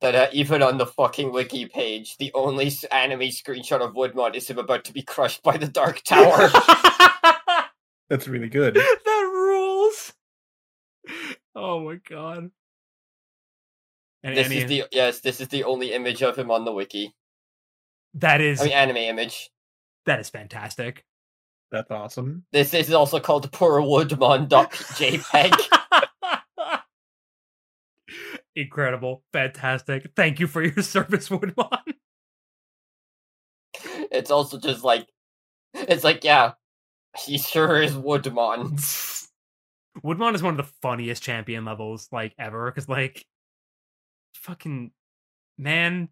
that uh, even on the fucking wiki page, the only s- anime screenshot of Woodmon is him about to be crushed by the Dark Tower. that That's really good. rules. Oh my god. And this any- is the yes, this is the only image of him on the wiki. that is I mean, anime image. that is fantastic. That's awesome. This is also called Poor Woodmon JPEG. Incredible. Fantastic. Thank you for your service, Woodmon. It's also just like, it's like yeah, he sure is Woodmon. Woodmon is one of the funniest champion levels like ever because like fucking man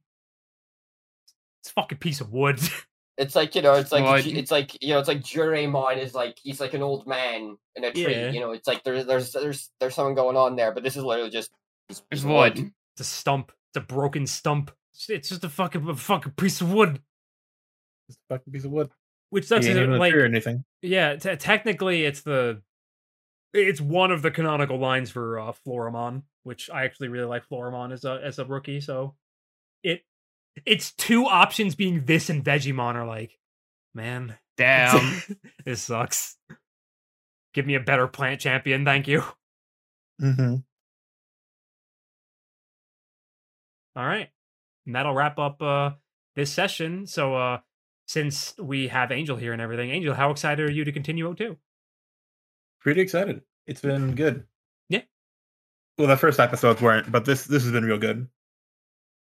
it's a fucking piece of wood. It's like you know, it's like Well, I- ju- it's like you know, it's like Juraimon is like he's like an old man in a tree. Yeah. You know, it's like there's there's there's there's something going on there, but this is literally just it's- There's it's Wood. It's a stump. It's a broken stump. It's- It's just a fucking a fucking piece of wood. Just a fucking piece of wood. Which He sucks ain't is it, even a like tree or anything. Yeah, t- technically, it's the it's one of the canonical lines for uh, Florimon, which I actually really like Florimon as a as a rookie. So it it's two options being this and Vegemon are like, man, Damn. this sucks. Give me a better plant champion, thank you. Mm-hmm. All right. And that'll wrap up uh this session. So uh since we have Angel here and everything, Angel, how excited are you to continue O2? Pretty excited. It's been good. Yeah. Well, the first episodes weren't, but this this has been real good.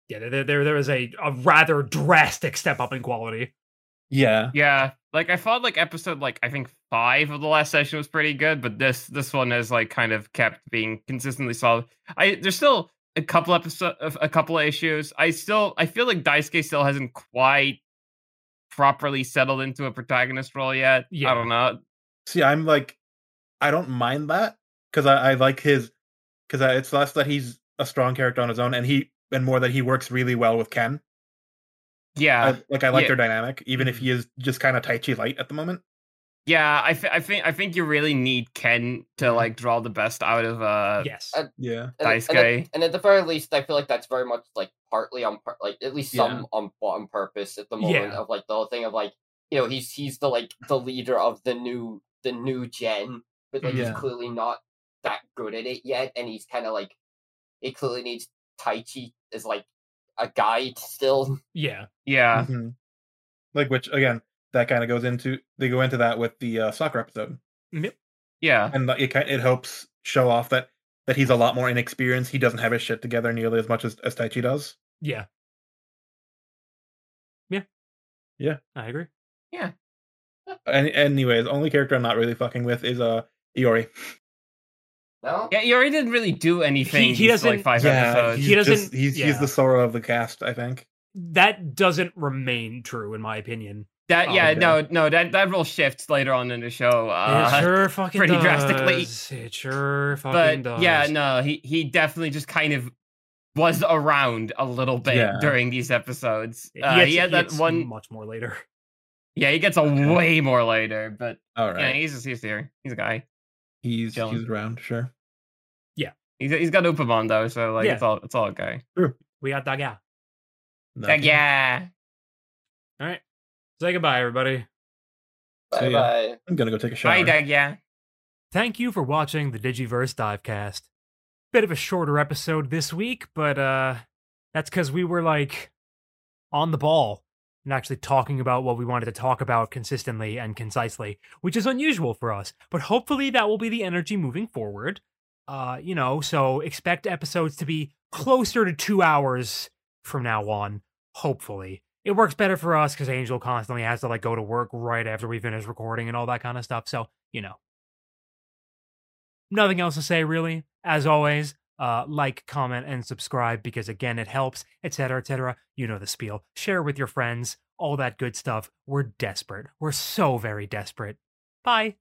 Yeah, there there there is a, a rather drastic step up in quality. Yeah. yeah, like I felt like episode like I think five of the last session was pretty good, but this this one has like kind of kept being consistently solid. I there's still a couple episode of a couple of issues. I still I feel like Daisuke still hasn't quite properly settled into a protagonist role yet. Yeah. I don't know. See, I'm like, I don't mind that because I, I like his because it's less that he's a strong character on his own, and he and more that he works really well with Ken. Yeah, I, like I like yeah. their dynamic, even if he is just kind of Tai Chi light at the moment. yeah. I, th- I think I think you really need Ken to Mm-hmm. like draw the best out of uh yes. I- Yeah. And, at- and, Daisuke. at, and at the very least, I feel like that's very much like partly on pur- like at least Yeah. some on on purpose at the moment Yeah. of like the whole thing of like you know he's he's the like the leader of the new the new gen, but like Yeah. he's clearly not that good at it yet, and he's kind of like he clearly needs Tai Chi as like a guide still. yeah. yeah. Mm-hmm. Mhm. Like which again, that kind of goes into they go into that with the uh, soccer episode, Yeah. and like, it kind it helps show off that that he's a lot more inexperienced. He doesn't have his shit together nearly as much as as Tai Chi does. Yeah. Yeah. Yeah. I agree. And anyways, only character I'm not really fucking with is uh Iori. No, Yeah, Yuri didn't really do anything. he He, doesn't doesn't- like five episodes. he doesn't- just- he's yeah. he's the Sora of the cast, I think. That doesn't remain true in my opinion. That Oh, yeah, okay. no, no, that that role shifts later on in the show. it Uh, sure fucking pretty does. drastically. It sure fucking but does. yeah, no, he he definitely just kind of was around a little bit Yeah. during these episodes. It Uh, gets- he it had that gets one. much more later. Yeah, he gets a Okay. way more later, but All yeah, right, he's just he's here. He's a guy. he's chilling. he's around, sure. He's he's got Upamon though, so like Yeah. it's all it's all okay. We got dug out. Like, yeah, All right. Say goodbye, everybody. So, bye yeah. bye. I'm gonna go take a shower. bye, Dag. Yeah. Thank you for watching the Digiverse Divecast. Bit of a shorter episode this week, but uh that's cuz we were like on the ball and actually talking about what we wanted to talk about consistently and concisely, which is unusual for us. But hopefully that will be the energy moving forward. Uh you know, so expect episodes to be closer to 2 hours from now on, hopefully. It works better for us cuz Angel constantly has to like go to work right after we finish recording and all that kind of stuff. So, you know, nothing else to say really as always uh, like comment and subscribe because again it helps etc etc you know the spiel share with your friends all that good stuff we're desperate we're so very desperate bye